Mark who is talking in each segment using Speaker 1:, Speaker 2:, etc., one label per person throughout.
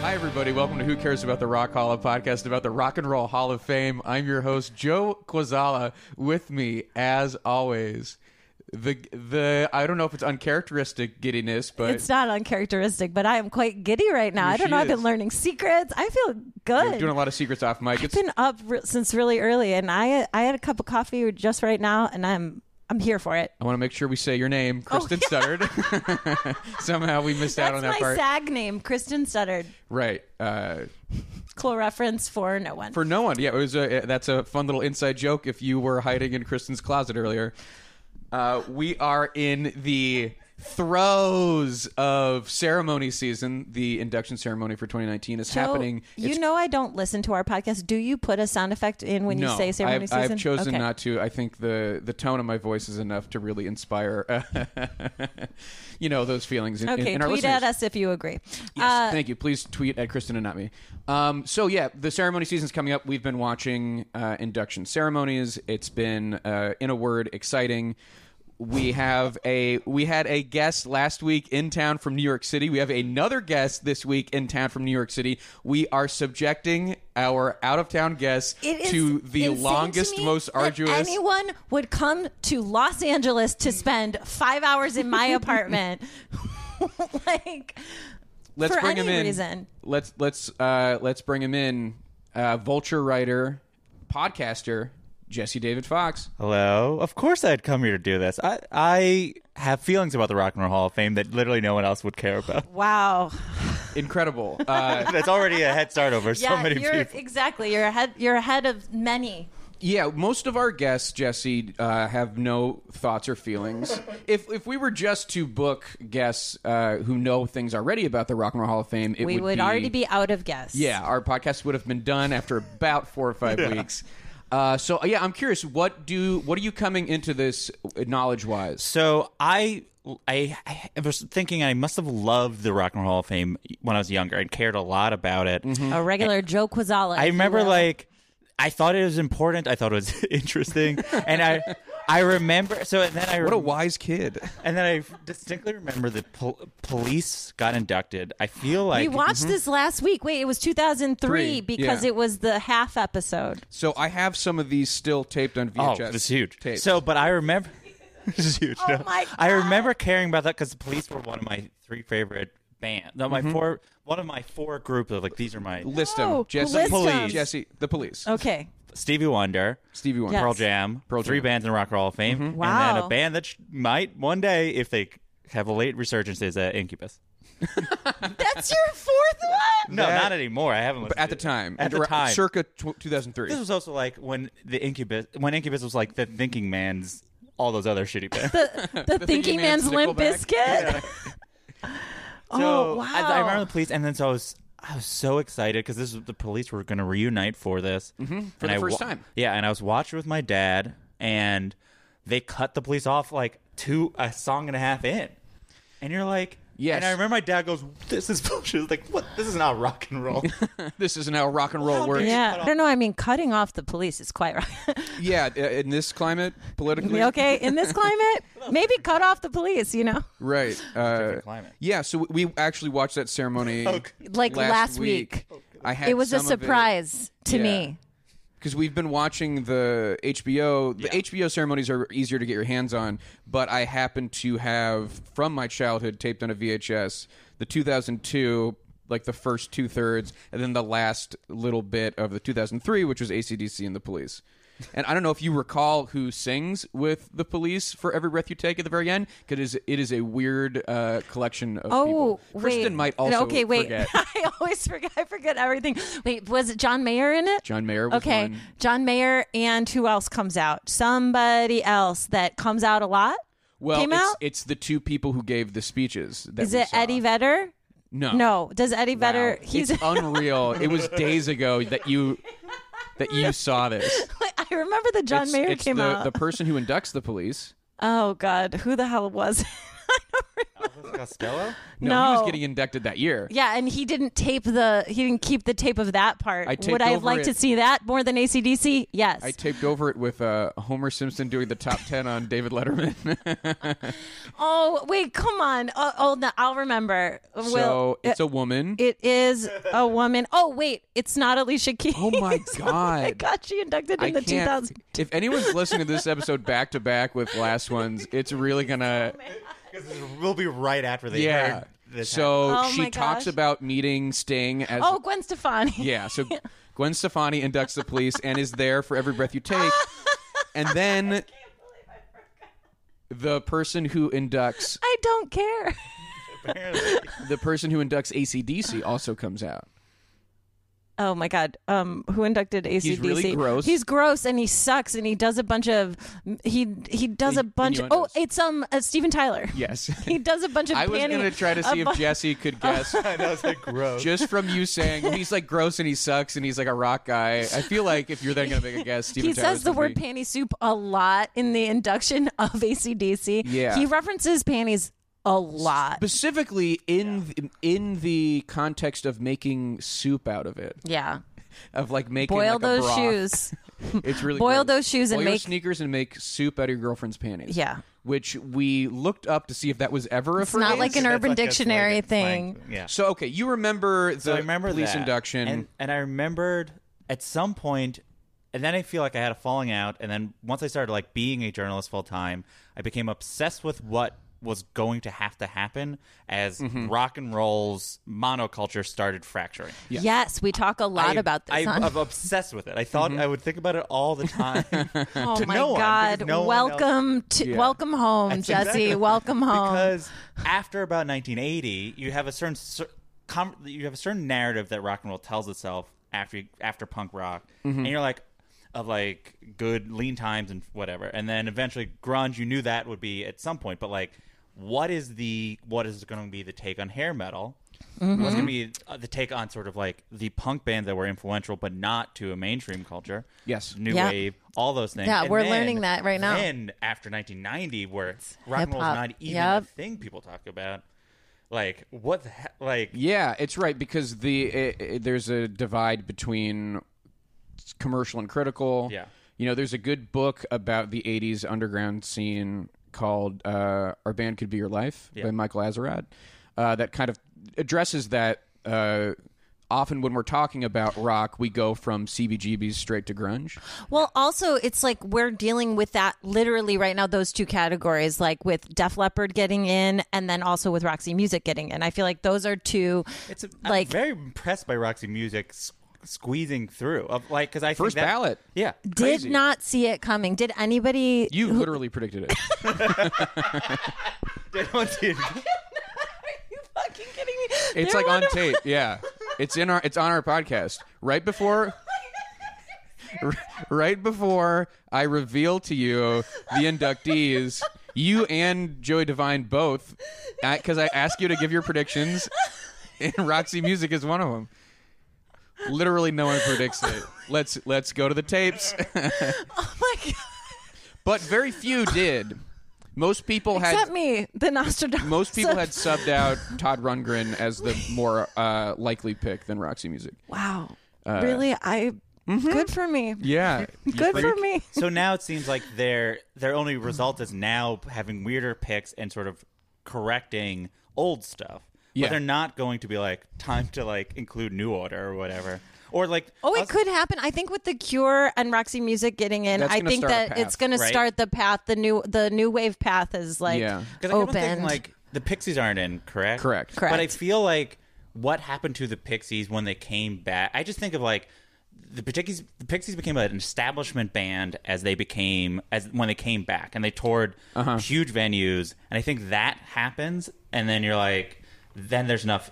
Speaker 1: Hi, everybody. Welcome to Who Cares About the Rock Hall of Podcast about the Rock and Roll Hall of Fame. I'm your host, Joe Quazala. With me, as always, the the I don't know if it's uncharacteristic giddiness, but
Speaker 2: It's not uncharacteristic, but I am quite giddy right now. I
Speaker 1: she
Speaker 2: don't know. I've
Speaker 1: is.
Speaker 2: been learning secrets. I feel
Speaker 1: you're
Speaker 2: good.
Speaker 1: doing a lot of secrets off mic.
Speaker 2: I've
Speaker 1: It's,
Speaker 2: been up re- since really early, and I I had a cup of coffee just right now, and I'm I'm here for it.
Speaker 1: I want to make sure we say your name, Kristen Studdard. Somehow we missed out
Speaker 2: Oh, That's
Speaker 1: on that
Speaker 2: my
Speaker 1: part.
Speaker 2: SAG name, Kristen Studdard.
Speaker 1: right. Uh,
Speaker 2: Cool reference for no one.
Speaker 1: for no one. Yeah, it was a, that's a fun little inside joke if you were hiding in Kristen's closet earlier. Uh, we are in the throes of ceremony season. The induction ceremony for 2019 is
Speaker 2: Joe,
Speaker 1: happening.
Speaker 2: You know I don't listen to our podcast. Do you put a sound effect in when you say ceremony
Speaker 1: I've,
Speaker 2: season?
Speaker 1: I've chosen
Speaker 2: Okay.
Speaker 1: not to. I think the the tone of my voice is enough to really inspire, you know, those feelings in, in-
Speaker 2: Okay,
Speaker 1: in our
Speaker 2: tweet
Speaker 1: listeners.
Speaker 2: at us if you agree.
Speaker 1: Yes,
Speaker 2: Uh,
Speaker 1: thank you. Please tweet at Kristen and not me. Um, so yeah, the ceremony season's coming up. We've been watching uh, induction ceremonies. It's been, uh, in a word, exciting. We have a we had a guest last week in town from New York City. We have another guest this week in town from New York City. We are subjecting our out of town guests
Speaker 2: It is
Speaker 1: to the
Speaker 2: insane to
Speaker 1: longest,
Speaker 2: me
Speaker 1: most
Speaker 2: that
Speaker 1: arduous.
Speaker 2: Anyone would come to Los Angeles to spend five hours in my apartment. like,
Speaker 1: let's
Speaker 2: for
Speaker 1: bring
Speaker 2: any
Speaker 1: him in.
Speaker 2: reason.
Speaker 1: Let's let's uh, let's bring him in. Uh, Vulture writer, podcaster Jesse David Fox.
Speaker 3: Hello. Of course, I'd come here to do this. I I have feelings about the Rock and Roll Hall of Fame that literally no one else would care about.
Speaker 2: wow.
Speaker 1: Incredible. Uh,
Speaker 3: That's already a head start over so many
Speaker 2: you're
Speaker 3: people.
Speaker 2: exactly. You're ahead. You're ahead of many.
Speaker 1: yeah, most of our guests, Jesse, uh, have no thoughts or feelings. if if we were just to book guests uh, who know things already about the Rock and Roll Hall of Fame, it
Speaker 2: We would,
Speaker 1: would
Speaker 2: already be out of guess.
Speaker 1: Yeah, our podcast would have been done after about four or five weeks. Uh, so yeah, I'm curious. What do what are you coming into this knowledge wise?
Speaker 3: So I, I I was thinking I must have loved the Rock and Roll Hall of Fame when I was younger and cared a lot about it.
Speaker 1: Mm-hmm.
Speaker 2: A regular Joe Quazala.
Speaker 3: I
Speaker 2: if you
Speaker 3: remember
Speaker 2: will.
Speaker 3: like I thought it was important. I thought it was interesting, and I I remember. So and then I
Speaker 1: What a wise kid.
Speaker 3: and then I distinctly remember the pol- police got inducted. I feel
Speaker 2: we
Speaker 3: like
Speaker 2: watched this last week. Wait, it was 2003
Speaker 1: Three,
Speaker 2: because
Speaker 1: yeah.
Speaker 2: it was the half episode.
Speaker 1: So I have some of these still taped on
Speaker 3: Oh,
Speaker 1: VHS.
Speaker 3: this is huge.
Speaker 1: Tapes.
Speaker 3: So, but I remember. this is huge.
Speaker 2: Oh my
Speaker 3: I remember caring about that because the police were one of my three favorite bands. No,
Speaker 1: Mm-hmm.
Speaker 3: my four. One of my four groups of like these are my
Speaker 1: list them,
Speaker 2: No,
Speaker 1: Jesse.
Speaker 2: Oh, list 'em. Oh,
Speaker 3: Police.
Speaker 1: Jesse, the police.
Speaker 2: Okay.
Speaker 3: Stevie Wonder,
Speaker 1: Stevie Wonder.
Speaker 2: Yes.
Speaker 3: Pearl Jam,
Speaker 1: Pearl
Speaker 3: three
Speaker 1: Jam. Mm-hmm.
Speaker 3: bands in the Rock and Roll Hall of Fame, and then
Speaker 2: Wow.
Speaker 3: a band that sh- might one day, if they have a late resurgence, is uh, Incubus.
Speaker 2: That's your fourth one.
Speaker 3: No,
Speaker 1: That-
Speaker 3: not anymore. I haven't.
Speaker 1: But
Speaker 3: listened
Speaker 1: at the
Speaker 3: to it.
Speaker 1: time,
Speaker 3: at the
Speaker 1: Around-
Speaker 3: time,
Speaker 1: circa tw- 2003.
Speaker 3: this was also like when the Incubus, when Incubus was like the Thinking Man's, all those other shitty bands.
Speaker 2: The, Thinking,
Speaker 1: Thinking Man's
Speaker 2: Man's, Limp
Speaker 1: Nickelback.
Speaker 2: Biscuit.
Speaker 3: So
Speaker 2: Oh,
Speaker 3: I, I
Speaker 2: wow.
Speaker 3: remember the police, and then so I was I was so excited because this is the police were going to reunite for this mm-hmm,
Speaker 1: for the first time.
Speaker 3: Yeah, and I was watching with my dad, and they cut the police off like two a song and a half in, and you're like.
Speaker 1: Yes.
Speaker 3: And I remember my dad goes, "This is bullshit." Like, what? This is not rock and roll.
Speaker 1: this isn't how rock and roll works.
Speaker 2: Yeah, I don't know. I mean, cutting off the police is quite right.
Speaker 1: Yeah, i- in this climate, politically.
Speaker 2: okay, in this climate, maybe cut off the police. You know,
Speaker 1: Right. Uh,
Speaker 3: climate. Oh,
Speaker 1: yeah, so we actually watched that ceremony
Speaker 2: Like last week.
Speaker 1: I had
Speaker 2: it was a
Speaker 1: some of
Speaker 2: surprise to
Speaker 1: Yeah.
Speaker 2: me.
Speaker 1: because we've been watching the HBO. The HBO ceremonies are easier to get your hands on, but I happen to have from my childhood taped on a VHS the 2002. Like the first two thirds, and then the last little bit of the 2003, which was ACDC and the police. And I don't know if you recall who sings with the police for every breath you take at the very end, because it is, it is a weird uh, collection of people.
Speaker 2: Oh, wait.
Speaker 1: Kristen might also
Speaker 2: Okay, wait.
Speaker 1: forget.
Speaker 2: I always forget. I forget everything. Wait, was it John Mayer in it?
Speaker 1: John Mayer was
Speaker 2: okay,
Speaker 1: one.
Speaker 2: John Mayer and who else comes out? Somebody else that comes out a lot.
Speaker 1: Well,
Speaker 2: came
Speaker 1: it's,
Speaker 2: out.
Speaker 1: it's the two people who gave the speeches. That
Speaker 2: Is
Speaker 1: we
Speaker 2: it
Speaker 1: saw.
Speaker 2: Eddie Vedder?
Speaker 1: No,
Speaker 2: No. Does Eddie
Speaker 1: uh, Wow.
Speaker 2: Vedder? He's.
Speaker 1: It's unreal. it was days ago that you that you saw this.
Speaker 2: I remember that John
Speaker 1: it's,
Speaker 2: Mayer
Speaker 1: it's
Speaker 2: came
Speaker 1: the,
Speaker 2: out.
Speaker 1: The person who inducts the police.
Speaker 2: oh God, who the hell was? it? I don't remember.
Speaker 3: Costello?
Speaker 1: No, he was
Speaker 2: No.
Speaker 1: getting inducted that year.
Speaker 2: Yeah, and he didn't tape the. He didn't keep the tape of that part.
Speaker 1: I taped
Speaker 2: Would I have
Speaker 1: over
Speaker 2: liked
Speaker 1: it.
Speaker 2: to see that more than ACDC? Yes.
Speaker 1: I taped over it with uh, Homer Simpson doing the top ten on David Letterman.
Speaker 2: oh wait, come on. Oh, oh no, I'll remember.
Speaker 1: so
Speaker 2: Will-
Speaker 1: it's a woman.
Speaker 2: It is a woman. Oh wait, it's not Alicia Keys.
Speaker 1: Oh, my
Speaker 2: I
Speaker 1: God.
Speaker 2: got she inducted in
Speaker 1: I
Speaker 2: the
Speaker 1: can't-
Speaker 2: 2000.
Speaker 1: If anyone's listening to this episode back to back with last ones, it's really gonna.
Speaker 3: Because we'll be right after they
Speaker 1: Yeah.
Speaker 3: heard this.
Speaker 1: So
Speaker 2: happened. Oh,
Speaker 1: she
Speaker 2: my
Speaker 1: talks
Speaker 2: gosh.
Speaker 1: about meeting Sting as
Speaker 2: Oh, Gwen Stefani.
Speaker 1: Yeah, so Gwen Stefani inducts the police and is there for every breath you take. And then the person who inducts
Speaker 2: I don't care.
Speaker 3: happened.
Speaker 1: the person who inducts ACDC also comes out.
Speaker 2: Oh my God. Um, who inducted ACDC?
Speaker 1: really gross.
Speaker 2: He's gross and he sucks and he does a bunch of he he does a
Speaker 1: In-
Speaker 2: bunch.
Speaker 1: innuendos.
Speaker 2: Oh, it's um uh, Steven Tyler.
Speaker 1: Yes.
Speaker 2: He does a bunch of.
Speaker 1: I was
Speaker 2: panty-
Speaker 1: going to try to
Speaker 2: a
Speaker 1: see if
Speaker 2: bu-
Speaker 1: Jesse could guess
Speaker 3: I know, it's like gross.
Speaker 1: just from you saying he's like gross and he sucks and he's like a rock guy. I feel like if you're then going to make a guess, Steven
Speaker 2: He
Speaker 1: Tyler's
Speaker 2: says the
Speaker 1: gonna
Speaker 2: word
Speaker 1: be-
Speaker 2: panty soup a lot in the induction of ACDC.
Speaker 1: Yeah.
Speaker 2: He references panties a lot.
Speaker 1: Specifically in th- in the context of making soup out of it,
Speaker 2: Yeah.
Speaker 1: of like making
Speaker 2: Boil
Speaker 1: like, a
Speaker 2: those
Speaker 1: broth.
Speaker 2: shoes.
Speaker 1: It's really
Speaker 2: Boil
Speaker 1: gross.
Speaker 2: those shoes and
Speaker 1: Boil your
Speaker 2: make-
Speaker 1: sneakers and make soup out of your girlfriend's panties.
Speaker 2: Yeah.
Speaker 1: which we looked up to see if that was ever a
Speaker 2: It's not like an
Speaker 3: That's
Speaker 2: Urban
Speaker 3: like a
Speaker 2: Dictionary
Speaker 3: slang-
Speaker 2: thing.
Speaker 3: slang- Yeah.
Speaker 1: So okay, you remember the
Speaker 3: So I remember
Speaker 1: police
Speaker 3: that.
Speaker 1: induction?
Speaker 3: and, and I remembered at some point, and then I feel like I had a falling out, and then once I started like being a journalist full time, I became obsessed with what was going to have to happen as
Speaker 1: Mm-hmm.
Speaker 3: rock and roll's monoculture started fracturing.
Speaker 2: Yes. we talk a lot
Speaker 3: I-
Speaker 2: about this.
Speaker 3: I,
Speaker 2: on-
Speaker 3: I'm obsessed with it. I thought
Speaker 1: Mm-hmm.
Speaker 3: I would think about it all the time.
Speaker 2: oh
Speaker 3: to
Speaker 2: my
Speaker 3: no one,
Speaker 2: God!
Speaker 3: because no one else-
Speaker 2: welcome to
Speaker 1: Yeah.
Speaker 2: welcome home,
Speaker 3: That's
Speaker 2: Jesse.
Speaker 3: exactly-
Speaker 2: Welcome home.
Speaker 3: Because after about 1980, you have a certain cer- com- you have a certain narrative that rock and roll tells itself after after punk rock, and you're like of like good lean times and whatever, and then eventually grunge. You knew that would be at some point, but like, what is the what is going to be the take on hair metal?
Speaker 2: Mm-hmm.
Speaker 3: What's going to be uh, the take on sort of like the punk bands that were influential but not to a mainstream culture?
Speaker 1: Yes.
Speaker 3: new
Speaker 2: Yeah.
Speaker 3: wave, all those things.
Speaker 2: Yeah,
Speaker 3: And
Speaker 2: we're
Speaker 3: then-
Speaker 2: learning that right now.
Speaker 3: Then after 1990, where rock and roll is
Speaker 2: hip-hop.
Speaker 3: not even a
Speaker 2: Yep.
Speaker 3: thing people talk about. Like what? The he- like
Speaker 1: yeah, it's right because the it, it- there's a divide between commercial and critical.
Speaker 3: Yeah.
Speaker 1: you know, there's a good book about the '80s underground scene called uh, "Our Band Could Be Your Life" by Michael Azarad uh, that kind of addresses that. Uh, often, when we're talking about rock, we go from CBGBs straight to grunge.
Speaker 2: Well, also, it's like we're dealing with that literally right now, those two categories, like with Def Leppard getting in and then also with Roxy Music getting in. I feel like those are two.
Speaker 3: it's a,
Speaker 2: like-
Speaker 3: I'm very impressed by Roxy Music s- squeezing through. Of like because I think
Speaker 1: First
Speaker 3: that-
Speaker 1: ballot.
Speaker 3: Yeah,
Speaker 1: Crazy.
Speaker 2: Did not see it coming. Did anybody?
Speaker 1: You literally predicted it.
Speaker 3: They don't
Speaker 2: Are
Speaker 3: do-
Speaker 2: you fucking kidding me?
Speaker 1: It's
Speaker 2: They're
Speaker 1: like on
Speaker 2: one of-
Speaker 1: tape. Yeah, it's in our it's on our podcast right before. r- Right before I reveal to you the inductees, you and Joey Devine both, because I ask you to give your predictions, and Roxy Music is one of them. Literally, no one predicts it. Let's let's go to the tapes,
Speaker 2: Oh my God.
Speaker 1: but very few did. Most people had
Speaker 2: Except me, the Nostradamus.
Speaker 1: Most people had subbed out Todd Rundgren as the more uh, likely pick than Roxy Music.
Speaker 2: Wow.
Speaker 1: Uh,
Speaker 2: really? I.
Speaker 1: Mm-hmm.
Speaker 2: Good for me.
Speaker 1: Yeah,
Speaker 2: Good for me.
Speaker 3: so now it seems like their their only result is now having weirder picks and sort of correcting old stuff.
Speaker 1: Yeah.
Speaker 3: But they're not going to be like time to like include New Order or whatever. Or like
Speaker 2: Oh, it
Speaker 3: I was-
Speaker 2: could happen. I think with the Cure and Roxy Music getting in,
Speaker 1: That's
Speaker 2: I
Speaker 1: gonna
Speaker 2: think
Speaker 1: start a
Speaker 2: that
Speaker 1: path,
Speaker 2: it's going to
Speaker 3: right?
Speaker 2: start the path. The new the new wave path is like
Speaker 1: Yeah.
Speaker 3: Because I kept on
Speaker 2: open.
Speaker 3: thinking, like the Pixies aren't in, correct?
Speaker 1: Correct.
Speaker 3: But I
Speaker 2: Correct.
Speaker 3: feel like what happened to the Pixies when they came back? I just think of like the Pixies. The Pixies became an establishment band as they became as when they came back and they toured
Speaker 1: Uh-huh.
Speaker 3: huge venues. And I think that happens, and then you're like, then there's enough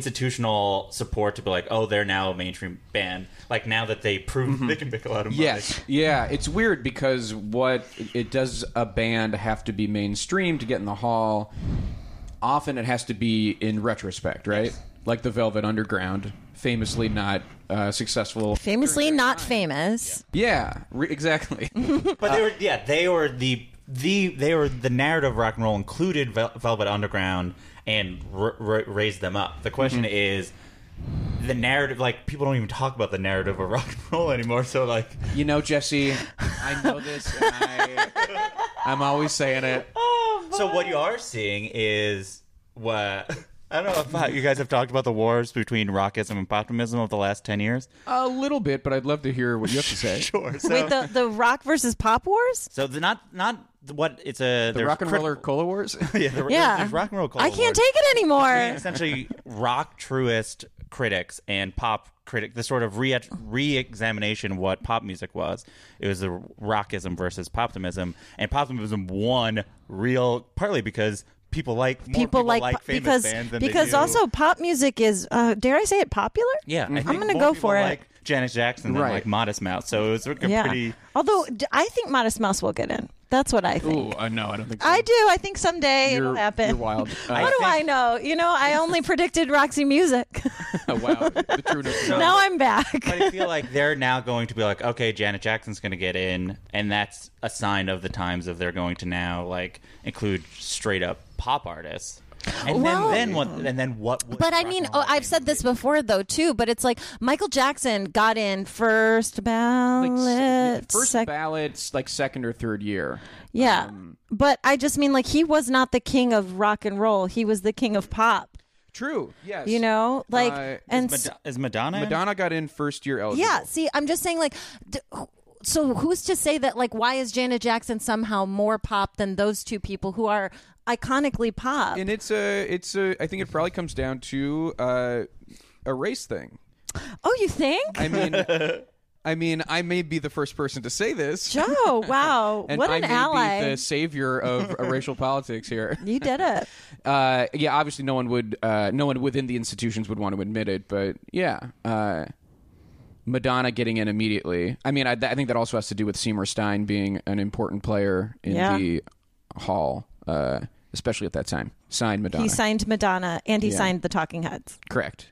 Speaker 3: institutional support to be like, oh, they're now a mainstream band. Like now that they prove they can make a lot of money.
Speaker 1: Mm-hmm. Yes. Yeah. It's weird because what it does a band have to be mainstream to get in the hall. Often it has to be in retrospect, right? Like the Velvet Underground, famously not uh, successful.
Speaker 2: famously not famous.
Speaker 1: Yeah, re- exactly.
Speaker 3: But
Speaker 1: Uh,
Speaker 3: they were, yeah, they were the the they were the narrative of rock and roll included Vel- Velvet Underground and r- r- raised them up. The question
Speaker 1: Mm-hmm.
Speaker 3: is the narrative. Like people don't even talk about the narrative of rock and roll anymore. So like,
Speaker 1: you know, Jesse, I know this. And I, I'm always saying it.
Speaker 3: so what you are seeing is what. I don't know if uh, you guys have talked about the wars between rockism and populism of the last 10 years.
Speaker 1: A little bit, but I'd love to hear what you have to say.
Speaker 3: Sure. So,
Speaker 2: Wait, the the rock versus pop wars?
Speaker 3: so the, not not what it's a
Speaker 1: The rock and roller cola wars?
Speaker 3: yeah, the,
Speaker 2: Yeah,
Speaker 3: there's rock and roll
Speaker 2: I
Speaker 3: wars.
Speaker 2: can't take it anymore.
Speaker 3: essentially rock truest critics and pop critic the sort of re- re-examination of what pop music was it was the rockism versus poptimism and poptimism won real partly because people like more
Speaker 2: people like, pop-
Speaker 3: famous
Speaker 2: because
Speaker 3: bands than they
Speaker 2: because
Speaker 3: do-
Speaker 2: also pop music is uh, dare I say it popular?
Speaker 3: yeah I think
Speaker 2: I'm gonna
Speaker 3: more
Speaker 2: go
Speaker 3: people
Speaker 2: for it.
Speaker 3: like Janet Jackson than
Speaker 1: Right.
Speaker 3: like Modest Mouse so it was like a
Speaker 2: yeah.
Speaker 3: pretty
Speaker 2: Although d- I think Modest Mouse will get in. That's what I think.
Speaker 1: Ooh, uh, no, I don't think so.
Speaker 2: I do. I think someday
Speaker 1: You're-
Speaker 2: it'll happen.
Speaker 1: you're wild. Uh,
Speaker 2: what do
Speaker 3: I
Speaker 2: I
Speaker 3: think-
Speaker 2: know? You know, I only predicted Roxy Music.
Speaker 1: Oh, wow. The true no.
Speaker 2: now I'm back.
Speaker 3: but I feel like they're now going to be like, okay, Janet Jackson's going to get in, and that's a sign of the times of they're going to now like include straight up pop artists. And
Speaker 2: Well-
Speaker 3: then, then what? And then what? would
Speaker 2: But I
Speaker 3: rock
Speaker 2: mean,
Speaker 3: and roll
Speaker 2: oh, I've said this before though too. But it's like Michael Jackson got in first ballot,
Speaker 1: Like, se- first
Speaker 2: sec-
Speaker 1: ballots, like second or third year.
Speaker 2: yeah.
Speaker 3: um,
Speaker 2: but I just mean like he was not the king of rock and roll. He was the king of pop.
Speaker 1: True. Yes.
Speaker 2: You know, like
Speaker 1: Uh, is
Speaker 2: and s-
Speaker 3: Mad- is Madonna?
Speaker 1: Madonna got in first year eligible.
Speaker 2: yeah. See, I'm just saying like. D- so who's to say that like why is Janet Jackson somehow more pop than those two people who are iconically pop?
Speaker 1: and it's a it's a. I think it probably comes down to uh, a race thing.
Speaker 2: oh, you think?
Speaker 1: I mean, I mean, I may be the first person to say this,
Speaker 2: Joe, wow.
Speaker 1: and
Speaker 2: what
Speaker 1: I
Speaker 2: an
Speaker 1: may
Speaker 2: ally.
Speaker 1: be the savior of uh, racial politics here.
Speaker 2: You did it.
Speaker 1: Uh, yeah, obviously, no one would, uh, no one within the institutions would want to admit it, but yeah. Uh, Madonna getting in immediately. I mean, I, I think that also has to do with Seymour Stein being an important player in
Speaker 2: Yeah.
Speaker 1: the hall, uh, especially at that time. Signed Madonna.
Speaker 2: He signed Madonna and he
Speaker 1: Yeah.
Speaker 2: signed the Talking Heads.
Speaker 1: Correct.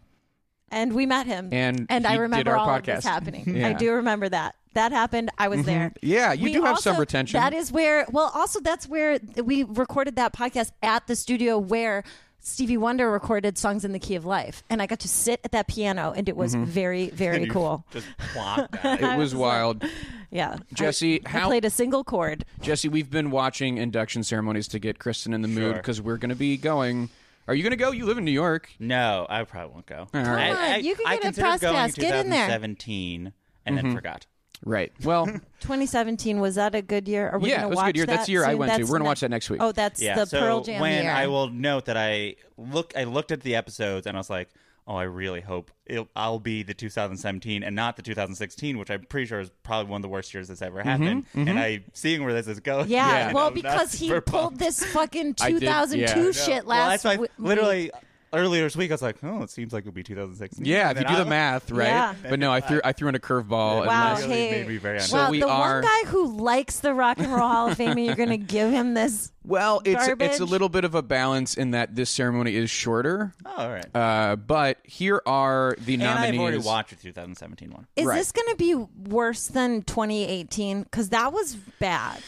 Speaker 2: And we met him.
Speaker 1: And he
Speaker 2: I
Speaker 1: did
Speaker 2: remember
Speaker 1: our
Speaker 2: all of this
Speaker 1: podcast.
Speaker 2: happening.
Speaker 1: Yeah. Mm-hmm.
Speaker 2: I do remember that. That happened. I was there.
Speaker 1: Yeah, you
Speaker 2: We
Speaker 1: do have
Speaker 2: also-
Speaker 1: some retention.
Speaker 2: That is where, well, also that's where we recorded that podcast at the studio where Stevie Wonder recorded Songs in the Key of Life. And I got to sit at that piano and it was
Speaker 1: Mm-hmm.
Speaker 2: very, very cool.
Speaker 3: Just plonk that.
Speaker 1: It was wild.
Speaker 2: Yeah. I-
Speaker 1: Jesse,
Speaker 2: I
Speaker 1: how-
Speaker 2: played a single chord.
Speaker 1: Jesse, we've been watching induction ceremonies to get Kristen in the mood mood
Speaker 3: Sure.
Speaker 1: because we're going to be going. Are you going to go? You live in New York.
Speaker 3: No, I probably won't go. Come
Speaker 2: on, you can
Speaker 3: I
Speaker 2: get a
Speaker 3: considered
Speaker 2: press
Speaker 3: going
Speaker 2: pass. Get in there.
Speaker 3: 2017, and then forgot.
Speaker 1: Right. Well,
Speaker 2: 2017 was that a good year? Are we
Speaker 1: Yeah, it
Speaker 2: gonna
Speaker 1: was a
Speaker 2: watch
Speaker 1: good year.
Speaker 2: That
Speaker 1: That's the year I
Speaker 2: soon?
Speaker 1: went to.
Speaker 2: That's
Speaker 1: We're gonna
Speaker 2: ne-
Speaker 1: watch that next week.
Speaker 2: Oh, that's
Speaker 3: Yeah.
Speaker 2: the
Speaker 3: so
Speaker 2: Pearl Jam
Speaker 3: when
Speaker 2: year.
Speaker 3: I will note that I look, I looked at the episodes and I was like, oh, I really hope it'll, I'll be the 2017 and not the 2016, which I'm pretty sure is probably one of the worst years that's ever happened. And I seeing where this is going.
Speaker 2: Mm-hmm, yeah,
Speaker 1: Yeah.
Speaker 3: I'm
Speaker 2: well,
Speaker 3: not
Speaker 2: because he
Speaker 3: super
Speaker 2: pulled
Speaker 3: pumped.
Speaker 2: this fucking
Speaker 1: I did,
Speaker 2: 2002
Speaker 1: yeah.
Speaker 2: shit last.
Speaker 3: well, that's why I-
Speaker 2: wi-
Speaker 3: literally earlier this week I was like, oh, it seems like it'll be 2016.
Speaker 1: yeah.
Speaker 3: And
Speaker 1: If you
Speaker 3: then
Speaker 1: do the
Speaker 3: I-
Speaker 1: math, right?
Speaker 2: Yeah.
Speaker 1: But no, I threw I threw in a curveball.
Speaker 2: Wow,
Speaker 1: and
Speaker 3: really
Speaker 2: hey.
Speaker 3: made me very
Speaker 2: wow,
Speaker 3: unhappy.
Speaker 1: So we
Speaker 2: the
Speaker 1: are-
Speaker 2: one guy who likes the Rock and Roll Hall of Fame, and you're going to give him this.
Speaker 1: Well, it's it's
Speaker 2: Garbage.
Speaker 1: a little bit of a balance in that this ceremony is shorter.
Speaker 3: Oh, all right.
Speaker 1: Uh, but here are the
Speaker 3: and
Speaker 1: nominees.
Speaker 3: I've already watched the 2017 one.
Speaker 2: Is
Speaker 1: Right.
Speaker 2: this going to be worse than 2018? Because that was bad.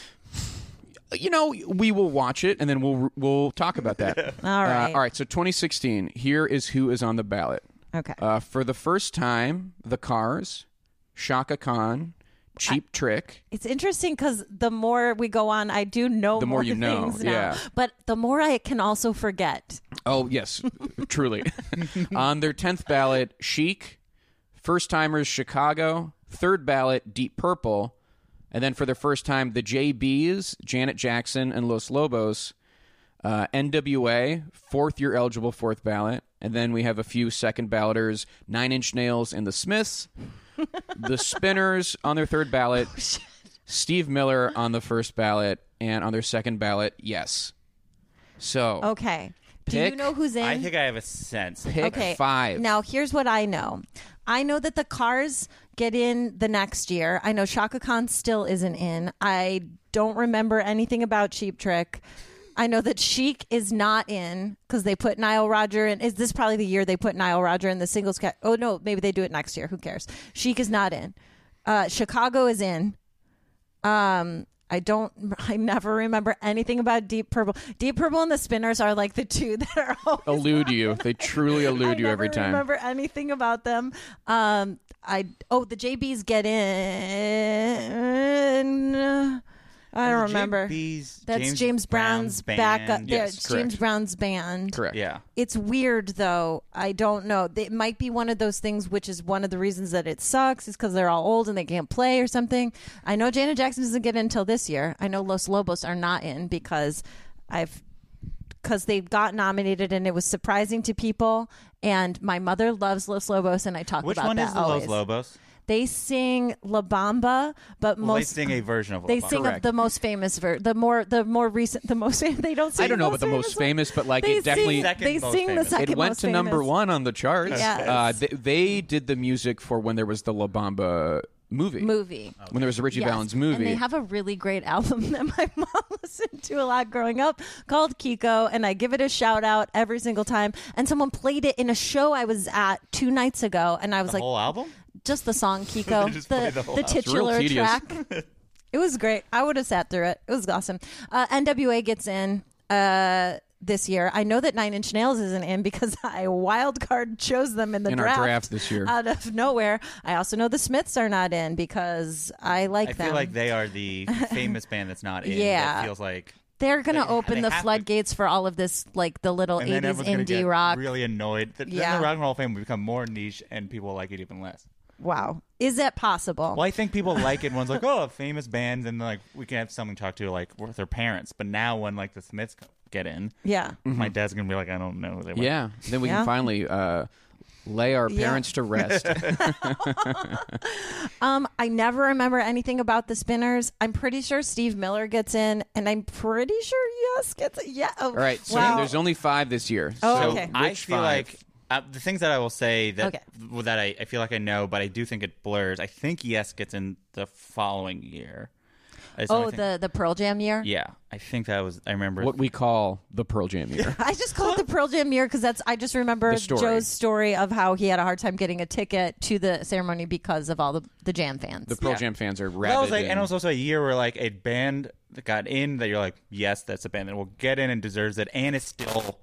Speaker 1: you know, we will watch it and then we'll we'll talk about that. Uh,
Speaker 2: All right.
Speaker 1: all right. So 2016. Here is who is on the ballot.
Speaker 2: Okay.
Speaker 1: Uh, for the first time, the Cars, Shaka Khan, Cheap Trick.
Speaker 2: It's interesting because the more we go on, I do know
Speaker 1: The more you know,
Speaker 2: things now.
Speaker 1: yeah.
Speaker 2: But the more I can also forget.
Speaker 1: Oh yes, truly. on their tenth ballot, Chic, First timers, Chicago. Third ballot, Deep Purple. And then for the first time, the JBs, Janet Jackson and Los Lobos. Uh, NWA, fourth year eligible, fourth ballot. And then we have a few second balloters, Nine Inch Nails and the Smiths. the Spinners on their third ballot. Steve Miller on the first ballot. And on their second ballot, yes. So
Speaker 2: Okay. Do you
Speaker 1: Pick.
Speaker 2: know who's in?
Speaker 3: I think I have a sense.
Speaker 1: pick
Speaker 2: okay.
Speaker 1: five.
Speaker 2: Now here's what I know. I know that the cars get in the next year. I know Shaka Khan still isn't in. I don't remember anything about Cheap Trick. I know that Chic is not in because they put Nile Roger in. Is this probably the year they put Nile Roger in the singles? Ca- oh no, maybe they do it next year. Who cares? Chic is not in. Uh, Chicago is in. Um, I don't. I never remember anything about Deep Purple. Deep Purple and the Spinners are like the two that are always
Speaker 1: elude you. They truly elude you every
Speaker 2: I
Speaker 1: time.
Speaker 2: never remember anything about them. Um, I oh the JBs get in. I don't remember.
Speaker 3: JB's
Speaker 2: That's James, Brown's,
Speaker 3: band.
Speaker 2: backup.
Speaker 3: Yeah.
Speaker 1: Yes,
Speaker 2: yeah, James
Speaker 1: correct.
Speaker 2: Brown's band.
Speaker 1: Correct.
Speaker 3: yeah.
Speaker 2: It's weird though. I don't know. It might be one of those things, which is one of the reasons that it sucks, is because they're all old and they can't play or something. I know Janet Jackson doesn't get in until this year. I know Los Lobos are not in because I've because they got nominated and it was surprising to people. And my mother loves Los Lobos, and I talk
Speaker 3: Which
Speaker 2: about
Speaker 3: one
Speaker 2: that
Speaker 3: is the
Speaker 2: always.
Speaker 3: Los Lobos?
Speaker 2: They sing La Bamba, but
Speaker 3: Well,
Speaker 2: most
Speaker 3: they sing a version of La
Speaker 2: they
Speaker 3: Bamba.
Speaker 2: sing of
Speaker 1: Correct.
Speaker 2: the most famous ver- the more the more recent the most they don't sing
Speaker 1: I don't know
Speaker 2: about
Speaker 1: about the most famous, but like
Speaker 2: they
Speaker 1: it definitely
Speaker 2: sing,
Speaker 3: Second
Speaker 2: they
Speaker 3: most
Speaker 2: sing the
Speaker 3: famous.
Speaker 2: second
Speaker 1: it went
Speaker 2: most
Speaker 1: to number
Speaker 2: famous.
Speaker 1: one on the charts.
Speaker 2: Yes.
Speaker 1: Uh, they, they did the music for when there was the La Bamba movie.
Speaker 2: movie.
Speaker 1: When there was a Richie
Speaker 2: Yes.
Speaker 1: Oh, Valens movie.
Speaker 2: And they have a really great album that my mom listened to a lot growing up called Kiko, and I give it a shout out every single time. And someone played it in a show I was at two nights ago, and I was
Speaker 1: Uh-huh.
Speaker 3: the
Speaker 2: like,
Speaker 3: whole album.
Speaker 2: just the song Kiko, the, the,
Speaker 1: real
Speaker 2: titular
Speaker 1: tedious.
Speaker 2: track. it was great. I would have sat through it. It was awesome. Uh, NWA gets in uh, this year. I know that Nine Inch Nails isn't in because I wild card chose them in the
Speaker 1: In our
Speaker 2: draft,
Speaker 1: draft this year.
Speaker 2: out of nowhere. I also know the Smiths are not in because I like
Speaker 3: I
Speaker 2: them.
Speaker 3: feel like they are the famous band that's not in.
Speaker 2: Yeah.
Speaker 3: that feels like.
Speaker 2: They're gonna
Speaker 3: they-
Speaker 2: open
Speaker 3: they
Speaker 2: the
Speaker 3: have to-
Speaker 2: floodgates for all of this, like the little
Speaker 3: And then
Speaker 2: '80s
Speaker 3: everyone's gonna get
Speaker 2: indie rock.
Speaker 3: really annoyed. Th-
Speaker 2: Yeah.
Speaker 3: Then the rock and roll fame will become more niche, and people will like it even less.
Speaker 2: Wow, is that possible?
Speaker 3: Well, I think people like it. One's like, oh, famous bands, and like we can have someone talk to like with their parents. But now when like the Smiths get in,
Speaker 2: Yeah.
Speaker 3: my dad's gonna be like, I don't know. who They were.
Speaker 1: Mm-hmm. yeah. Then we
Speaker 2: Yeah.
Speaker 1: can finally uh, lay our
Speaker 2: Yeah.
Speaker 1: parents to rest.
Speaker 2: Um, I never remember anything about the spinners. I'm pretty sure Steve Miller gets in, and I'm pretty sure Yes gets in. Yeah. Oh,
Speaker 1: All right. So
Speaker 2: wow.
Speaker 1: there's only five this year.
Speaker 2: Oh,
Speaker 1: so
Speaker 2: okay.
Speaker 3: I
Speaker 1: which
Speaker 3: feel
Speaker 1: five?
Speaker 3: like uh, the things that I will say that
Speaker 2: Okay.
Speaker 3: well, that I, I feel like I know, but I do think it blurs. I think Yes gets in the following year. That's
Speaker 2: oh,
Speaker 3: only thing-
Speaker 2: the the Pearl Jam year.
Speaker 3: yeah. I think that was. I remember
Speaker 1: what we call the Pearl Jam year.
Speaker 2: I just call it the Pearl Jam year because that's I just remember
Speaker 1: The story.
Speaker 2: Joe's story of how he had a hard time getting a ticket to the ceremony because of all the the Jam fans.
Speaker 1: The Pearl Jam fans are rabid.
Speaker 3: That was like,
Speaker 1: in-
Speaker 3: and it was also a year where like a band that got in that you're like, yes, that's a band that will get in and deserves it, and it's still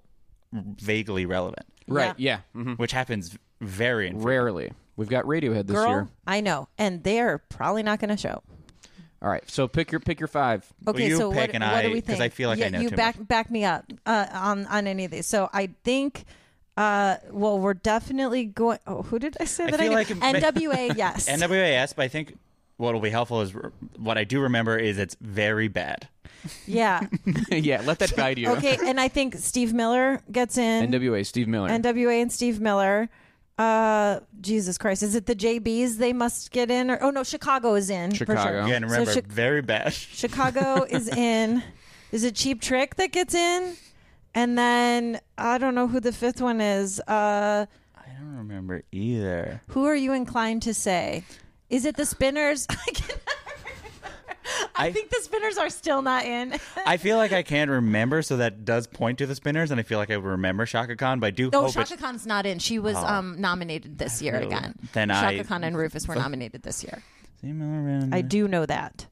Speaker 3: vaguely relevant,
Speaker 1: right. Yeah. Mhm.
Speaker 2: Mm-hmm.
Speaker 3: which happens very infrequently.
Speaker 1: Rarely. We've got Radiohead this
Speaker 2: Girl,
Speaker 1: year.
Speaker 2: I know, and they're probably not going to show.
Speaker 1: All right. So pick your pick your five.
Speaker 2: Okay,
Speaker 3: you
Speaker 2: so what,
Speaker 3: pick and
Speaker 2: what do
Speaker 3: I-
Speaker 2: we
Speaker 3: 'cause
Speaker 2: think?
Speaker 3: I feel like
Speaker 2: Yeah,
Speaker 3: I know
Speaker 2: you
Speaker 3: too
Speaker 2: back back me up uh, on on any of these. So I think. Uh, well, we're definitely going. Oh, who did I say that?
Speaker 3: feel
Speaker 2: knew?
Speaker 3: like it-
Speaker 2: NWA. yes.
Speaker 3: NWAS, but I think what will be helpful is what I do remember is it's very bad.
Speaker 2: yeah.
Speaker 1: yeah. Let that guide you.
Speaker 2: Okay, and I think Steve Miller gets in.
Speaker 1: NWA. Steve Miller.
Speaker 2: NWA and Steve Miller. Uh, Jesus Christ, is it the JBs they must get in? Or oh no, Chicago is in. For
Speaker 1: Chicago.
Speaker 2: sure.
Speaker 3: Yeah, and remember,
Speaker 2: Chi-
Speaker 3: very bad.
Speaker 2: Chicago is in. Is it Cheap Trick that gets in? And then I don't know who the fifth one is. Uh,
Speaker 3: I don't remember either.
Speaker 2: who are you inclined to say? Is it the Spinners? I can- I
Speaker 3: I-
Speaker 2: think the Spinners are still not in.
Speaker 3: I feel like I can't remember, so that does point to the spinners, and I feel like I would remember Shaka Khan, Oh, but I do
Speaker 2: No,
Speaker 3: hope
Speaker 2: Shaka
Speaker 3: it's
Speaker 2: Khan's not in. She was um, nominated this year
Speaker 3: Really?
Speaker 2: again.
Speaker 3: Then
Speaker 2: Shaka
Speaker 3: I- Mm-hmm.
Speaker 2: Khan and Rufus were nominated this year. I
Speaker 3: I
Speaker 2: do know that.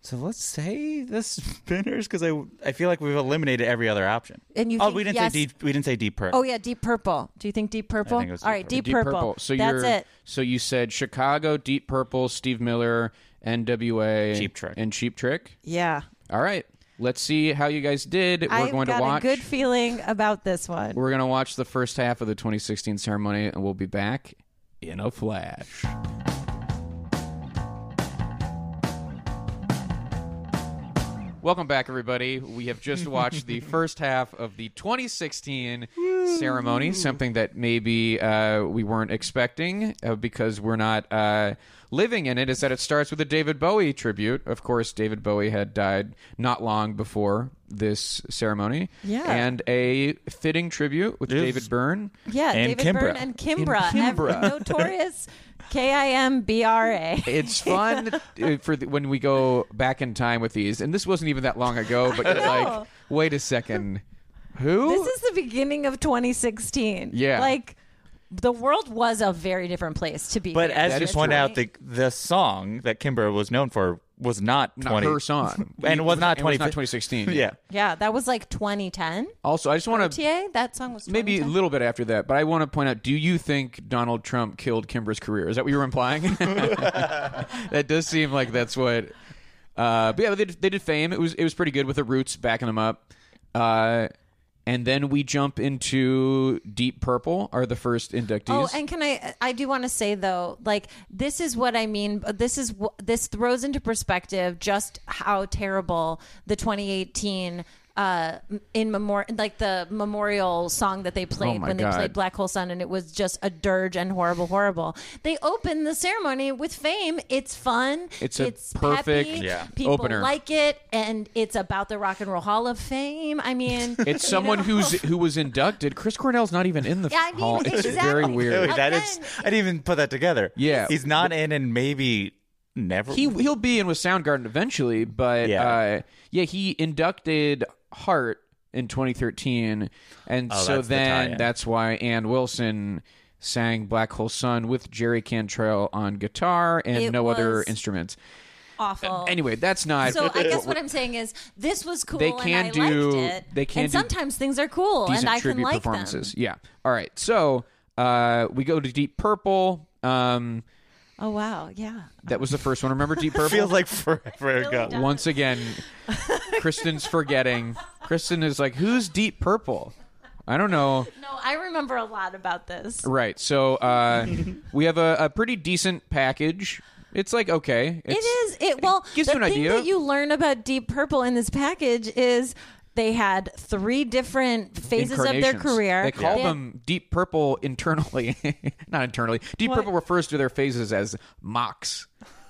Speaker 3: So let's say the spinners because I I feel like we've eliminated every other option.
Speaker 2: And you
Speaker 3: oh,
Speaker 2: think
Speaker 3: we didn't
Speaker 2: yes-
Speaker 3: say deep. We didn't say deep purple.
Speaker 2: Oh yeah, Deep Purple. Do you think Deep Purple?
Speaker 3: I think it was
Speaker 2: All right, Deep
Speaker 3: Deep
Speaker 1: Deep
Speaker 2: Purple.
Speaker 1: Purple. So
Speaker 2: that's
Speaker 1: you're,
Speaker 2: it.
Speaker 1: So you said Chicago, Deep Purple, Steve Miller, NWA,
Speaker 3: Cheap Trick.
Speaker 1: and Cheap Trick.
Speaker 2: Yeah,
Speaker 1: All right, let's see how you guys did. We're
Speaker 2: I've
Speaker 1: going
Speaker 2: got
Speaker 1: to watch.
Speaker 2: a good feeling about this one.
Speaker 1: we're going to watch the first half of the 2016 ceremony, and we'll be back in a flash. Welcome back, everybody. We have just watched the first half of the 2016 ceremony, something that maybe uh, we weren't expecting uh, because we're not uh, living in it. Is that it starts with a David Bowie tribute? Of course, David Bowie had died not long before this ceremony.
Speaker 2: Yeah.
Speaker 1: and a fitting tribute with David Byrne.
Speaker 2: Yeah,
Speaker 3: And
Speaker 2: David
Speaker 3: Kimbra.
Speaker 2: Byrne and Kimbra.
Speaker 1: And Kimbra.
Speaker 2: Ev- notorious K I M B R A.
Speaker 1: It's fun uh, for the, when we go back in time with these, and this wasn't even that long ago. But you're like, wait a second, who?
Speaker 2: This is the beginning of 2016.
Speaker 1: Yeah.
Speaker 2: Like, the world was a very different place to be.
Speaker 3: But
Speaker 2: fair.
Speaker 3: as
Speaker 1: That
Speaker 3: you
Speaker 1: is
Speaker 3: point
Speaker 1: true.
Speaker 3: out, the the song that Kimber was known for was not
Speaker 1: not
Speaker 3: twenty
Speaker 1: her song,
Speaker 3: and it was not
Speaker 1: And it was
Speaker 3: twenty
Speaker 1: not 2016.
Speaker 3: Yeah,
Speaker 2: yeah, that was like 2010.
Speaker 1: Also, I just want to
Speaker 2: TA, that song was
Speaker 1: maybe a
Speaker 2: 2010.
Speaker 1: little bit after that, but I want to point out: Do you think Donald Trump killed Kimber's career? Is that what you were implying? that does seem like that's what. Uh, but yeah, but they did, they did fame. It was it was pretty good with the Roots backing them up. Uh, and then we jump into Deep Purple are the first inductees.
Speaker 2: Oh, and can I? I do want to say though, like this is what I mean. This is wh- this throws into perspective just how terrible the 2018 uh in memorial like the memorial song that they
Speaker 1: Oh
Speaker 2: played
Speaker 1: my
Speaker 2: when
Speaker 1: God.
Speaker 2: they played black hole sun and it was just a dirge and horrible horrible they opened the ceremony with fame it's fun
Speaker 1: It's a perfect
Speaker 2: peppy,
Speaker 3: Yeah.
Speaker 2: people
Speaker 1: opener.
Speaker 2: like it and it's about the rock and roll hall of fame i mean
Speaker 1: it's someone who's who was inducted. Chris Cornell's not even in the
Speaker 2: Yeah, I mean,
Speaker 1: hall. It's very
Speaker 2: exactly.
Speaker 1: weird.
Speaker 3: Really, that is.
Speaker 2: Again-
Speaker 3: I didn't even put that together.
Speaker 1: Yeah.
Speaker 3: he's not in, and maybe never.
Speaker 1: he he'll be in with Soundgarden eventually, but yeah,
Speaker 3: Yeah.
Speaker 1: uh, yeah he inducted Hart in 2013, and
Speaker 3: Oh,
Speaker 1: so
Speaker 3: that's the
Speaker 1: then
Speaker 3: tie-in.
Speaker 1: that's why Ann Wilson sang "Black Hole Sun" with Jerry Cantrell on guitar and
Speaker 2: It
Speaker 1: no other
Speaker 2: was-
Speaker 1: instruments.
Speaker 2: awful
Speaker 1: Anyway, that's not.
Speaker 2: So I guess what I'm saying is this was cool.
Speaker 1: They can
Speaker 2: and I
Speaker 1: do-
Speaker 2: Liked it,
Speaker 1: they can
Speaker 2: And
Speaker 1: do
Speaker 2: sometimes things are cool,
Speaker 1: decent
Speaker 2: and I
Speaker 1: tribute
Speaker 2: can like
Speaker 1: performances.
Speaker 2: them.
Speaker 1: Yeah. All right. So uh, we go to Deep Purple. Um,
Speaker 2: Oh wow, yeah.
Speaker 1: that was the first one. Remember Deep Purple?
Speaker 3: feels like forever ago.
Speaker 1: Once again, Kristen's forgetting. Kristen is like, "Who's Deep Purple?" I don't know.
Speaker 2: No, I remember a lot about this.
Speaker 1: Right. So uh, we have a, a pretty decent package. It's like okay. It's,
Speaker 2: It is it. Well,
Speaker 1: gives
Speaker 2: the
Speaker 1: you an
Speaker 2: thing
Speaker 1: idea.
Speaker 2: that you learn about Deep Purple in this package is they had three different phases of their
Speaker 1: incarnations.
Speaker 2: career.
Speaker 1: They call
Speaker 2: They had-
Speaker 1: them Deep Purple internally, not internally. Deep Purple refers to their phases as mocks,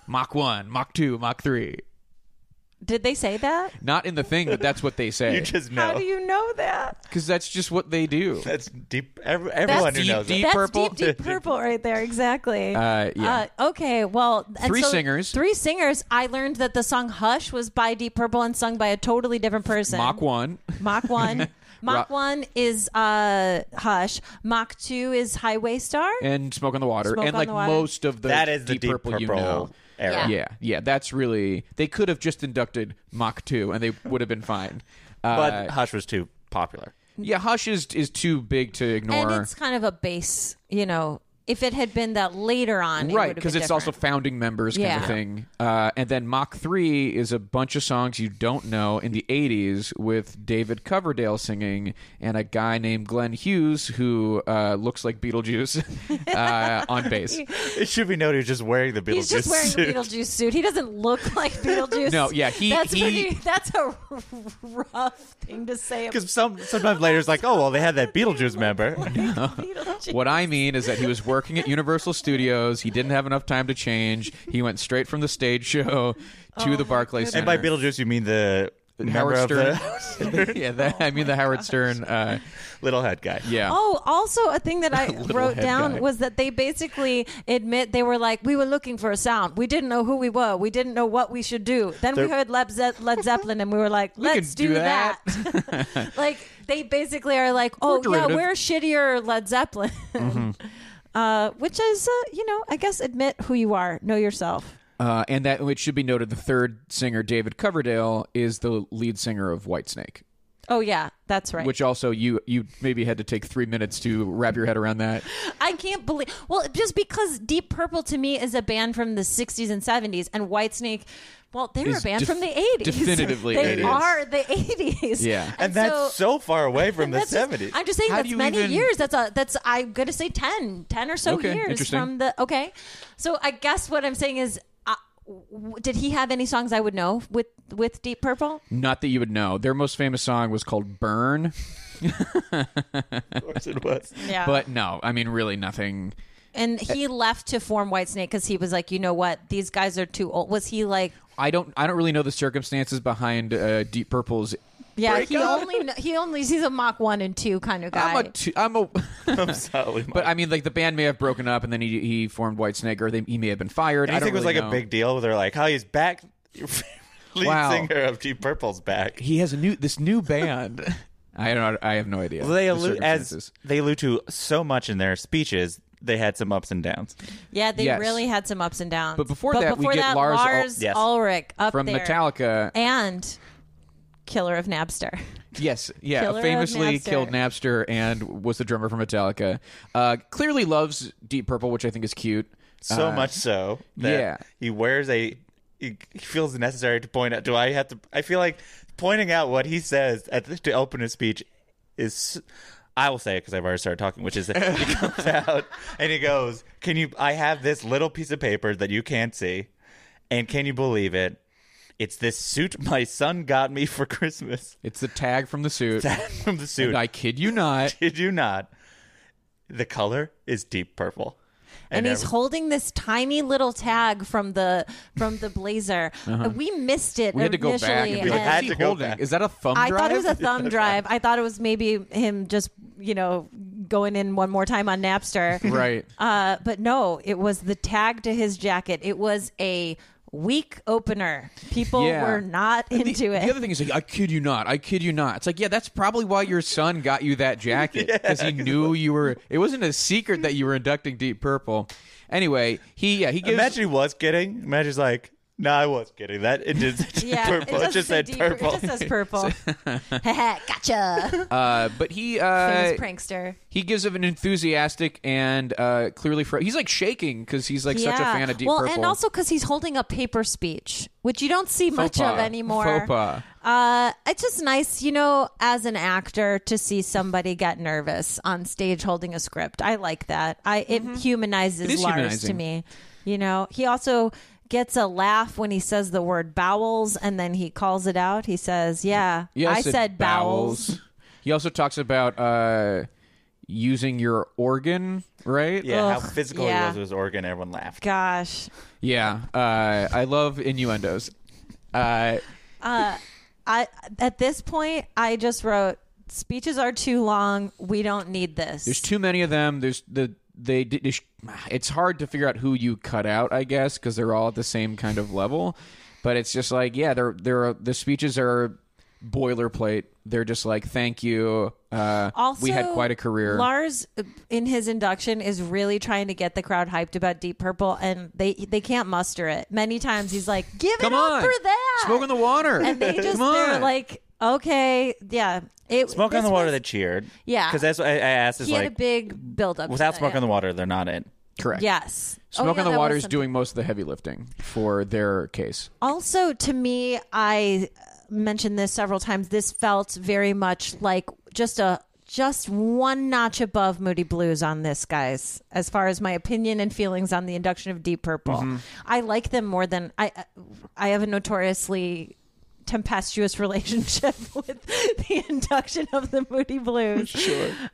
Speaker 1: Mach one, Mach two, Mach three.
Speaker 2: Did they say that?
Speaker 1: Not in the thing, but that's what they
Speaker 3: You
Speaker 1: say
Speaker 3: just
Speaker 2: How
Speaker 3: know.
Speaker 2: do you know that?
Speaker 1: because that's just what they do.
Speaker 3: That's deep. Every, everyone who
Speaker 1: deep,
Speaker 3: knows
Speaker 1: deep.
Speaker 3: it.
Speaker 2: That's
Speaker 1: Purple?
Speaker 2: deep, deep purple right there. Exactly.
Speaker 1: Uh, yeah.
Speaker 2: Uh, okay. Well, and
Speaker 1: Three
Speaker 2: so
Speaker 1: singers.
Speaker 2: Three singers. I learned that the song "Hush" was by Deep Purple and sung by a totally different person.
Speaker 1: Mach one.
Speaker 2: Mach one. Mach
Speaker 1: Ro-
Speaker 2: one is uh, "Hush." Mach two is "Highway Star."
Speaker 1: and Smoke on the Water,
Speaker 2: Smoke
Speaker 1: and
Speaker 2: on
Speaker 1: like
Speaker 2: the Water.
Speaker 1: most of the
Speaker 3: That is the
Speaker 1: Deep
Speaker 3: Deep
Speaker 1: Purple, you
Speaker 3: Purple
Speaker 1: know.
Speaker 3: era.
Speaker 1: Yeah.
Speaker 2: Yeah.
Speaker 1: yeah, that's really they could have just inducted Mach two, and they would have been fine. Uh,
Speaker 3: But Hush was too popular.
Speaker 1: yeah, Hush is is too big to ignore,
Speaker 2: and it's kind of a base. You know, if it had been that later on, it
Speaker 1: right?
Speaker 2: would've
Speaker 1: Because
Speaker 2: been
Speaker 1: it's also
Speaker 2: different.
Speaker 1: founding members kind of
Speaker 2: Yeah.
Speaker 1: thing. Uh, and then Mach three is a bunch of songs you don't know in the '80s with David Coverdale singing and a guy named Glenn Hughes who uh, looks like Beetlejuice uh, on bass.
Speaker 3: It should be noted he's just wearing the Beetlejuice
Speaker 2: He's just wearing
Speaker 3: suit.
Speaker 2: a Beetlejuice suit. He doesn't look like Beetlejuice.
Speaker 1: No, yeah, he-
Speaker 2: That's
Speaker 1: he-
Speaker 2: pretty- that's a rough thing to say.
Speaker 3: Because some sometimes later it's like, oh well, they had that Beetlejuice member.
Speaker 2: Beetlejuice.
Speaker 1: What I mean is that he was working at Universal Studios. He didn't have enough time to change. He went straight from the stage show to
Speaker 2: Oh,
Speaker 1: the Barclays Center.
Speaker 3: And by Beetlejuice you mean the member
Speaker 1: Howard
Speaker 3: of
Speaker 1: Stern.
Speaker 3: the
Speaker 1: yeah, that, I mean the Howard Stern. Uh,
Speaker 3: little head guy.
Speaker 1: yeah.
Speaker 2: Oh, also a thing that I wrote
Speaker 1: head
Speaker 2: down
Speaker 1: guy.
Speaker 2: was that they basically admit they were like, we were looking for a sound. We didn't know who we were. We didn't know what we should do. Then we
Speaker 3: They're-
Speaker 2: heard Led, Ze- Led Zeppelin and we were like, let's
Speaker 1: could do
Speaker 2: do, that. like, they basically are like, oh, yeah,
Speaker 1: derivative."
Speaker 2: we're shittier Led Zeppelin. Uh, which is, uh, you know, I guess admit who you are, know yourself.
Speaker 1: Uh, and that it should be noted the third singer, David Coverdale, is the lead singer of Whitesnake.
Speaker 2: Oh yeah, that's right.
Speaker 1: which also you you maybe had to take three minutes to wrap your head around that.
Speaker 2: I can't believe. Well, just because Deep Purple to me is a band from the '60s and '70s, and Whitesnake, well, they're
Speaker 1: Is
Speaker 2: a band
Speaker 1: def-
Speaker 2: from the '80s.
Speaker 1: definitively
Speaker 2: they
Speaker 1: 80s.
Speaker 2: are the '80s.
Speaker 1: Yeah.
Speaker 3: and that's so far away from the
Speaker 2: that's just-
Speaker 3: 70s.
Speaker 2: I'm just saying
Speaker 1: How do
Speaker 2: that's
Speaker 1: you
Speaker 2: many
Speaker 1: even-
Speaker 2: years. That's a that's I'm gonna say 10, 10 or so
Speaker 1: Okay,
Speaker 2: years
Speaker 1: interesting.
Speaker 2: from the okay. So I guess what I'm saying is, uh, w- did he have any songs I would know with with Deep Purple?
Speaker 1: Not that you would know. Their most famous song was called "Burn,"
Speaker 3: of course it was.
Speaker 2: Yeah,
Speaker 1: but no, I mean really nothing.
Speaker 2: and he left to form Whitesnake because he was like, you know what, these guys are too old. Was he like?
Speaker 1: I don't I don't really know the circumstances behind uh, Deep Purple's.
Speaker 2: Yeah,
Speaker 3: Break
Speaker 2: he
Speaker 3: up.
Speaker 2: only kn- he only he's a Mach one and two kind of guy.
Speaker 1: I'm a t- I'm a.
Speaker 3: I'm sorry,
Speaker 1: But
Speaker 3: Mike.
Speaker 1: I mean, like the band may have broken up, and then he, he formed Whitesnake, or they, he may have been fired.
Speaker 3: Do
Speaker 1: I
Speaker 3: you
Speaker 1: don't
Speaker 3: think it was
Speaker 1: really
Speaker 3: like a
Speaker 1: know.
Speaker 3: big deal? They're like, "How he's back, your lead
Speaker 1: Wow.
Speaker 3: singer of Deep Purple's back."
Speaker 1: He has a new this new band. I don't. I have no idea.
Speaker 3: they
Speaker 1: the
Speaker 3: allude as
Speaker 1: circumstances.
Speaker 3: they allude to so much in their speeches. They had some ups and downs.
Speaker 2: yeah, they
Speaker 1: Yes.
Speaker 2: really had some ups and downs.
Speaker 1: But before that, we get Lars Ul-
Speaker 2: Lars
Speaker 3: Yes.
Speaker 2: Ulrich up
Speaker 1: from
Speaker 2: there
Speaker 1: Metallica.
Speaker 2: and Killer of Napster.
Speaker 1: Yes, yeah,
Speaker 2: Killer of
Speaker 1: famously
Speaker 2: Napster.
Speaker 1: killed Napster and was the drummer for Metallica. Uh, clearly loves Deep Purple, which I think is cute.
Speaker 3: So
Speaker 1: Uh,
Speaker 3: much so that
Speaker 1: yeah.
Speaker 3: he wears a. He he feels necessary to point out. Do I have to? I feel like pointing out what he says at the, to open his speech is. I will say it because I've already started talking, which is that he comes out and he goes, "Can you? I have this little piece of paper that you can't see, and can you believe it? It's this suit my son got me for Christmas
Speaker 1: It's the tag from the suit.
Speaker 3: from the suit.
Speaker 1: And I kid you not.
Speaker 3: kid you not, the color is deep purple.
Speaker 2: And he's
Speaker 3: every-
Speaker 2: holding this tiny little tag from the from the blazer. We missed it.
Speaker 1: Uh-huh. We had to go back
Speaker 2: initially,
Speaker 1: and be like,
Speaker 3: We
Speaker 2: and-
Speaker 3: had
Speaker 1: "What's
Speaker 3: to
Speaker 1: he
Speaker 3: go
Speaker 1: holding?
Speaker 3: back.
Speaker 1: Is that a thumb
Speaker 2: I
Speaker 1: drive?
Speaker 2: thought it was a thumb drive. I thought it was maybe him just, you know, going in one more time on Napster.
Speaker 1: Right.
Speaker 2: Uh, but no, it was the tag to his jacket. It was a weak opener. People
Speaker 1: Yeah.
Speaker 2: were not
Speaker 1: And the-
Speaker 2: into it.
Speaker 1: The other thing is like, I kid you not, I kid you not. It's like, yeah, that's probably why your son got you that jacket because he knew you were. It wasn't a secret that you were inducting Deep Purple. Anyway, he yeah he gives.
Speaker 3: Imagine he was kidding. Imagine he's like, no, I was kidding. That it did say
Speaker 2: yeah,
Speaker 3: purple. It,
Speaker 2: doesn't
Speaker 3: just
Speaker 2: say
Speaker 3: said
Speaker 2: deep-
Speaker 3: purple.
Speaker 2: It just says purple. Heh, gotcha.
Speaker 1: uh, but he uh,
Speaker 2: Famous prankster.
Speaker 1: he gives of an enthusiastic and uh, clearly fro- he's like shaking because he's like such a fan of Deep
Speaker 2: well,
Speaker 1: Purple.
Speaker 2: and also because he's holding a paper speech, which you don't see much
Speaker 1: Faux pas.
Speaker 2: of anymore.
Speaker 1: Faux pas.
Speaker 2: Uh, it's just nice, you know, as an actor to see somebody get nervous on stage holding a script. I like that. I it humanizes
Speaker 1: Mm-hmm. It is
Speaker 2: Lars to
Speaker 1: humanizing.
Speaker 2: me. You know, he also gets a laugh when he says the word bowels, and then he calls it out. He says, "Yeah,
Speaker 1: Yes,
Speaker 2: I
Speaker 1: it
Speaker 2: said bowels."
Speaker 1: He also talks about uh, using your organ, right?
Speaker 3: yeah, how
Speaker 2: Ugh,
Speaker 3: physical
Speaker 2: yeah.
Speaker 3: he was with his organ. Everyone laughed.
Speaker 2: Gosh,
Speaker 1: Yeah. Uh, I love innuendos. Uh,
Speaker 2: I at this point, I just wrote speeches are too long. We don't need this.
Speaker 1: There's too many of them. There's the they did. they sh- It's hard to figure out who you cut out, I guess, because they're all at the same kind of level. But it's just like, yeah, they're they're the speeches are boilerplate. They're just like, thank you. Uh,
Speaker 2: also
Speaker 1: we had quite a career.
Speaker 2: Lars uh, in his induction is really trying to get the crowd hyped about Deep Purple and they they can't muster it. Many times he's like, "Give
Speaker 1: Come
Speaker 2: it
Speaker 1: on,
Speaker 2: up for that."
Speaker 1: Smoke on the water.
Speaker 2: And they just
Speaker 1: Come on.
Speaker 2: they're like, "Okay, yeah." It
Speaker 3: Smoke on
Speaker 2: this
Speaker 3: the water.
Speaker 2: was-
Speaker 3: They cheered.
Speaker 2: Yeah.
Speaker 3: because that's what I, I asked. Is
Speaker 2: he had
Speaker 3: like
Speaker 2: a big build up.
Speaker 3: without smoke on the water, they're not in.
Speaker 1: correct.
Speaker 2: Yes.
Speaker 1: Smoke
Speaker 2: Oh, yeah,
Speaker 1: on the
Speaker 2: that
Speaker 1: water
Speaker 2: was
Speaker 1: is doing most of the heavy lifting for their case.
Speaker 2: Also, to me, I uh, mentioned this several times. This felt very much like just a just one notch above Moody Blues on this, guys. As far as my opinion and feelings on the induction of Deep Purple, I like them more than I. I have a notoriously tempestuous relationship with the induction of the Moody Blues.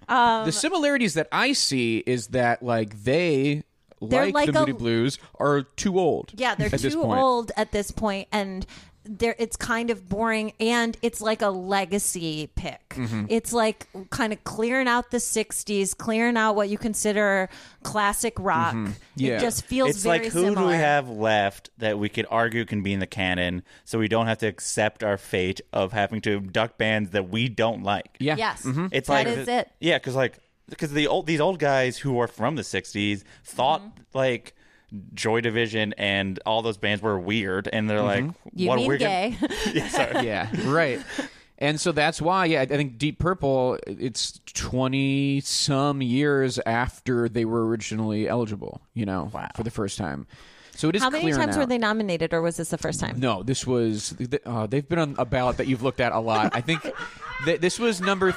Speaker 2: Um,
Speaker 1: the similarities that I see is that like they. Like,
Speaker 2: like
Speaker 1: the Moody
Speaker 2: a-
Speaker 1: Blues are too old.
Speaker 2: Yeah, they're
Speaker 1: at this
Speaker 2: too
Speaker 1: point.
Speaker 2: old at this point, and they're, it's kind of boring. And it's like a legacy pick.
Speaker 1: Mm-hmm.
Speaker 2: It's like kind of clearing out the '60s, clearing out what you consider classic rock.
Speaker 1: Mm-hmm. Yeah.
Speaker 2: It just feels
Speaker 3: it's
Speaker 2: very
Speaker 3: like who
Speaker 2: similar.
Speaker 3: do we have left that we could argue can be in the canon, so we don't have to accept our fate of having to abduct bands that we don't like.
Speaker 1: Yeah. Mm-hmm.
Speaker 2: Yes,
Speaker 3: It's
Speaker 2: That
Speaker 3: like
Speaker 2: is it.
Speaker 3: Yeah, because like because the old these old guys who are from the '60s thought
Speaker 2: Mm-hmm.
Speaker 3: like Joy Division and
Speaker 1: Mm-hmm.
Speaker 3: all those bands were weird, and they're like,
Speaker 2: You
Speaker 3: "What
Speaker 2: mean
Speaker 3: we're
Speaker 2: gay?
Speaker 3: Gonna- yeah, sorry.
Speaker 1: Yeah, right. And so that's why, yeah, I think Deep Purple, it's 20 some years after they were originally eligible, you know, for the first time. So it is
Speaker 2: How many
Speaker 1: clearing
Speaker 2: times
Speaker 1: out.
Speaker 2: were they nominated, or was this the first time?
Speaker 1: No, this was. th- Uh, they've been on a ballot that you've looked at a lot. I think th- this was number.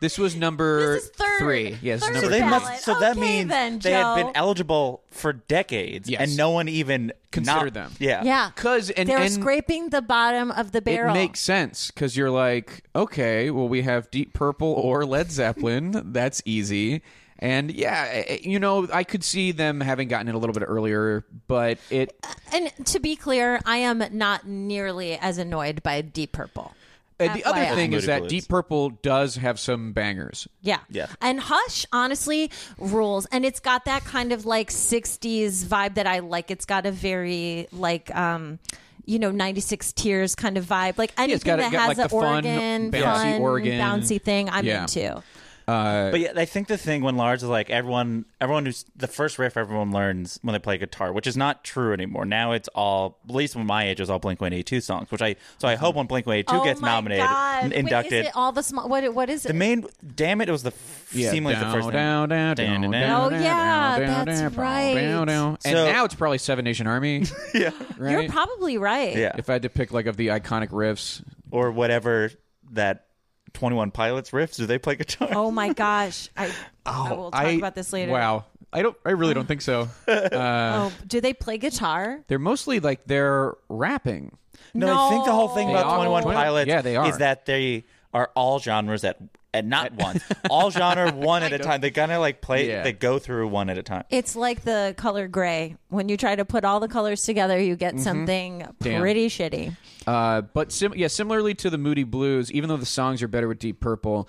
Speaker 1: This was number
Speaker 4: This is third.
Speaker 1: three. Yes,
Speaker 4: Third
Speaker 1: number
Speaker 3: So they
Speaker 1: three.
Speaker 4: ballot.
Speaker 3: must. So that
Speaker 2: Okay
Speaker 3: means
Speaker 2: then,
Speaker 3: they had
Speaker 2: Joe.
Speaker 3: been eligible for decades,
Speaker 1: Yes.
Speaker 3: and no one even
Speaker 1: Considered
Speaker 3: not-
Speaker 1: them.
Speaker 3: Yeah,
Speaker 2: Yeah,
Speaker 1: 'Cause- and-
Speaker 2: they're
Speaker 1: and-
Speaker 2: scraping the bottom of the barrel.
Speaker 1: It makes sense because you're like, okay, well, we have Deep Purple or Led Zeppelin. That's easy. And yeah, eh, eh, you know, I could see them having gotten it a little bit earlier, but it eh,
Speaker 2: And to be clear, I am not nearly as annoyed by Deep Purple.
Speaker 1: And the other
Speaker 2: FYI.
Speaker 1: thing is that
Speaker 3: Multiple
Speaker 1: Deep
Speaker 3: hits.
Speaker 1: Purple does have some bangers.
Speaker 2: Yeah.
Speaker 3: Yeah.
Speaker 2: And Hush, honestly, rules. And it's got that kind of like 60s vibe that I like. It's got a very like, um, you know, 96 tears kind of vibe. Like anything
Speaker 1: it's got-
Speaker 2: that
Speaker 1: it got, like,
Speaker 2: has an
Speaker 1: the fun,
Speaker 2: organ,
Speaker 1: bouncy
Speaker 2: fun,
Speaker 1: organ.
Speaker 2: bouncy thing, I'm
Speaker 1: Yeah.
Speaker 2: into.
Speaker 3: But yeah, I think the thing when Lars is like everyone, everyone who's the first riff everyone learns when they play guitar, which is not true anymore. Now it's all, at least when my age, it was all Blink One Eighty Two songs. Which I so I hope when Blink One Eighty Two
Speaker 2: Oh
Speaker 3: gets
Speaker 2: my
Speaker 3: nominated,
Speaker 2: God.
Speaker 3: and
Speaker 2: Wait,
Speaker 3: inducted,
Speaker 2: is it all the small? What, what is it?
Speaker 3: the main. Damn it, it was the f-
Speaker 1: Yeah,
Speaker 3: seemingly the
Speaker 1: down,
Speaker 3: first thing.
Speaker 1: down, down, down,
Speaker 3: Dun, dun,
Speaker 1: down,
Speaker 3: dun.
Speaker 2: Oh,
Speaker 1: down,
Speaker 2: yeah,
Speaker 1: down,
Speaker 2: that's
Speaker 1: down,
Speaker 2: right.
Speaker 1: down, down. And
Speaker 3: So-
Speaker 1: now it's probably Seven Nation Army. yeah, right.
Speaker 2: You're probably right.
Speaker 3: Yeah,
Speaker 1: if I had to pick like of the iconic riffs,
Speaker 3: or whatever that Twenty One Pilots riffs. Do they play guitar?
Speaker 2: Oh my gosh. I, I will talk
Speaker 1: Oh, I-
Speaker 2: about this later.
Speaker 1: Wow, I don't. I really don't think so.
Speaker 2: Oh, do they play guitar?
Speaker 1: They're mostly like they're rapping.
Speaker 3: No, I think the whole thing
Speaker 1: They
Speaker 3: about
Speaker 1: are.
Speaker 3: Twenty One
Speaker 1: 21
Speaker 3: Pilots
Speaker 1: Yeah, they are.
Speaker 3: is that they are all genres at at not once, all genre one at a time. They kind of like play,
Speaker 1: Yeah.
Speaker 3: they go through one at a time.
Speaker 2: It's like the color gray. When you try to put all the colors together, you get something
Speaker 1: Mm-hmm. Damn.
Speaker 2: pretty shitty.
Speaker 1: Uh, but sim- yeah, similarly to the Moody Blues, even though the songs are better with Deep Purple,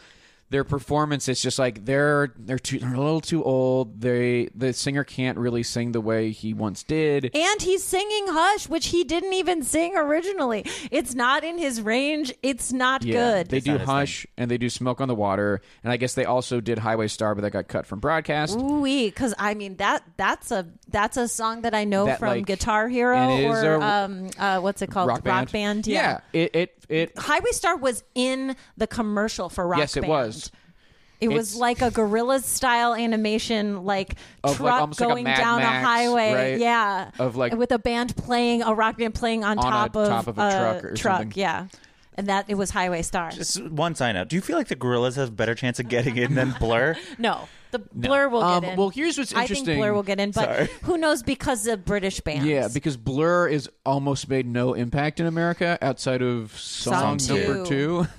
Speaker 1: their performance is just like they're they're too they're a little too old. They the singer can't really sing the way he once did.
Speaker 2: And he's singing Hush, which he didn't even sing originally. It's not in his range. It's not good.
Speaker 1: They do
Speaker 3: not his
Speaker 1: Hush and they do Smoke on the Water, and I guess they also did Highway Star, but that got cut from broadcast.
Speaker 2: Ooh, because I mean that that's a that's a song that I know
Speaker 1: That,
Speaker 2: from
Speaker 1: like,
Speaker 2: Guitar Hero
Speaker 1: it is
Speaker 2: or
Speaker 1: a-
Speaker 2: um uh, what's it called
Speaker 1: Rock Band,
Speaker 2: yeah.
Speaker 1: It it it
Speaker 2: Highway Star was in the commercial for Rock
Speaker 1: yes, it
Speaker 2: Band.
Speaker 1: was.
Speaker 2: It
Speaker 1: It's-
Speaker 2: was like a gorillas style animation, like
Speaker 1: Of, like,
Speaker 2: truck
Speaker 1: almost like a
Speaker 2: going
Speaker 1: Mad
Speaker 2: down
Speaker 1: Max,
Speaker 2: a highway.
Speaker 1: right?
Speaker 2: Yeah.
Speaker 1: Of, like-
Speaker 2: with a band playing a rock band playing on,
Speaker 1: On a
Speaker 2: top, of,
Speaker 1: top of a truck or
Speaker 2: truck.
Speaker 1: something.
Speaker 2: Yeah, and that it was Highway Star.
Speaker 3: Just one sign out. Do you feel like the Gorillas have a better chance of getting in than Blur?
Speaker 2: no, the Blur will
Speaker 1: Um,
Speaker 2: get in.
Speaker 1: well, here's what's
Speaker 2: I
Speaker 1: interesting.
Speaker 2: think Blur will get in, but
Speaker 3: Sorry.
Speaker 2: who knows because of British bands.
Speaker 1: Yeah, because Blur is almost made no impact in America outside of song,
Speaker 2: Song two.
Speaker 1: number two.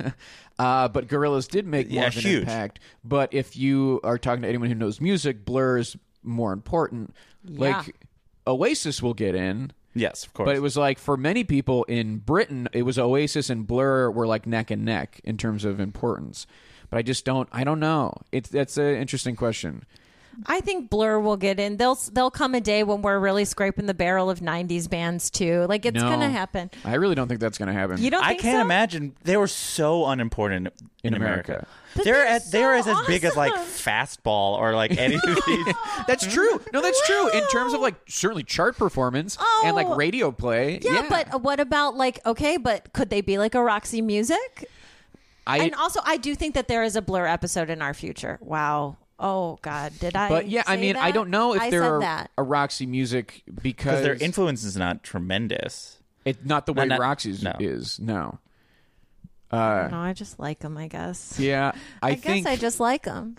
Speaker 1: Uh, but Gorillaz did make more
Speaker 3: Yeah,
Speaker 1: of an
Speaker 3: huge.
Speaker 1: impact. But if you are talking to anyone who knows music, Blur is more important. Like Oasis will get in,
Speaker 3: yes, of course.
Speaker 1: but it was like for many people in Britain, it was Oasis and Blur were like neck and neck in terms of importance. But I just don't. I don't know. It's that's an interesting question.
Speaker 2: I think Blur will get in. They'll they'll come a day when we're really scraping the barrel of '90s bands too. Like it's
Speaker 1: No.
Speaker 2: gonna happen.
Speaker 1: I really don't think that's gonna happen.
Speaker 2: You don't?
Speaker 3: I
Speaker 2: think
Speaker 3: can't
Speaker 2: so?
Speaker 3: imagine they were so unimportant
Speaker 1: In
Speaker 3: in,
Speaker 1: America.
Speaker 3: America.
Speaker 2: But
Speaker 3: They're
Speaker 2: they're
Speaker 3: at they're as,
Speaker 2: so
Speaker 3: as big as like
Speaker 2: awesome.
Speaker 3: fastball or like any of these.
Speaker 1: That's true. No, that's true. In terms of like certainly chart performance and like
Speaker 2: Oh.
Speaker 1: radio play.
Speaker 2: Yeah, but uh, what about like okay, but could they be like a Roxy Music?
Speaker 1: I.
Speaker 2: and also, I do think that there is a Blur episode in our future. Wow. Oh God, did I?
Speaker 1: but yeah, I
Speaker 2: say
Speaker 1: mean, I
Speaker 2: that?
Speaker 1: don't know if
Speaker 2: I
Speaker 1: there
Speaker 2: said
Speaker 1: are
Speaker 2: that.
Speaker 1: a Roxy music because
Speaker 3: Because their influence is not tremendous.
Speaker 1: It's not the way
Speaker 3: not-
Speaker 1: Roxy's
Speaker 3: no.
Speaker 1: is. No.
Speaker 2: No, I just like them. I guess.
Speaker 1: Yeah, I,
Speaker 2: I,
Speaker 1: think.
Speaker 2: guess I just like them.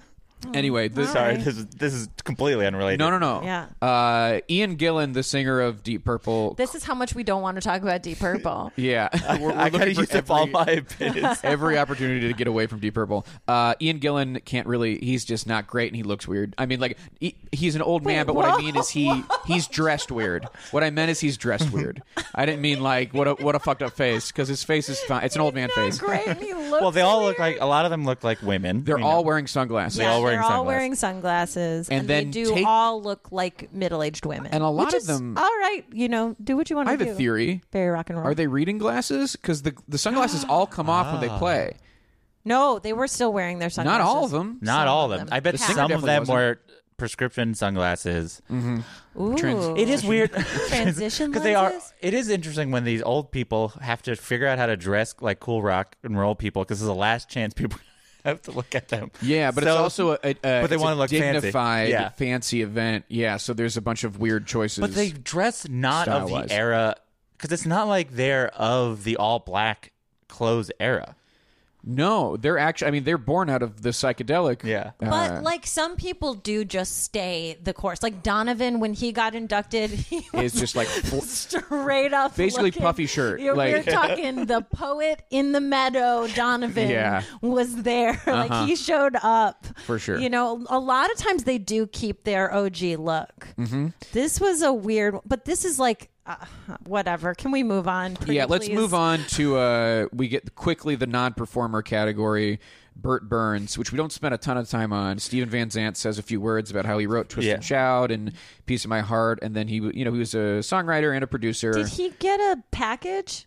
Speaker 1: anyway, this.
Speaker 3: Sorry, this is this is completely unrelated.
Speaker 1: No, no, no.
Speaker 2: Yeah.
Speaker 1: Uh, Ian Gillan, the singer of Deep Purple.
Speaker 2: This is how much we don't want to talk about Deep Purple.
Speaker 1: yeah, we're, we're
Speaker 3: I gotta
Speaker 1: looking for
Speaker 3: use up all
Speaker 1: every-
Speaker 3: my opinions.
Speaker 1: every opportunity to get away from Deep Purple. Uh, Ian Gillan can't really. He's just not great, and he looks weird. I mean, like he, he's an old man,
Speaker 2: Wait,
Speaker 1: but what I
Speaker 2: whoa,
Speaker 1: mean is he he's dressed weird. What I meant is he's dressed weird. I didn't mean like what a what a fucked up face because his face is fine. It's an old man face.
Speaker 2: Great. and he looks
Speaker 3: Well, they all look
Speaker 2: weird.
Speaker 3: like a lot of them look like women.
Speaker 1: They're
Speaker 3: We know.
Speaker 1: all wearing sunglasses.
Speaker 2: Yeah,
Speaker 3: all wearing
Speaker 2: they're all
Speaker 3: sunglasses.
Speaker 2: wearing sunglasses,
Speaker 1: And
Speaker 2: and,
Speaker 1: then
Speaker 2: they do
Speaker 1: take-
Speaker 2: all look like middle-aged women.
Speaker 1: And a lot
Speaker 2: which
Speaker 1: of
Speaker 2: is
Speaker 1: them-
Speaker 2: All right, you know, do what you want
Speaker 1: I
Speaker 2: to
Speaker 1: have
Speaker 2: do.
Speaker 1: a theory.
Speaker 2: Very rock and roll.
Speaker 1: Are they reading glasses? Because the the sunglasses
Speaker 2: Ah.
Speaker 1: all come off when
Speaker 3: Ah.
Speaker 1: they play.
Speaker 2: No, they were still wearing their sunglasses.
Speaker 1: Not all of them.
Speaker 2: Some
Speaker 3: Not all
Speaker 2: of
Speaker 3: of them.
Speaker 2: them.
Speaker 3: I bet
Speaker 1: singer
Speaker 3: some of
Speaker 1: definitely
Speaker 3: them
Speaker 1: wasn't. Mm.
Speaker 3: were prescription sunglasses.
Speaker 2: Ooh.
Speaker 1: Trans-
Speaker 3: It is weird
Speaker 2: Transition
Speaker 3: because they are.
Speaker 2: lenses?
Speaker 3: It is interesting when these old people have to figure out how to dress like cool rock and roll people because it's the last chance people have to look at them.
Speaker 1: Yeah, but it's
Speaker 3: So-
Speaker 1: also a, a, a
Speaker 3: but they
Speaker 1: it's a
Speaker 3: wanna look fancy.
Speaker 1: dignified,
Speaker 3: Yeah.
Speaker 1: fancy event. Yeah, so there's a bunch of weird choices.
Speaker 3: But they dress not of
Speaker 1: style-wise.
Speaker 3: the era because it's not like they're of the all black clothes era.
Speaker 1: no, they're actually. I mean, they're born out of the psychedelic.
Speaker 3: Yeah.
Speaker 1: uh,
Speaker 2: But like some people do just stay the course. Like Donovan, when he got inducted, he was
Speaker 1: is just like fl-
Speaker 2: straight up
Speaker 1: Basically
Speaker 2: looking-
Speaker 1: puffy shirt,
Speaker 2: You're,
Speaker 1: like-
Speaker 2: you're talking the poet in the meadow. Donovan
Speaker 1: Yeah. Uh-huh.
Speaker 2: was there. Like he showed up
Speaker 1: For sure.
Speaker 2: You know, a lot of times they do keep their OG look.
Speaker 1: Mm-hmm.
Speaker 2: This was a weird, but this is like uh, whatever. Can we move on? pretty
Speaker 1: yeah. Let's
Speaker 2: please?
Speaker 1: move on to uh, we get quickly the non-performer category. Burt Burns, which we don't spend a ton of time on. Steven Van Zandt says a few words about how he wrote "Twist
Speaker 3: Yeah.
Speaker 1: and Shout" and "Piece of My Heart," and then he, w- you know, he was a songwriter and a producer.
Speaker 2: Did he get a package?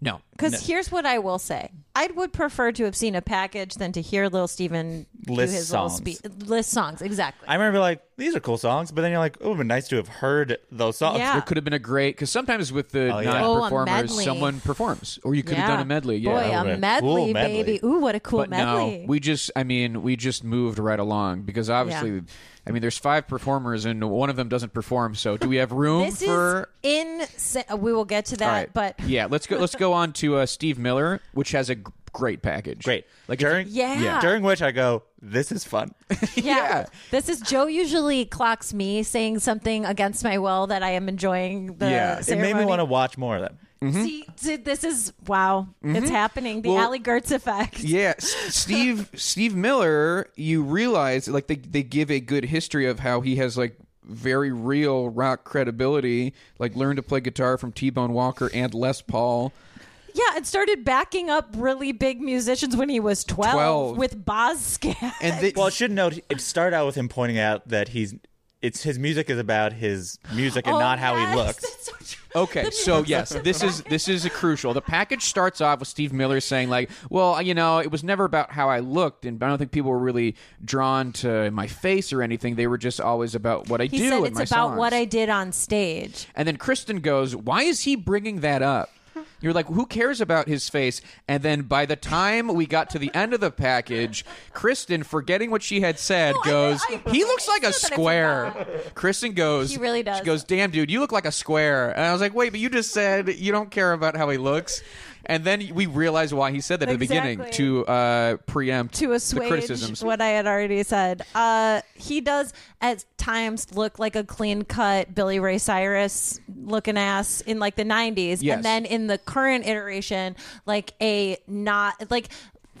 Speaker 1: no,
Speaker 2: Because here's what I will say: I would prefer to have seen a package than to hear Lil Steven
Speaker 3: List
Speaker 2: do his
Speaker 3: songs.
Speaker 2: little spe- list songs. Exactly.
Speaker 3: I remember like these are cool songs, but then you're like, it would have been nice to have heard those songs.
Speaker 2: Yeah.
Speaker 1: There could have been a great because sometimes with the
Speaker 3: Oh, yeah.
Speaker 2: Oh, a
Speaker 1: non-performers,
Speaker 2: medley.
Speaker 1: someone performs, or you could have done a medley. Yeah,
Speaker 2: Boy,
Speaker 3: That
Speaker 2: a
Speaker 3: would've been a
Speaker 2: medley,
Speaker 3: cool medley.
Speaker 2: baby. Ooh, what a cool
Speaker 1: but
Speaker 2: medley.
Speaker 1: no, we just, I mean, we just moved right along because obviously,
Speaker 2: Yeah.
Speaker 1: I mean, there's five performers and one of them doesn't perform. So do we have room
Speaker 2: this
Speaker 1: for?
Speaker 2: is insane. We will get to that,
Speaker 1: All right,
Speaker 2: but
Speaker 1: yeah, let's go. Let's go on to uh, Steve Miller, which has a g- great package.
Speaker 3: Great.
Speaker 1: like
Speaker 3: Like
Speaker 1: if-
Speaker 3: during
Speaker 2: Yeah. Yeah.
Speaker 3: during which I go, this is fun.
Speaker 2: yeah, this is Joe. Usually clocks me saying something against my will that I am enjoying the
Speaker 1: Yeah. It
Speaker 3: it
Speaker 2: ceremony.
Speaker 3: made me want to watch more of them.
Speaker 2: See, see, this is wow. It's happening. The
Speaker 1: Mm-hmm. Well-
Speaker 2: Ali Gertz effect.
Speaker 1: Yeah, S- Steve Steve Miller, you realize like they they give a good history of how he has like very real rock credibility, like learned to play guitar from T-Bone Walker and Les Paul.
Speaker 2: Yeah, and started backing up really big musicians when he was 12,
Speaker 1: 12.
Speaker 2: with Bozcat.
Speaker 1: And they,
Speaker 3: Well, I should note it started out with him pointing out that he's it's his music is about his music
Speaker 2: Oh,
Speaker 3: and not how he looks.
Speaker 2: That's so true.
Speaker 1: okay,
Speaker 2: The
Speaker 1: so
Speaker 2: music-
Speaker 1: yes, this is this is a crucial. The package starts off with Steve Miller saying like, "Well, you know, it was never about how I looked and I don't think people were really drawn to my face or anything. They were just always about what I
Speaker 2: He
Speaker 1: do
Speaker 2: said
Speaker 1: and
Speaker 2: it's
Speaker 1: my
Speaker 2: about
Speaker 1: songs."
Speaker 2: what I did on stage.
Speaker 1: And then Kristen goes, Why is he bringing that up? You're like, Who cares about his face? And then by the time we got to the end of the package, Kristen, forgetting what she had said,
Speaker 2: No, I-
Speaker 1: goes,
Speaker 2: I-
Speaker 1: He looks like a
Speaker 2: it's not that I
Speaker 1: square. Kristen goes,
Speaker 2: He really does.
Speaker 1: She goes, Damn, dude, you look like a square. And I was like, Wait, but you just said you don't care about how he looks. And then we realize why he said that at the beginning
Speaker 2: Exactly.
Speaker 1: to uh, preempt
Speaker 2: to
Speaker 1: the
Speaker 2: assuage
Speaker 1: criticisms.
Speaker 2: what I had already said. Uh, he does at times look like a clean cut Billy Ray Cyrus looking ass in like the 90s.
Speaker 1: Yes.
Speaker 2: And then in the current iteration, like a not like.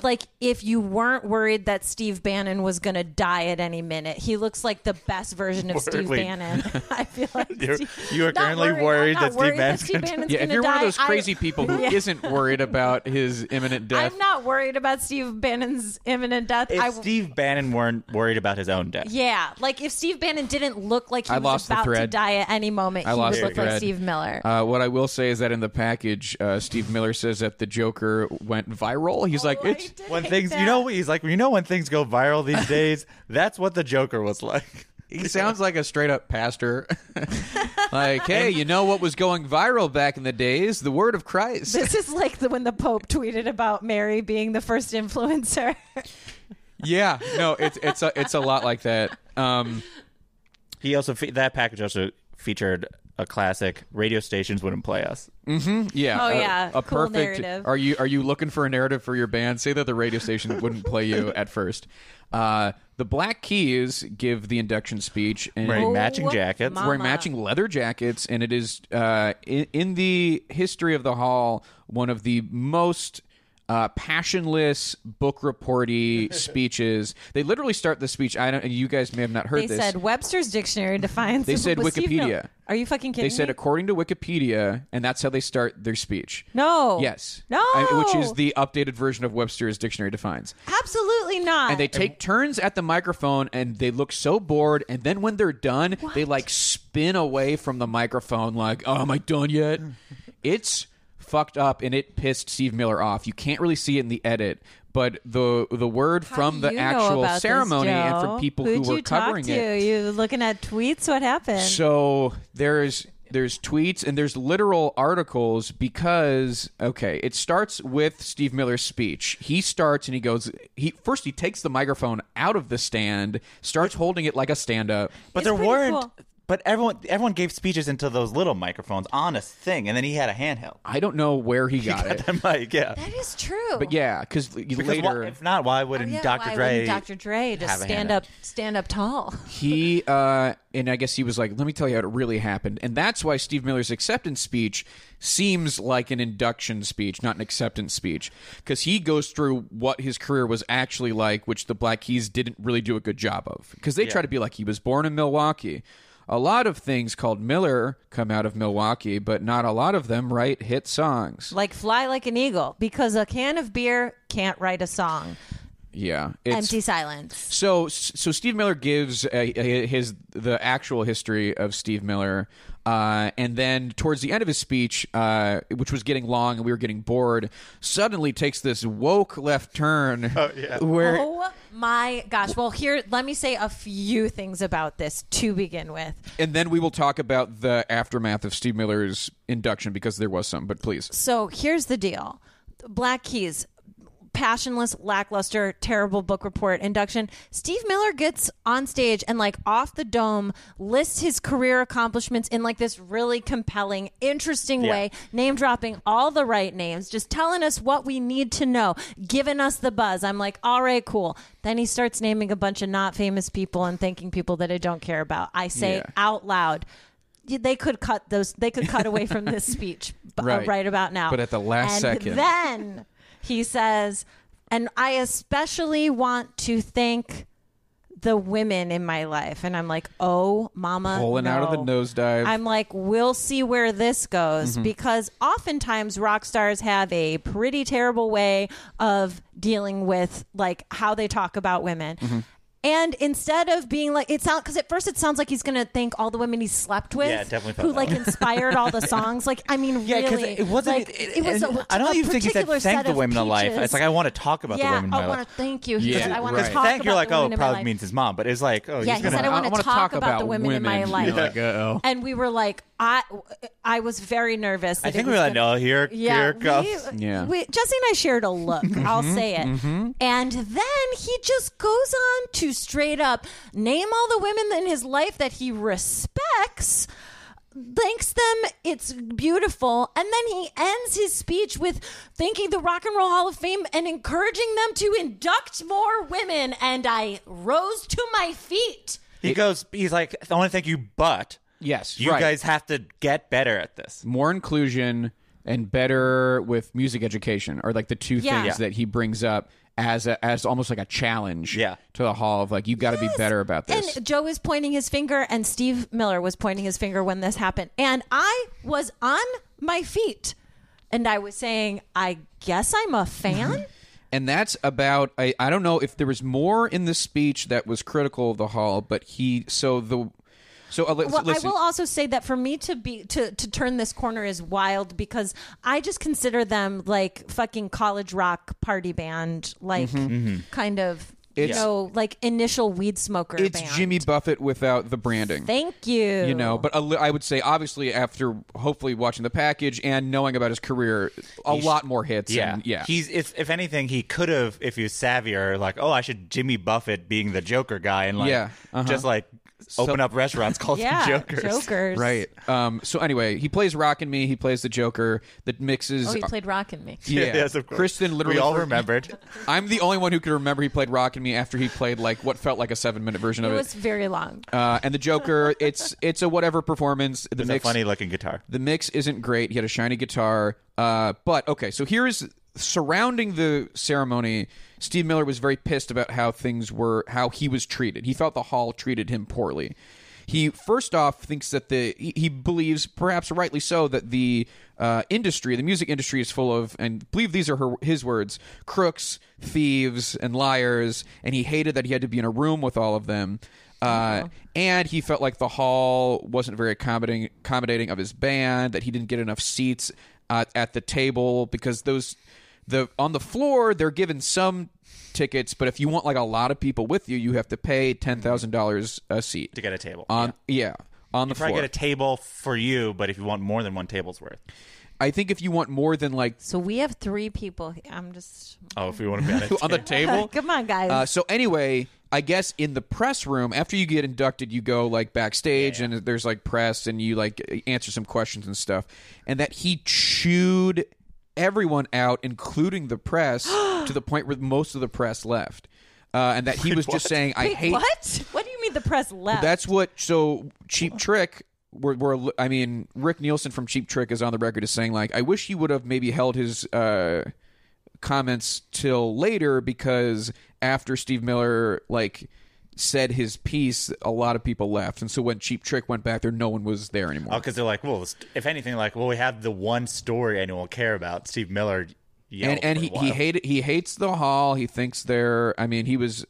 Speaker 2: Like if you weren't worried that Steve Bannon was gonna die at any minute, he looks like the best version of Steve
Speaker 3: Worried.
Speaker 2: Bannon. I feel like
Speaker 3: You're-
Speaker 2: Steve-
Speaker 3: you are
Speaker 2: Not
Speaker 3: currently
Speaker 2: I'm
Speaker 3: worried
Speaker 2: not
Speaker 3: that Steve Bannon's gonna die.
Speaker 2: Bannon's
Speaker 1: Yeah, if
Speaker 2: gonna
Speaker 1: you're one of
Speaker 2: die.
Speaker 1: those
Speaker 2: I-
Speaker 1: crazy people who
Speaker 2: Yeah.
Speaker 1: not worried about his imminent death,
Speaker 2: I'm not worried about Steve Bannon's imminent death.
Speaker 3: If
Speaker 2: I,
Speaker 3: Steve Bannon weren't worried about his own death.
Speaker 2: Yeah, like if Steve Bannon didn't look like he
Speaker 1: I
Speaker 2: was
Speaker 1: lost the
Speaker 2: about to
Speaker 1: thread.
Speaker 2: die at any moment,
Speaker 1: I
Speaker 2: he
Speaker 1: lost
Speaker 2: would
Speaker 1: the
Speaker 2: look like
Speaker 1: thread.
Speaker 2: Steve Miller.
Speaker 1: Uh, what I will say is that in the package, uh, Steve Miller says that the Joker went viral. He's like,
Speaker 2: Oh, I
Speaker 1: it's,
Speaker 2: did
Speaker 3: When
Speaker 2: hate
Speaker 3: things
Speaker 2: that.
Speaker 3: you know he's like, you know when things go viral these days, that's what the Joker was like.
Speaker 1: he sounds like a straight up pastor. like, hey, you know what was going viral back in the days? The word of Christ.
Speaker 2: this is like the, when the Pope tweeted about Mary being the first influencer.
Speaker 1: yeah, no, it's it's a, it's a lot like that. Um,
Speaker 3: He also fe- that package also featured a classic radio stations wouldn't play us.
Speaker 1: yeah.
Speaker 2: Oh,
Speaker 1: a-
Speaker 2: yeah,
Speaker 1: a,
Speaker 2: cool
Speaker 1: perfect.
Speaker 2: narrative.
Speaker 1: Are you are you looking for a narrative for your band? Say that the radio station wouldn't play you at first. Uh, the Black Keys give the induction speech, and
Speaker 3: Wearing matching jackets.
Speaker 2: my-
Speaker 1: wearing
Speaker 2: Mama.
Speaker 1: matching leather jackets, and it is uh, in, in the history of the hall one of the most uh, passionless book reporty speeches. They literally start the speech. I don't. You guys may have not heard
Speaker 2: They
Speaker 1: this.
Speaker 2: said Webster's Dictionary defines.
Speaker 1: They said
Speaker 2: was Steve Mil-
Speaker 1: Wikipedia.
Speaker 2: Are you fucking kidding?
Speaker 1: they said
Speaker 2: me?
Speaker 1: according to Wikipedia, and that's how they start their speech.
Speaker 2: no.
Speaker 1: Yes.
Speaker 2: No.
Speaker 1: I- which is the updated version of Webster's Dictionary defines.
Speaker 2: absolutely not.
Speaker 1: And they take turns at the microphone and they look so bored. And then when they're done, they like spin away from the microphone, like, oh, am I done yet? it's fucked up and it pissed Steve Miller off. You can't really see it in the edit, But the the word from
Speaker 2: How
Speaker 1: the
Speaker 2: do you know
Speaker 1: actual
Speaker 2: about this,
Speaker 1: ceremony and
Speaker 2: Joe?
Speaker 1: from people
Speaker 2: Who'd
Speaker 1: who were
Speaker 2: you talk
Speaker 1: covering
Speaker 2: to?
Speaker 1: it.
Speaker 2: You looking at tweets? What happened?
Speaker 1: So there's there's tweets and there's literal articles because okay, it starts with Steve Miller's speech. He starts and he goes he first he takes the microphone out of the stand, starts holding it like a stand up.
Speaker 3: But there
Speaker 2: pretty
Speaker 3: weren't.
Speaker 2: cool.
Speaker 3: But everyone, everyone gave speeches into those little microphones on a thing, and then he had a handheld.
Speaker 1: I don't know where he got it.
Speaker 3: That mic, yeah.
Speaker 2: that is true. Oh,
Speaker 1: But yeah, cause
Speaker 3: Because why-
Speaker 1: later
Speaker 3: if not, why wouldn't
Speaker 2: Yeah,
Speaker 3: Dr.
Speaker 2: why
Speaker 3: Dre?
Speaker 2: wouldn't Dr. Dre
Speaker 3: have
Speaker 2: just
Speaker 3: a
Speaker 2: stand
Speaker 3: handout?
Speaker 2: up, stand up tall.
Speaker 1: he uh and i guess he was like let me tell you how it really happened and that's why steve miller's acceptance speech seems like an induction speech not an acceptance speech because he goes through what his career was actually like which the black keys didn't really do a good job of because they try to be like he was born in milwaukee a lot of things called miller come out of milwaukee but not a lot of them write hit songs
Speaker 2: Like fly like an eagle because a can of beer can't write a song.
Speaker 1: yeah it's
Speaker 2: Empty silence.
Speaker 1: So, so Steve Miller gives uh, his the actual history of Steve Miller, uh, and then towards the end of his speech, uh, which was getting long and we were getting bored, suddenly takes this woke left turn where
Speaker 2: Oh my gosh. Well, here, let me say a few things about this to begin with.
Speaker 1: and then we will talk about the aftermath of Steve Miller's induction because there was some. But please,
Speaker 2: So here's the deal Black Keys, passionless, lackluster, terrible book report induction. Steve Miller gets on stage and, like, off the dome, lists his career accomplishments in, like, this really compelling, interesting way, name dropping all the right names, just telling us what we need to know, giving us the buzz. I'm like, all right, cool. Then he starts naming a bunch of not famous people and thanking people that I don't care about. I say
Speaker 1: Yeah.
Speaker 2: out loud. They could cut those. They could cut away from this speech, b-
Speaker 1: Right.
Speaker 2: right. right about now.
Speaker 1: But at the last
Speaker 2: And
Speaker 1: second.
Speaker 2: Then he says, and I especially want to thank the women in my life. And I'm like, oh, mama.
Speaker 1: Pulling out of the
Speaker 2: no.
Speaker 1: nosedive. Mm-hmm.
Speaker 2: I'm like, we'll see where this goes because oftentimes rock stars have a pretty terrible way of dealing with like how they talk about women.
Speaker 1: Mm-hmm.
Speaker 2: And instead of being like, it sounds because at first it sounds like he's gonna thank all the women he slept with,
Speaker 3: Yeah, definitely felt
Speaker 2: who
Speaker 3: that
Speaker 2: like
Speaker 3: way.
Speaker 2: inspired all the songs. Like, I mean,
Speaker 3: yeah, because
Speaker 2: really,
Speaker 3: it wasn't.
Speaker 2: Like,
Speaker 3: it,
Speaker 2: was.
Speaker 3: and
Speaker 2: a-
Speaker 3: I don't
Speaker 2: a
Speaker 3: even think he said
Speaker 2: particular
Speaker 3: thank
Speaker 2: set
Speaker 3: the
Speaker 2: of
Speaker 3: women in life.
Speaker 2: peaches.
Speaker 3: It's like I want to talk about the
Speaker 2: yeah,
Speaker 3: women in my
Speaker 2: I
Speaker 3: life.
Speaker 2: want to thank you. He
Speaker 1: Yeah,
Speaker 2: said, I want
Speaker 1: right.
Speaker 2: to talk
Speaker 3: thank you're
Speaker 2: about
Speaker 3: like
Speaker 2: the
Speaker 3: oh
Speaker 2: women in my
Speaker 3: probably
Speaker 2: life."
Speaker 3: means his mom, but it's like oh he's
Speaker 2: Yeah, he
Speaker 3: gonna-
Speaker 2: said I want to
Speaker 1: wanna
Speaker 2: talk, about, the women, in my life.
Speaker 1: You're like, uh-oh.
Speaker 2: And we were like, I, I was very nervous.
Speaker 3: I
Speaker 2: that it
Speaker 3: think we
Speaker 2: was
Speaker 3: were like
Speaker 2: gonna-
Speaker 3: oh here here it
Speaker 2: yeah,
Speaker 3: comes. Mm-hmm,
Speaker 2: we-
Speaker 1: Yeah.
Speaker 2: we- Jesse and I shared a look. I'll say it. And then he just goes on to straight up name all the women in his life that he respects. Thanks them. It's beautiful. And then he ends his speech with thanking the Rock and Roll Hall of Fame and encouraging them to induct more women. And I rose to my feet.
Speaker 3: He goes he's like I want to thank you, but
Speaker 1: yes,
Speaker 3: you
Speaker 1: right. Mm,
Speaker 3: guys have to get better at this.
Speaker 1: more inclusion and better with music education are like the two
Speaker 2: Yeah.
Speaker 1: things
Speaker 2: Yeah.
Speaker 1: that he brings up as a, as almost like a challenge
Speaker 3: Yeah.
Speaker 1: to the hall of like you got to be better about this.
Speaker 2: And Joe is pointing his finger, and Steve Miller was pointing his finger when this happened. And I was on my feet, and I was saying, I guess I'm a fan.
Speaker 1: And that's about I, I don't know if there was more in the speech that was critical of the hall, but he so the so uh, let's-
Speaker 2: well, I
Speaker 1: listen.
Speaker 2: will also say that for me to be to to turn this corner is wild because I just consider them like fucking college rock party band, like kind of you
Speaker 1: Mm-hmm. It's-
Speaker 2: know like initial weed smoker.
Speaker 1: it's
Speaker 2: band.
Speaker 1: Jimmy Buffett without the branding.
Speaker 2: Thank you.
Speaker 1: you know, but a li- I would say obviously after hopefully watching the package and knowing about his career, a lot more hits. and, yeah.
Speaker 3: He's if if anything, he could have if he was savvier, like oh I should Jimmy Buffett being the Joker guy and like
Speaker 1: Yeah, uh-huh.
Speaker 3: just like open up restaurants called
Speaker 2: yeah,
Speaker 3: Jokers.
Speaker 2: Jokers.
Speaker 1: Right. Um, so anyway, he plays Rockin' Me. He plays the Joker that mixes. uh,
Speaker 2: Oh, he played rock in me.
Speaker 1: yeah.
Speaker 3: yes, of course.
Speaker 1: Kristen literally.
Speaker 3: we all
Speaker 1: for-
Speaker 3: remembered.
Speaker 1: I'm the only one who could remember he played Rockin' Me after he played like what felt like a seven minute version
Speaker 2: It
Speaker 1: of
Speaker 2: was
Speaker 1: it.
Speaker 2: very long.
Speaker 1: Uh, and the Joker, it's it's a whatever performance. The
Speaker 3: It's a
Speaker 1: mix,
Speaker 3: funny looking guitar.
Speaker 1: the mix isn't great. He had a shiny guitar. Uh, but okay, so here is surrounding the ceremony. Steve Miller was very pissed about how things were, how he was treated. He felt the hall treated him poorly. He first off thinks that the he, he believes, perhaps rightly so, that the uh, industry, the music industry, is full of, and I believe these are her, his words, crooks, thieves, and liars. And he hated that he had to be in a room with all of them. Uh, and he felt like the hall wasn't very accommodating, accommodating of his band, that he didn't get enough seats uh, at the table because those the on the floor they're given some tickets, but if you want like a lot of people with you, you have to pay ten thousand dollars a seat
Speaker 3: to get a table.
Speaker 1: on yeah, on the
Speaker 3: Probably
Speaker 1: floor.
Speaker 3: get a table for you, but if you want more than one table's worth.
Speaker 1: I think if you want more than like
Speaker 2: So we have three people. he- I'm just
Speaker 3: Oh, if we want to be on a table.
Speaker 1: on the table,
Speaker 2: come on, guys.
Speaker 1: Uh, so anyway, I guess in the press room after you get inducted, you go like backstage and there's like press and you like answer some questions and stuff. And that he chewed everyone out, including the press, to the point where most of the press left. Uh, and that he was just saying, "I
Speaker 2: Wait,
Speaker 1: hate."
Speaker 2: what? What do you mean the press left?
Speaker 1: That's what. So Cheap Trick. We're, we're, I mean, Rick Nielsen from Cheap Trick is on the record as saying, like, I wish he would have maybe held his uh, comments till later because after Steve Miller, like, said his piece, a lot of people left. And so when Cheap Trick went back there, no one was there anymore.
Speaker 3: because Oh, they're like, well, st- if anything, like, well, we have the one story anyone will care about. Steve Miller, yelled
Speaker 1: and and
Speaker 3: for
Speaker 1: he,
Speaker 3: a
Speaker 1: he
Speaker 3: while.
Speaker 1: hated he hates the hall. He thinks they're. I mean, he was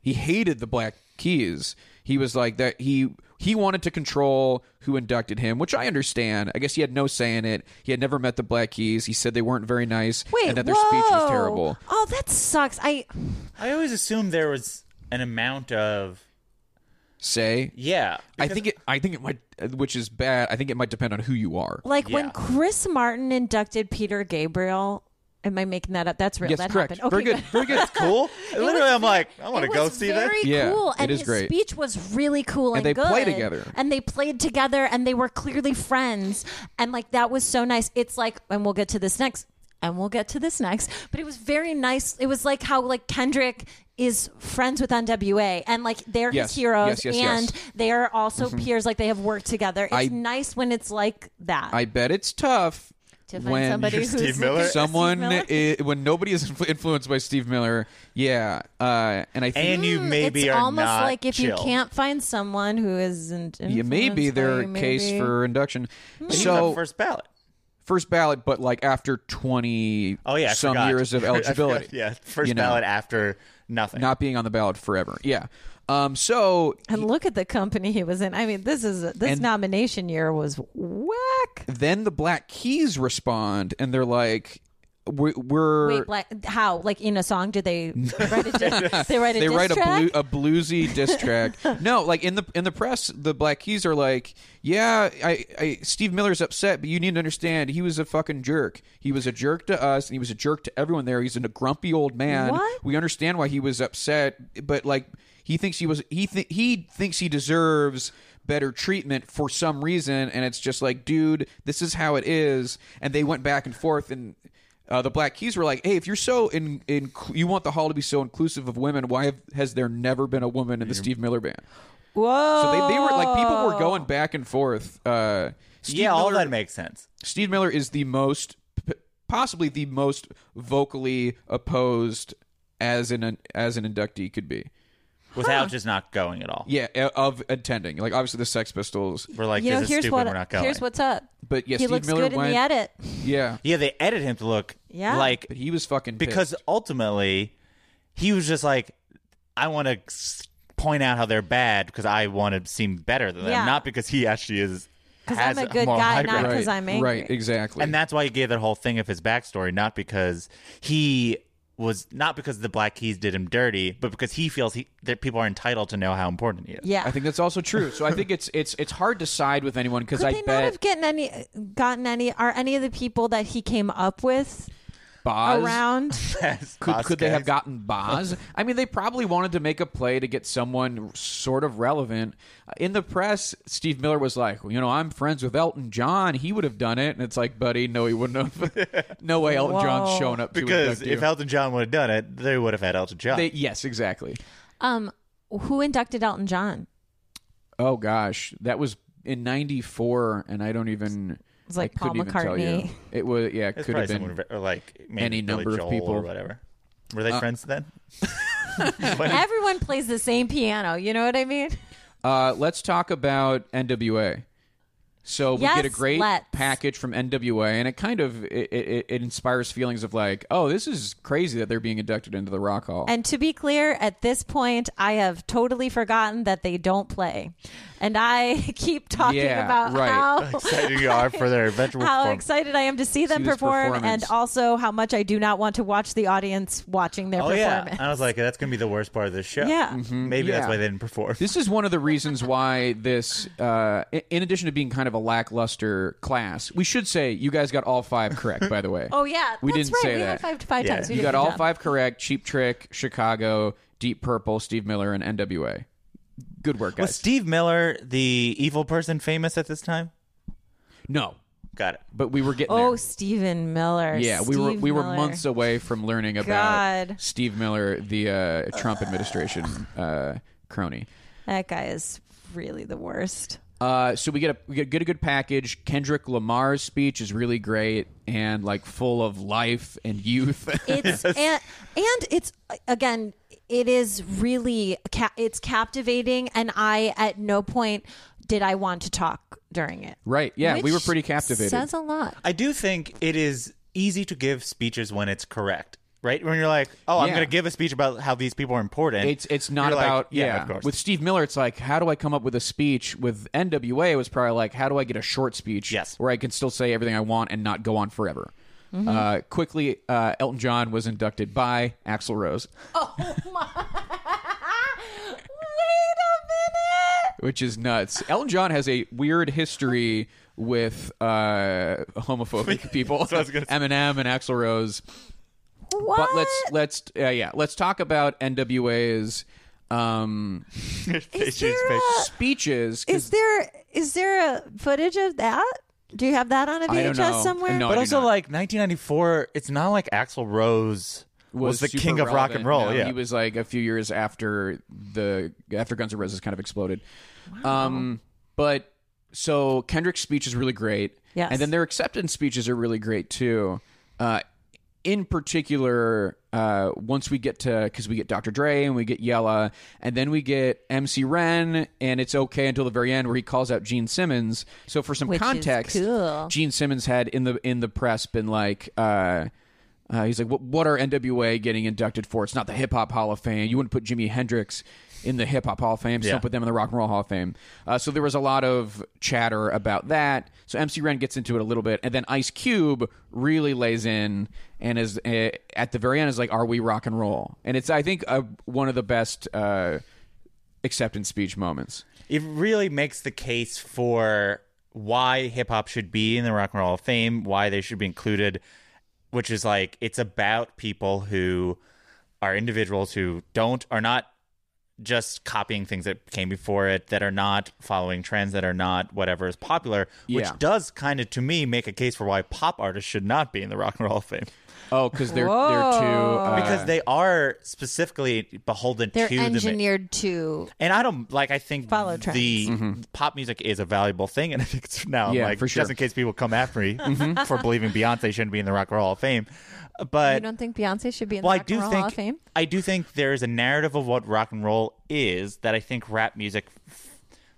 Speaker 1: he hated the Black Keys. He was like that. He he wanted to control who inducted him, which I understand. I guess he had no say in it. He had never met the Black Keys. He said they weren't very nice
Speaker 2: Wait,
Speaker 1: and that their
Speaker 2: whoa.
Speaker 1: speech was terrible.
Speaker 2: Oh, that sucks. I
Speaker 3: I always assumed there was an amount of
Speaker 1: Say.
Speaker 3: yeah.
Speaker 1: I
Speaker 3: because-
Speaker 1: think it. I think it might, which is bad. I think it might depend on who you are.
Speaker 2: like when
Speaker 3: Yeah.
Speaker 2: Chris Martin inducted Peter Gabriel. Am I making that up? That's real.
Speaker 1: Yes,
Speaker 2: that
Speaker 1: correct.
Speaker 2: happened.
Speaker 1: Very good. Very good.
Speaker 3: cool. Literally, I'm
Speaker 2: ve-
Speaker 3: like, I want to
Speaker 2: it
Speaker 3: go
Speaker 2: was
Speaker 3: see that.
Speaker 2: very
Speaker 1: Yeah,
Speaker 2: cool,
Speaker 1: it
Speaker 2: and
Speaker 1: is
Speaker 2: his
Speaker 1: great.
Speaker 2: speech was really cool, and,
Speaker 1: they
Speaker 2: good.
Speaker 1: play together.
Speaker 2: and they played together, and they were clearly friends, and like that was so nice. It's like, and we'll get to this next, and we'll get to this next, but it was very nice. It was like how like Kendrick is friends with NWA, and like they're
Speaker 1: Yes,
Speaker 2: his heroes,
Speaker 1: yes, yes, yes.
Speaker 2: and they are also peers. Like they have worked together. It's
Speaker 1: I-
Speaker 2: nice when it's like that.
Speaker 1: I bet it's tough
Speaker 2: to find
Speaker 1: when
Speaker 2: somebody who's
Speaker 3: Steve Miller?
Speaker 2: looking-
Speaker 1: someone
Speaker 2: Steve Miller?
Speaker 1: i when nobody is influ- influenced by Steve Miller. Yeah, uh, and I think
Speaker 3: and you
Speaker 2: Mm,
Speaker 3: maybe
Speaker 2: it's
Speaker 3: are
Speaker 2: almost
Speaker 3: not
Speaker 2: like if
Speaker 3: chill.
Speaker 2: you can't find someone who isn't
Speaker 1: yeah, maybe
Speaker 2: influenced by
Speaker 1: their
Speaker 2: you,
Speaker 1: case
Speaker 2: maybe- Hmm.
Speaker 1: for induction.
Speaker 3: He was
Speaker 1: So
Speaker 3: on
Speaker 1: first,
Speaker 3: first
Speaker 1: ballot,
Speaker 3: ballot.
Speaker 1: but like after twenty,
Speaker 3: Oh yeah, I
Speaker 1: some
Speaker 3: forgot.
Speaker 1: years of
Speaker 3: I forgot,
Speaker 1: eligibility.
Speaker 3: yeah, first
Speaker 1: you know,
Speaker 3: ballot after nothing.
Speaker 1: not being on the ballot forever. Yeah. Um. So
Speaker 2: and look at the company he was in. I mean, this is this
Speaker 1: And-
Speaker 2: nomination year was whack.
Speaker 1: then the Black Keys respond, and they're like, "We're." we're
Speaker 2: Wait, like how? Like in a song, did they write a dis- they write a
Speaker 1: they
Speaker 2: diss
Speaker 1: write
Speaker 2: track?
Speaker 1: a blue, oh, a bluesy diss track. no, like in the in the press, the Black Keys are like, yeah, I, I Steve Miller's upset, but you need to understand, he was a fucking jerk. He was a jerk to us, and he was a jerk to everyone there. He's a grumpy old man.
Speaker 2: What?
Speaker 1: We understand why he was upset, but like he thinks he was he th- he thinks he deserves better treatment for some reason and it's just like dude this is how it is and they went back and forth and uh, the black keys were like hey if you're so in, in you want the hall to be so inclusive of women why have, has there never been a woman in the steve miller band
Speaker 2: Whoa!
Speaker 1: so they, they were like people were going back and forth uh steve
Speaker 3: yeah, all
Speaker 1: Miller-
Speaker 3: that makes sense.
Speaker 1: Steve Miller is the most, p- possibly the most vocally opposed as an as an inductee could be.
Speaker 3: Without just not going at all.
Speaker 1: Yeah, a- of attending. Like obviously the Sex Pistols,
Speaker 3: We're like,
Speaker 2: you know,
Speaker 3: this is
Speaker 2: here's
Speaker 3: stupid.
Speaker 2: what
Speaker 3: We're not going.
Speaker 2: here's what's up.
Speaker 1: but yeah,
Speaker 2: he
Speaker 1: Steve
Speaker 2: looks
Speaker 1: Miller
Speaker 2: good in
Speaker 1: went.
Speaker 2: the edit.
Speaker 1: Yeah,
Speaker 3: yeah, they edit him to look
Speaker 2: Yeah.
Speaker 3: like
Speaker 1: but he was fucking
Speaker 3: because
Speaker 1: pissed.
Speaker 3: ultimately he was just like i want to point out how they're bad because i want to seem better than
Speaker 2: Yeah.
Speaker 3: them not because he actually is
Speaker 2: Because
Speaker 3: has
Speaker 2: I'm a good
Speaker 3: moral
Speaker 2: guy,
Speaker 3: high
Speaker 2: not
Speaker 3: ground.
Speaker 2: because
Speaker 1: right,
Speaker 2: I'm angry.
Speaker 1: right, exactly,
Speaker 3: and that's why he gave that whole thing of his backstory not because he was not because the black keys did him dirty but because he feels he that people are entitled to know how important he is
Speaker 2: Yeah,
Speaker 1: I think that's also true. So I think it's it's it's hard to side with anyone because
Speaker 2: Could
Speaker 1: I
Speaker 2: they not
Speaker 1: bet
Speaker 2: have gotten any? Gotten any? Are any of the people that he came up with
Speaker 1: Boz
Speaker 2: around?
Speaker 1: Could, could they have
Speaker 3: got?
Speaker 1: gotten Boz? I mean, they probably wanted to make a play to get someone sort of relevant. In the press, Steve Miller was like, well, you know, I'm friends with Elton John. He would have done it. And it's like, buddy, no, he wouldn't have. no way Elton John's
Speaker 2: Whoa.
Speaker 1: showing up to
Speaker 3: because
Speaker 1: induct you.
Speaker 3: if elton john would have done it they would have had elton john
Speaker 1: They- yes, exactly.
Speaker 2: Um, who inducted Elton John?
Speaker 1: Oh, gosh. That was in 94, and I don't even.
Speaker 2: was like
Speaker 1: I couldn't
Speaker 2: Paul
Speaker 1: even tell you.
Speaker 2: McCartney.
Speaker 1: It was, yeah, it
Speaker 3: it's
Speaker 1: could
Speaker 3: probably
Speaker 1: have
Speaker 3: someone
Speaker 1: been.
Speaker 3: ve- or like maybe
Speaker 1: any
Speaker 3: Billy
Speaker 1: number of
Speaker 3: Joel
Speaker 1: people. Uh,
Speaker 3: or whatever were they friends then
Speaker 2: Everyone plays the same piano. You know what I mean?
Speaker 1: Uh, let's talk about NWA. So we
Speaker 2: Yes,
Speaker 1: get a great
Speaker 2: let's.
Speaker 1: package from NWA, and it kind of it, it, it inspires feelings of like, oh, this is crazy that they're being inducted into the Rock Hall.
Speaker 2: And to be clear, at this point, I have totally forgotten that they don't play. And I keep talking
Speaker 1: Yeah,
Speaker 2: about
Speaker 1: right.
Speaker 2: how,
Speaker 3: excited you are for their eventual
Speaker 2: how
Speaker 3: performance.
Speaker 2: excited I am to see them
Speaker 1: this
Speaker 2: perform
Speaker 1: performance.
Speaker 2: and also how much I do not want to watch the audience watching their
Speaker 3: Oh yeah,
Speaker 2: performance.
Speaker 3: I was like, that's gonna be the worst part of this show.
Speaker 2: Yeah.
Speaker 3: maybe
Speaker 1: Mm-hmm. yeah.
Speaker 3: that's why they didn't perform.
Speaker 1: This is one of the reasons why this, uh, i- in addition to being kind of a lackluster class, we should say you guys got all five correct. By the way,
Speaker 2: Oh, yeah.
Speaker 1: we
Speaker 2: That's
Speaker 1: didn't
Speaker 2: right.
Speaker 1: say
Speaker 2: we
Speaker 1: that.
Speaker 2: had five, five
Speaker 3: Yeah.
Speaker 2: times. We
Speaker 1: you
Speaker 2: did a
Speaker 1: got
Speaker 2: good
Speaker 1: all
Speaker 2: job.
Speaker 1: five correct. Cheap Trick, Chicago, Deep Purple, Steve Miller, and NWA. Good work, guys.
Speaker 3: Was Steve Miller the evil person famous at this time?
Speaker 1: no,
Speaker 3: Got it.
Speaker 1: but we were getting
Speaker 2: Oh,
Speaker 1: there.
Speaker 2: Stephen Miller.
Speaker 1: Yeah, we were
Speaker 2: Steve
Speaker 1: we were
Speaker 2: Miller.
Speaker 1: months away from learning about
Speaker 2: God.
Speaker 1: Steve Miller, the uh, Trump administration uh, crony.
Speaker 2: That guy is really the worst.
Speaker 1: Uh, so we get a we get, get a good package. Kendrick Lamar's speech is really great and like full of life and youth.
Speaker 2: It's and, and it's again, it is really ca- it's captivating, and I at no point did I want to talk during it.
Speaker 1: right? Yeah, we
Speaker 2: Which
Speaker 1: were pretty captivated.
Speaker 2: Says a lot.
Speaker 3: I do think it is easy to give speeches when it's correct, right? When you're like, oh, I'm
Speaker 1: Yeah.
Speaker 3: going to give a speech about how these people are important.
Speaker 1: it's it's not
Speaker 3: You're like,
Speaker 1: about yeah.
Speaker 3: of course.
Speaker 1: With Steve Miller, it's like how do I come up with a speech? With NWA, it was probably like how do I get a short speech?
Speaker 3: Yes.
Speaker 1: where I can still say everything I want and not go on forever.
Speaker 2: Mm-hmm.
Speaker 1: Uh, quickly, uh, Elton John was inducted by Axl Rose,
Speaker 2: Wait a minute.
Speaker 1: which is nuts. Elton John has a weird history with uh, homophobic people,
Speaker 3: what I was gonna say.
Speaker 1: Eminem and Axl Rose.
Speaker 2: What?
Speaker 1: But let's let's uh, yeah, let's talk about NWA's um,
Speaker 3: It's
Speaker 2: there
Speaker 3: just-
Speaker 2: a-
Speaker 1: speeches. 'cause
Speaker 2: is there is there a footage of that? Do you have that on a
Speaker 1: I don't know.
Speaker 2: VHS somewhere?
Speaker 1: No, I
Speaker 3: but
Speaker 1: do
Speaker 3: also,
Speaker 1: not.
Speaker 3: like 1994, it's not like Axl Rose was, the
Speaker 1: super
Speaker 3: king of rock
Speaker 1: relevant.
Speaker 3: and roll.
Speaker 1: No,
Speaker 3: yeah,
Speaker 1: he was like a few years after the after Guns N' Roses kind of exploded. Um, but so Kendrick's speech is really great.
Speaker 2: Yes.
Speaker 1: and then their acceptance speeches are really great too. Uh, in particular, uh, once we get to because we get Dr. Dre and we get Yella, and then we get MC Ren, and it's okay until the very end where he calls out Gene Simmons. So for some
Speaker 2: Which is
Speaker 1: context,
Speaker 2: cool.
Speaker 1: Gene Simmons had in the in the press been like, uh, uh, he's like, what, what are NWA getting inducted for? It's not the Hip Hop Hall of Fame. You wouldn't put Jimi Hendrix in the Hip Hop Hall of Fame. So
Speaker 3: Yeah.
Speaker 1: don't put them in the Rock and Roll Hall of Fame. Uh, so there was a lot of chatter about that. So MC Ren gets into it a little bit, and then Ice Cube really lays in and is uh, at the very end is like, "Are we rock and roll?" And it's I think uh, one of the best uh, acceptance speech moments.
Speaker 3: it really makes the case for why hip hop should be in the Rock and Roll Hall of Fame, why they should be included, which is like it's about people who are individuals who don't are not just copying things that came before it, that are not following trends, that are not whatever is popular, which
Speaker 1: Yeah.
Speaker 3: does kind of to me make a case for why pop artists should not be in the Rock and Roll Hall of Fame
Speaker 1: Oh, because they're they're too uh,
Speaker 3: because they are specifically beholden
Speaker 2: They're
Speaker 3: to the ma-
Speaker 2: engineered to
Speaker 3: and I don't like. I think
Speaker 2: Follow trends. Mm-hmm.
Speaker 3: the pop music is a valuable thing, and I think it's now
Speaker 1: Yeah,
Speaker 3: like
Speaker 1: for sure.
Speaker 3: just in case people come after me for believing Beyonce shouldn't be in the Rock and Roll Hall of Fame.
Speaker 2: Mm-hmm. You
Speaker 3: But
Speaker 2: don't think Beyonce should be in
Speaker 3: well,
Speaker 2: the
Speaker 3: I
Speaker 2: Rock
Speaker 3: do
Speaker 2: and Roll
Speaker 3: think
Speaker 2: Hall of Fame?
Speaker 3: I do think there is a narrative of what rock and roll is that I think rap music f-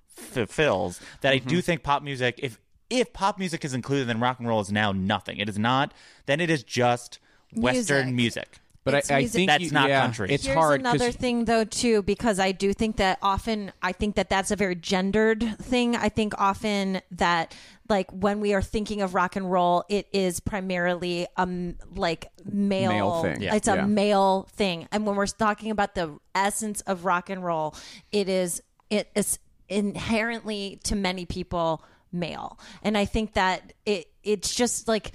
Speaker 3: fulfills. That I
Speaker 1: Mm-hmm.
Speaker 3: do think pop music, if if pop music is included, then rock and roll is now nothing. It is not. Then it is just Western music.
Speaker 1: But
Speaker 2: It's
Speaker 1: I, I
Speaker 2: music.
Speaker 1: think
Speaker 3: That's
Speaker 1: you-
Speaker 3: not
Speaker 1: yeah,
Speaker 3: country.
Speaker 1: It's
Speaker 2: Here's
Speaker 1: hard
Speaker 2: another
Speaker 1: because
Speaker 2: thing, though, too, because I do think that often, I think that that's a very gendered thing. I think often that, like, when we are thinking of rock and roll, it is primarily um like male,
Speaker 1: Male thing. Yeah.
Speaker 2: It's a
Speaker 1: Yeah.
Speaker 2: male thing, and when we're talking about the essence of rock and roll, it is it is inherently to many people male, and I think that it it's just like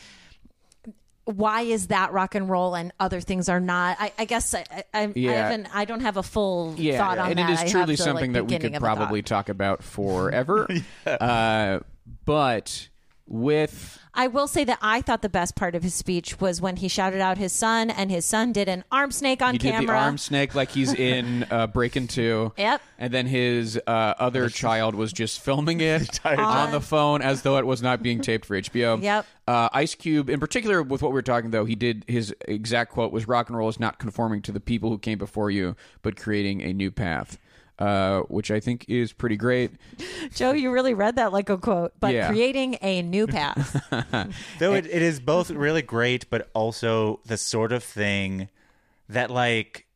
Speaker 2: why is that rock and roll and other things are not? I, I guess I, I, I,
Speaker 1: Yeah.
Speaker 2: I haven't. I don't have a full
Speaker 1: yeah,
Speaker 2: thought on
Speaker 1: and it
Speaker 2: that. I
Speaker 1: is
Speaker 2: have
Speaker 1: truly
Speaker 2: the, like,
Speaker 1: something that we
Speaker 2: beginning
Speaker 1: could
Speaker 2: of a thought.
Speaker 1: probably talk about forever. uh, but with
Speaker 2: I will say that I thought the best part of his speech was when he shouted out his son, and his son did an arm snake on
Speaker 1: he
Speaker 2: camera.
Speaker 1: did the arm snake like he's in uh, Breaking Two.
Speaker 2: Yep.
Speaker 1: And then his uh, other child was just filming it on the phone as though it was not being taped for HBO.
Speaker 2: Yep.
Speaker 1: Uh, Ice Cube, in particular, with what we were talking though, he did his exact quote was "Rock and roll is not conforming to the people who came before you, but creating a new path." uh, which I think is pretty great.
Speaker 2: Joe, you really read that like a quote, but
Speaker 1: Yeah.
Speaker 2: creating a new path.
Speaker 3: Though it, it is both really great, but also the sort of thing that like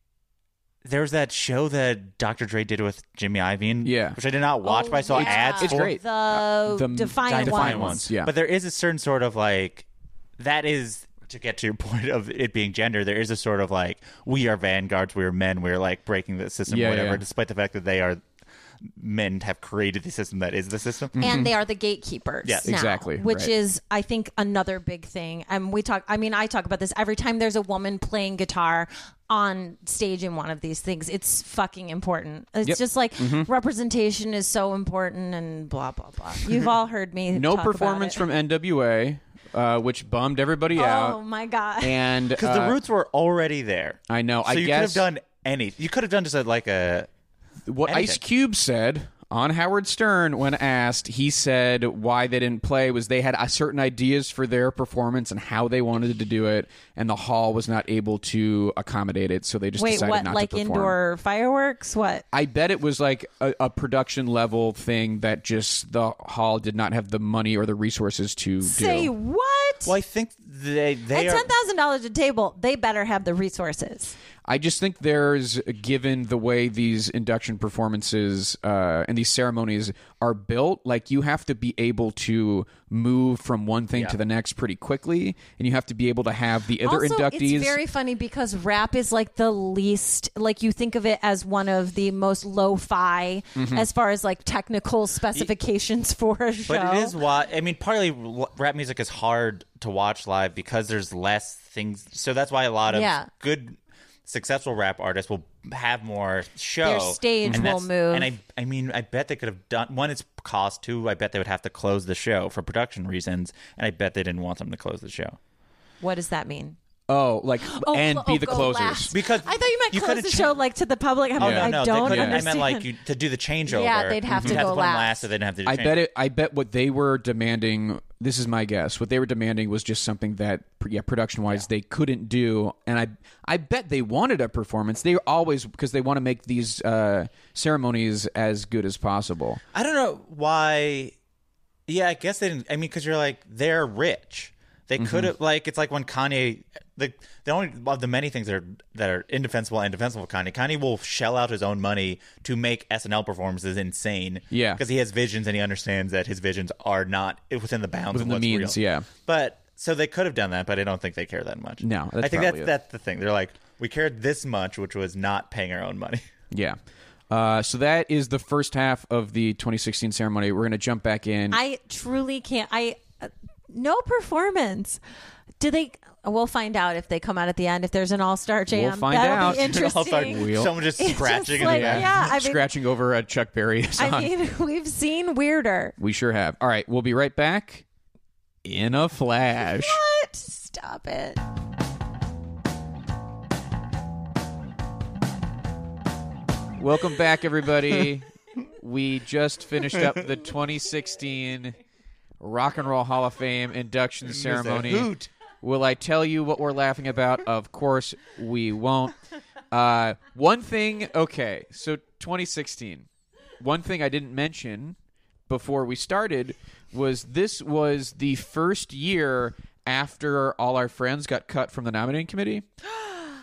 Speaker 3: there's that show that Dr. Dre did with Jimmy Iovine,
Speaker 1: Yeah.
Speaker 3: which I did not watch, but I saw
Speaker 2: Oh, yeah.
Speaker 3: ads.
Speaker 1: It's
Speaker 3: for.
Speaker 1: great.
Speaker 2: Uh, The,
Speaker 1: the
Speaker 2: defiant,
Speaker 1: Defiant
Speaker 2: ones.
Speaker 1: Ones, yeah.
Speaker 3: But there is a certain sort of like that is to get to your point of it being gender, there is a sort of like we are vanguards, we are men, we're like breaking the system,
Speaker 1: Yeah,
Speaker 3: whatever,
Speaker 1: yeah.
Speaker 3: despite the fact that they are men have created the system that is the system.
Speaker 2: and they are the gatekeepers.
Speaker 3: Yes.
Speaker 2: now,
Speaker 1: Mm-hmm. Exactly,
Speaker 2: Which
Speaker 1: right.
Speaker 2: is, I think, another big thing. And we talk. I mean, I talk about this every time. There's a woman playing guitar on stage in one of these things. It's fucking important. It's
Speaker 1: Yep. Mm-hmm.
Speaker 2: just like representation is so important, and blah blah blah. You've all heard me.
Speaker 1: No
Speaker 2: talk about
Speaker 1: performance
Speaker 2: it.
Speaker 1: from NWA, uh, which bummed everybody
Speaker 2: Oh
Speaker 1: out.
Speaker 2: my god.
Speaker 1: And
Speaker 3: Because
Speaker 1: uh,
Speaker 3: the roots were already there.
Speaker 1: I know,
Speaker 3: So
Speaker 1: I
Speaker 3: you
Speaker 1: guess-
Speaker 3: could have done any. You could have done just a, like a
Speaker 1: what
Speaker 3: Anything.
Speaker 1: Ice Cube said on Howard Stern when asked, he said why they didn't play was they had uh, certain ideas for their performance and how they wanted to do it, and the hall was not able to accommodate it, so they just
Speaker 2: Wait,
Speaker 1: decided
Speaker 2: what?
Speaker 1: not
Speaker 2: Like
Speaker 1: to perform.
Speaker 2: indoor fireworks? What?
Speaker 1: I bet it was like a, a production level thing that just the hall did not have the money or the resources to
Speaker 2: Say
Speaker 1: do.
Speaker 2: what?
Speaker 3: Well, I think they they
Speaker 2: At
Speaker 3: are
Speaker 2: ten thousand dollars a table, they better have the resources.
Speaker 1: I just think there's, given the way these induction performances uh, and these ceremonies are built, like you have to be able to move from one thing to the next pretty quickly, and you have to be able to have the other
Speaker 2: also,
Speaker 1: inductees.
Speaker 2: It's very funny because rap is like the least, like you think of it as one of the most lo-fi as far as like technical specifications for a show.
Speaker 3: Mm-hmm. But it is why I mean, partly l- rap music is hard to watch live because there's less things. So that's why a lot of
Speaker 2: Yeah.
Speaker 3: good, successful rap artists will have more show.
Speaker 2: stage
Speaker 3: and
Speaker 2: will
Speaker 3: that's-
Speaker 2: move.
Speaker 3: And I, I mean, I bet they could have done one. It's cost. Two, I bet they would have to close the show for production reasons. And I bet they didn't want them to close the show
Speaker 2: What does that mean?
Speaker 1: oh, like and
Speaker 2: cl-
Speaker 1: be
Speaker 2: oh,
Speaker 1: the
Speaker 2: go
Speaker 1: closers.
Speaker 2: last.
Speaker 3: because
Speaker 2: I thought you meant
Speaker 3: you
Speaker 2: close
Speaker 3: could've
Speaker 2: the
Speaker 3: cha-
Speaker 2: show like to the public. I'm
Speaker 3: Oh
Speaker 2: like,
Speaker 3: no,
Speaker 2: I
Speaker 3: no,
Speaker 2: don't
Speaker 3: they couldn't. I
Speaker 2: understand.
Speaker 3: meant like you to do the changeover.
Speaker 2: Yeah, they'd have to
Speaker 3: you'd have
Speaker 2: go
Speaker 3: to put 'em
Speaker 2: last.
Speaker 3: last, so they didn't have to. Do
Speaker 1: I
Speaker 3: changeover.
Speaker 1: bet it. I bet what they were demanding. This is my guess. What they were demanding was just something that, yeah, production wise, they couldn't do. And I, I bet they wanted a performance. They always because they want to make these uh, ceremonies as good as possible.
Speaker 3: I don't know why. Yeah, I guess they didn't. I mean, because you're like they're rich. They
Speaker 1: Mm-hmm.
Speaker 3: could have like it's like when Kanye the the only of the many things that are that are indefensible and defensible. With Kanye Kanye will shell out his own money to make SNL performances insane.
Speaker 1: Yeah.
Speaker 3: because he has visions and he understands that his visions are not within the bounds
Speaker 1: Within
Speaker 3: of
Speaker 1: the means,
Speaker 3: what's real.
Speaker 1: yeah.
Speaker 3: but so they could have done that, but I don't think they care that much.
Speaker 1: No, that's
Speaker 3: I think that's
Speaker 1: probably it.
Speaker 3: that's the thing. They're like we cared this much, which was not paying our own money.
Speaker 1: Yeah. Uh, so that is the first half of the 2016 ceremony. We're going to jump back in.
Speaker 2: I truly can't. I uh, no performance. Do they? We'll find out if they come out at the end. If there's an all-star jam,
Speaker 1: find
Speaker 2: that'll
Speaker 1: out.
Speaker 2: be
Speaker 3: I'll start-
Speaker 2: interesting.
Speaker 1: Wheel.
Speaker 3: Someone just
Speaker 2: It's just
Speaker 3: scratching in
Speaker 2: like,
Speaker 3: the back.
Speaker 2: yeah, I mean-
Speaker 1: scratching over a Chuck Berry song.
Speaker 2: I mean, we've seen weirder.
Speaker 1: we sure have. All right, we'll be right back in a flash.
Speaker 2: What? Stop it.
Speaker 1: Welcome back, everybody. we just finished up the 2016 Rock and Roll Hall of Fame induction ceremony.
Speaker 3: hoot.
Speaker 1: Will I tell you what we're laughing about? Of course, we won't. Uh, one thing, okay, so 2016. One thing I didn't mention before we started was this was the first year after all our friends got cut from the nominating committee.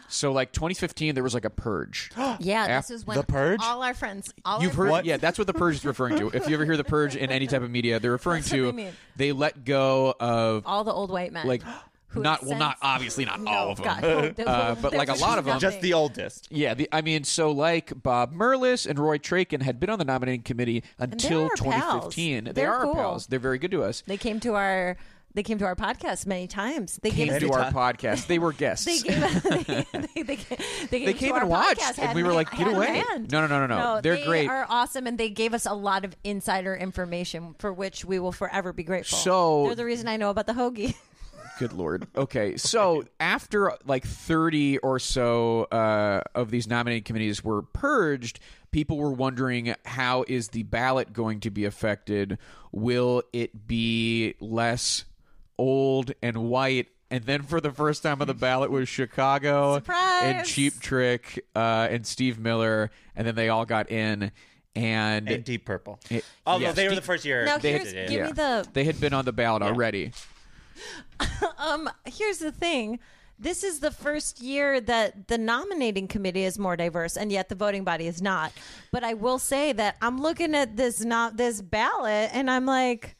Speaker 1: So, like 2015, there was like a purge.
Speaker 2: Yeah, this
Speaker 1: Af-
Speaker 2: is when
Speaker 3: The Purge?
Speaker 2: all our friends, all
Speaker 1: You've
Speaker 2: our
Speaker 1: heard,
Speaker 2: friends-
Speaker 1: yeah, that's what the purge is referring to. If you ever hear the purge in any type of media, they're referring
Speaker 2: what
Speaker 1: to
Speaker 2: they mean.
Speaker 1: they let go of
Speaker 2: all the old white men,
Speaker 1: like
Speaker 2: Who
Speaker 1: not well,
Speaker 2: sense-
Speaker 1: not obviously not
Speaker 2: No,
Speaker 1: all of them.
Speaker 2: God, no, there-
Speaker 1: Uh, but,
Speaker 2: there
Speaker 1: like, a
Speaker 2: was
Speaker 1: lot of them.
Speaker 2: nothing.
Speaker 3: Just the oldest.
Speaker 1: Yeah, the, I mean, so like Bob Merlis and Roy Traken had been on the nominating committee until
Speaker 2: our pals.
Speaker 1: 2015. They
Speaker 2: They're
Speaker 1: are our
Speaker 2: cool.
Speaker 1: pals. They're very good to us.
Speaker 2: They came to our they came to our podcast many times. They
Speaker 1: Came
Speaker 2: gave
Speaker 1: to our
Speaker 3: time.
Speaker 1: podcast. They were guests.
Speaker 2: they gave they, they, they, came- they
Speaker 1: They
Speaker 2: to
Speaker 1: came
Speaker 2: our
Speaker 1: and watched,
Speaker 2: podcast,
Speaker 1: and
Speaker 2: had
Speaker 1: we were
Speaker 2: my-
Speaker 1: like, "Get
Speaker 2: had my
Speaker 1: away."
Speaker 2: hand.
Speaker 1: No, no, no, no, no. They're
Speaker 2: they
Speaker 1: great.
Speaker 2: are awesome, and they gave us a lot of insider information for which we will forever be grateful.
Speaker 1: So-
Speaker 2: they're the reason I know about the hoagie.
Speaker 1: Good lord. Okay, so after like thirty or so uh, of these nominating committees were purged, people were wondering how is the ballot going to be affected? Will it be less old and white? and then for the first time on the ballot was Chicago and
Speaker 2: Surprise!
Speaker 1: Cheap Trick uh, and Steve Miller, and then they all got in. And,
Speaker 3: and Deep Purple. Although
Speaker 1: yes.
Speaker 3: they were the first year.
Speaker 2: Now
Speaker 3: they
Speaker 2: here's-
Speaker 3: did it.
Speaker 2: give me the-
Speaker 1: they had been on the ballot already.
Speaker 2: Here's the thing. This is the first year that the nominating committee is more diverse and yet the voting body is not. But I will say that I'm looking at this not this ballot and I'm like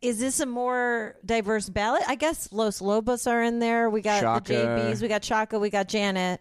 Speaker 2: is this a more diverse ballot? I guess Los Lobos are in there. We got
Speaker 1: Shaka.
Speaker 2: the JBs, we got Chaka, we got Janet.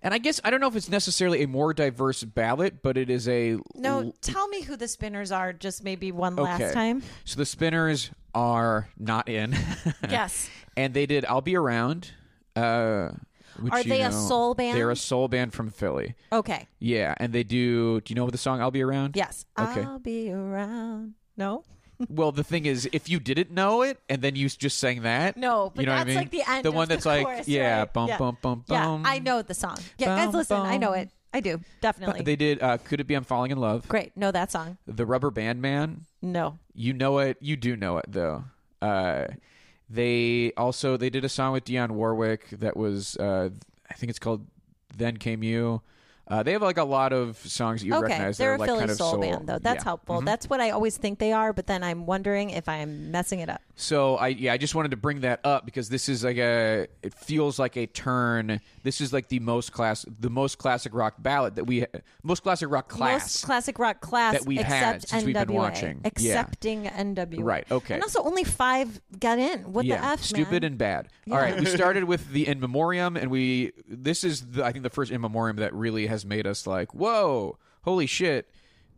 Speaker 1: And I guess I don't know if it's necessarily a more diverse ballot, but it is a
Speaker 2: No, tell me who the spinners are just maybe one last time.
Speaker 1: So the spinners are not in.
Speaker 2: Yes.
Speaker 1: and they did I'll Be Around. Uh, which
Speaker 2: Are
Speaker 1: you
Speaker 2: they a
Speaker 1: know-
Speaker 2: soul band?
Speaker 1: They're a soul band from Philly.
Speaker 2: Okay.
Speaker 1: Yeah, and they do. Do you know the song "I'll Be Around"?
Speaker 2: Yes.
Speaker 1: Okay.
Speaker 2: I'll be around. No.
Speaker 1: Well, the thing is, if you didn't know it and then you just sang that,
Speaker 2: No, but
Speaker 1: you know what I
Speaker 2: that's
Speaker 1: mean?
Speaker 2: like the end.
Speaker 1: The
Speaker 2: of
Speaker 1: one that's
Speaker 2: the
Speaker 1: like,
Speaker 2: chorus,
Speaker 1: yeah,
Speaker 2: right?
Speaker 1: bum
Speaker 2: yeah.
Speaker 1: bum bum
Speaker 2: Yeah,
Speaker 1: bum.
Speaker 2: I know the song. Yeah,
Speaker 1: Bum,
Speaker 2: guys, listen, I know
Speaker 1: bum.
Speaker 2: it. I do definitely.
Speaker 1: They did. Uh, Could it be I'm falling in love?
Speaker 2: Great, know that song?
Speaker 1: The Rubber Band Man.
Speaker 2: No.
Speaker 1: You know it. You do know it though. Uh, they also they did a song with Dionne Warwick that was uh, I think it's called "Then Came You." Uh, they have like a lot of songs that you
Speaker 2: okay,
Speaker 1: recognize. that
Speaker 2: they're
Speaker 1: are,
Speaker 2: a
Speaker 1: like
Speaker 2: Philly
Speaker 1: kind of
Speaker 2: soul, band, though. That's
Speaker 1: Yeah. Mm-hmm.
Speaker 2: helpful. That's what I always think they are, but then I'm wondering if I'm messing it up.
Speaker 1: So I yeah, I just wanted to bring that up because this is like a it feels like a turn. This is like the most class the most classic rock ballad that we most classic rock class.
Speaker 2: Most classic rock class
Speaker 1: That we've
Speaker 2: except
Speaker 1: had since
Speaker 2: NWA,
Speaker 1: we've been watching. Yeah.
Speaker 2: excepting NWA.
Speaker 1: Right, okay.
Speaker 2: And also, only five got in. What
Speaker 1: yeah,
Speaker 2: the f?
Speaker 1: stupid
Speaker 2: man?
Speaker 1: and bad. All right, we started with the in memoriam, and we this is the, I think the first in memoriam that really has made us like whoa, holy shit,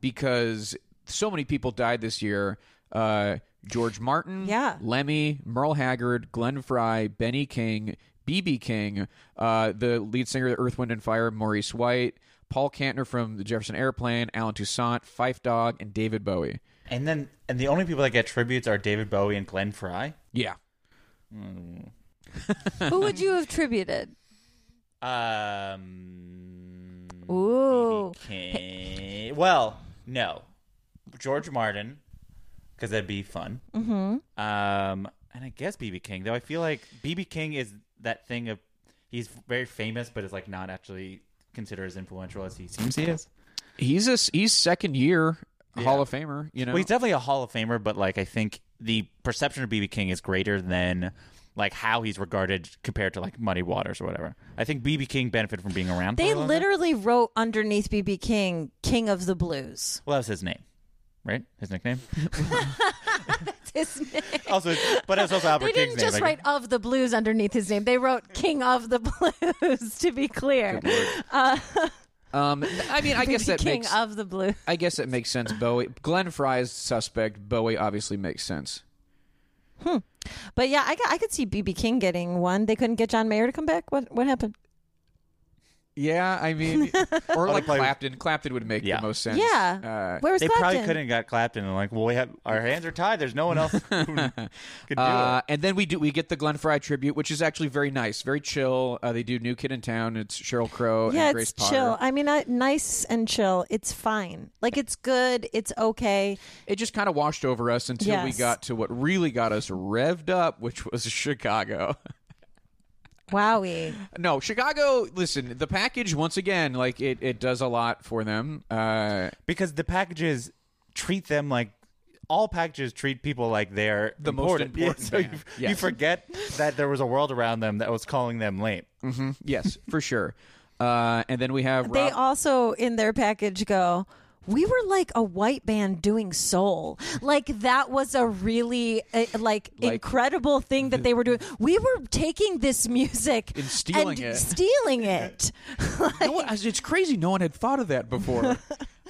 Speaker 1: because so many people died this year. Uh, George Martin,
Speaker 2: Yeah.
Speaker 1: Lemmy, Merle Haggard, Glenn Fry, Benny King, BB King, uh, the lead singer of Earth, Wind, and Fire, Maurice White, Paul Kantner from the Jefferson Airplane, Alan Toussaint, Fife Dog, and David Bowie.
Speaker 3: And then, and the only people that get tributes are David Bowie and Glenn Fry.
Speaker 1: Yeah.
Speaker 2: Who would you have tributed?
Speaker 3: Um,
Speaker 2: Ooh.
Speaker 3: okay. Well, no, George Martin, because that'd be fun. Mm-hmm. Um, and I guess BB King, though. I feel like BB King is that thing of he's very famous, but is like not actually considered as influential as he seems he is.
Speaker 1: He's a s- he's second year Hall of Famer. You know,
Speaker 3: Well, he's definitely a Hall of Famer, but like I think the perception of BB King is greater than like how he's regarded compared to like Muddy Waters or whatever. I think BB King benefited from being around. for
Speaker 2: They
Speaker 3: a long time.
Speaker 2: literally wrote underneath BB King, King of the Blues.
Speaker 3: Well, that was his name, right? His nickname.
Speaker 4: His name.
Speaker 3: also, but it was also Albert
Speaker 4: They didn't
Speaker 3: King's
Speaker 4: just
Speaker 3: name. Hmm.
Speaker 4: write of the blues underneath his name. They wrote King of the Blues, to be clear. Uh,
Speaker 1: Um, I mean, I guess that
Speaker 4: King
Speaker 1: makes
Speaker 4: of the Blues.
Speaker 1: I guess it makes sense. Bowie, Glenn Fry is suspect. Bowie obviously makes sense.
Speaker 2: But yeah, I, got- I could see BB King getting one. They couldn't get John Mayer to come back. What what happened?
Speaker 1: Yeah, I mean, or like
Speaker 3: play-
Speaker 1: Clapton. Clapton would make
Speaker 3: Yeah.
Speaker 1: the most sense.
Speaker 2: yeah,
Speaker 1: Uh,
Speaker 2: where's
Speaker 3: they
Speaker 2: Clapton?
Speaker 3: probably couldn't have got Clapton and like, well, we have our hands are tied. There's no one else who could do
Speaker 1: uh,
Speaker 3: it.
Speaker 1: and then we do we get the Glenn Fry tribute, which is actually very nice, very chill. Uh, they do New Kid in Town. It's Cheryl Crow
Speaker 2: Yeah,
Speaker 1: and
Speaker 2: it's
Speaker 1: Grace
Speaker 2: chill.
Speaker 1: Potter.
Speaker 2: I mean, I, nice and chill. It's fine. Like it's good. It's okay.
Speaker 1: It just kind of washed over us until we
Speaker 2: Yes.
Speaker 1: got to what really got us revved up, which was Chicago.
Speaker 2: Wowie.
Speaker 1: no, Chicago. Listen, the package once again, like it, it does a lot for them. Uh,
Speaker 3: Because the packages treat them like all packages treat people like they're
Speaker 1: The most important
Speaker 3: so you,
Speaker 1: band.
Speaker 3: you
Speaker 1: Yes.
Speaker 3: forget that there was a world around them that was calling them lame.
Speaker 1: yes, for sure. Uh, and then we have
Speaker 2: They
Speaker 1: Rob-
Speaker 2: also in their package go. We were like a white band doing soul. Like that was a really uh, like,
Speaker 1: Like-
Speaker 2: incredible thing that they were doing. We were taking this music
Speaker 1: And stealing
Speaker 2: and
Speaker 1: it.
Speaker 2: Stealing it.
Speaker 1: No one- it's crazy. No one had thought of that before.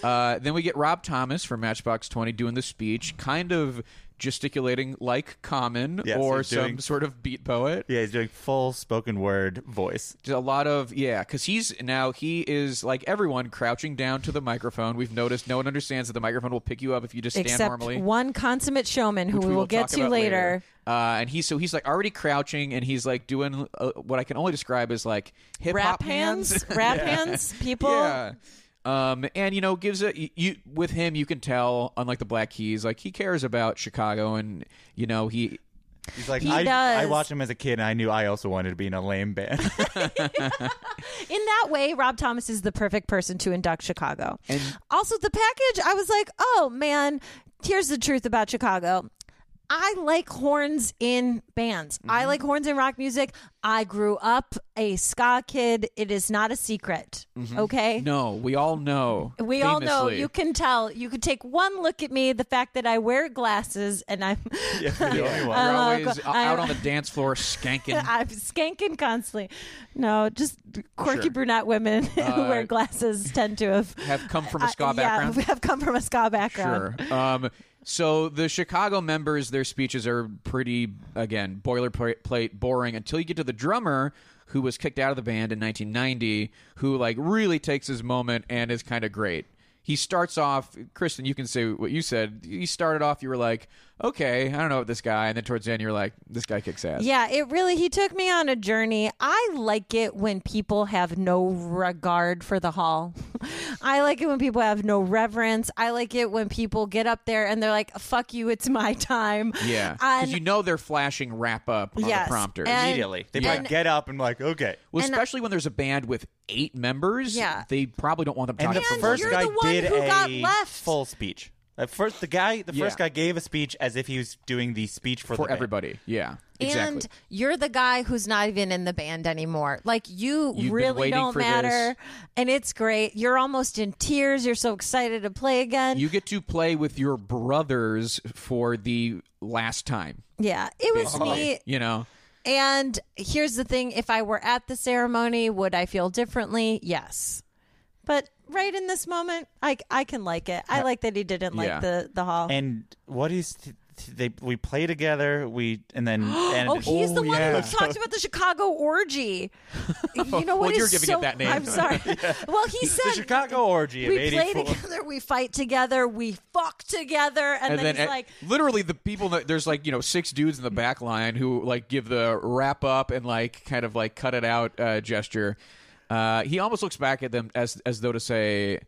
Speaker 1: uh, then we get Rob Thomas from Matchbox Twenty doing the speech, kind of gesticulating like Common
Speaker 3: Yes,
Speaker 1: or
Speaker 3: he's doing-
Speaker 1: some sort of beat poet.
Speaker 3: Yeah, he's doing full spoken word voice.
Speaker 1: Just a lot of yeah, because he's now he is like everyone crouching down to the microphone. We've noticed no one understands that the microphone will pick you up if you just stand
Speaker 2: Except
Speaker 1: normally.
Speaker 2: one consummate showman who
Speaker 1: which
Speaker 2: we will get
Speaker 1: talk
Speaker 2: to
Speaker 1: about
Speaker 2: later.
Speaker 1: Uh, and he's so he's like already crouching, and he's like doing uh, what I can only describe as like hip
Speaker 2: Rap
Speaker 1: hop
Speaker 2: hands, rap hands, people.
Speaker 1: yeah. Um, and you know, gives a you- you with him, you can tell. Unlike the Black Keys, like he cares about Chicago, and you know he
Speaker 3: He's like,
Speaker 2: He
Speaker 3: I,
Speaker 2: does.
Speaker 3: I watched him as a kid, and I knew I also wanted to be in a lame band.
Speaker 2: In that way, Rob Thomas is the perfect person to induct Chicago. also, the package, I was like, oh man, here's the truth about Chicago. I like horns in bands. I
Speaker 1: Mm-hmm.
Speaker 2: like horns in rock music. I grew up a ska kid. It is not a secret. Okay?
Speaker 1: Mm-hmm. No, we all know.
Speaker 2: We all know
Speaker 1: famously.
Speaker 2: you can tell. You could take one look at me, the fact that I wear glasses and I'm
Speaker 3: the only one.
Speaker 1: We're
Speaker 2: I'm, uh,
Speaker 1: always
Speaker 2: go- I'm-
Speaker 1: out on the dance floor skanking.
Speaker 2: I'm skanking constantly. No, just quirky brunette women who wear glasses tend to have
Speaker 1: Uh, have come from a ska
Speaker 2: uh,
Speaker 1: background?
Speaker 2: Yeah, have come from a ska background.
Speaker 1: Sure. Um, so the Chicago members, their speeches are pretty, again, boilerplate, boring until you get to the drummer who was kicked out of the band in 1990, who like really takes his moment and is kind of great. He starts off, Kristen, you can say what you said. He started off, you were like, okay, I don't know about this guy. And then towards the end, you're like, this guy kicks ass.
Speaker 2: Yeah, it really he took me on a journey. I like it when people have no regard for the hall. I like it when people have no reverence. I like it when people get up there and they're like, "Fuck you, it's my time."
Speaker 1: Yeah.
Speaker 2: And-
Speaker 1: Because you know they're flashing wrap up on
Speaker 2: Yes,
Speaker 1: the prompter.
Speaker 2: and-
Speaker 3: Immediately, they
Speaker 2: Yeah.
Speaker 3: might get up and like, okay.
Speaker 1: well,
Speaker 2: and-
Speaker 1: especially when there's a band with eight members,
Speaker 2: Yeah.
Speaker 1: they probably don't want them
Speaker 3: And
Speaker 1: talking
Speaker 3: the
Speaker 1: for
Speaker 3: first
Speaker 2: you're
Speaker 3: guy
Speaker 2: the one
Speaker 3: did
Speaker 2: who
Speaker 3: a
Speaker 2: got left.
Speaker 3: full speech. At first, the guy, the first
Speaker 1: Yeah.
Speaker 3: guy gave a speech as if he was doing the speech for, the
Speaker 1: for
Speaker 3: band.
Speaker 1: everybody. Yeah, exactly.
Speaker 2: And you're the guy who's not even in the band anymore. Like you
Speaker 1: You've been
Speaker 2: really
Speaker 1: waiting
Speaker 2: don't
Speaker 1: for
Speaker 2: matter.
Speaker 1: this.
Speaker 2: And it's great. You're almost in tears. You're so excited to play again.
Speaker 1: you get to play with your brothers for the last time.
Speaker 2: yeah. It was
Speaker 1: basically,
Speaker 2: neat.
Speaker 1: You know,
Speaker 2: And here's the thing if I were at the ceremony, would I feel differently? Yes. But right in this moment, I, I can like it. I like that he didn't
Speaker 1: Yeah.
Speaker 2: like the, the hall.
Speaker 3: And what is th- th- they? We play together. We and then and
Speaker 2: Oh, he's the one
Speaker 3: yeah.
Speaker 2: who talked about the Chicago orgy. You know what?
Speaker 1: Well, you're
Speaker 2: is
Speaker 1: giving
Speaker 2: so,
Speaker 1: it that name.
Speaker 2: I'm sorry. Well, he
Speaker 3: the
Speaker 2: said
Speaker 3: Chicago orgy of
Speaker 2: we play
Speaker 3: '84.
Speaker 2: together, we fight together, we fuck together, and,
Speaker 1: and,
Speaker 2: then,
Speaker 1: then
Speaker 2: he's
Speaker 1: uh,
Speaker 2: like,
Speaker 1: literally the people that there's like you know six dudes in the back line who like give the wrap up and like kind of like cut it out uh, gesture. Uh, he almost looks back at them as as though to say.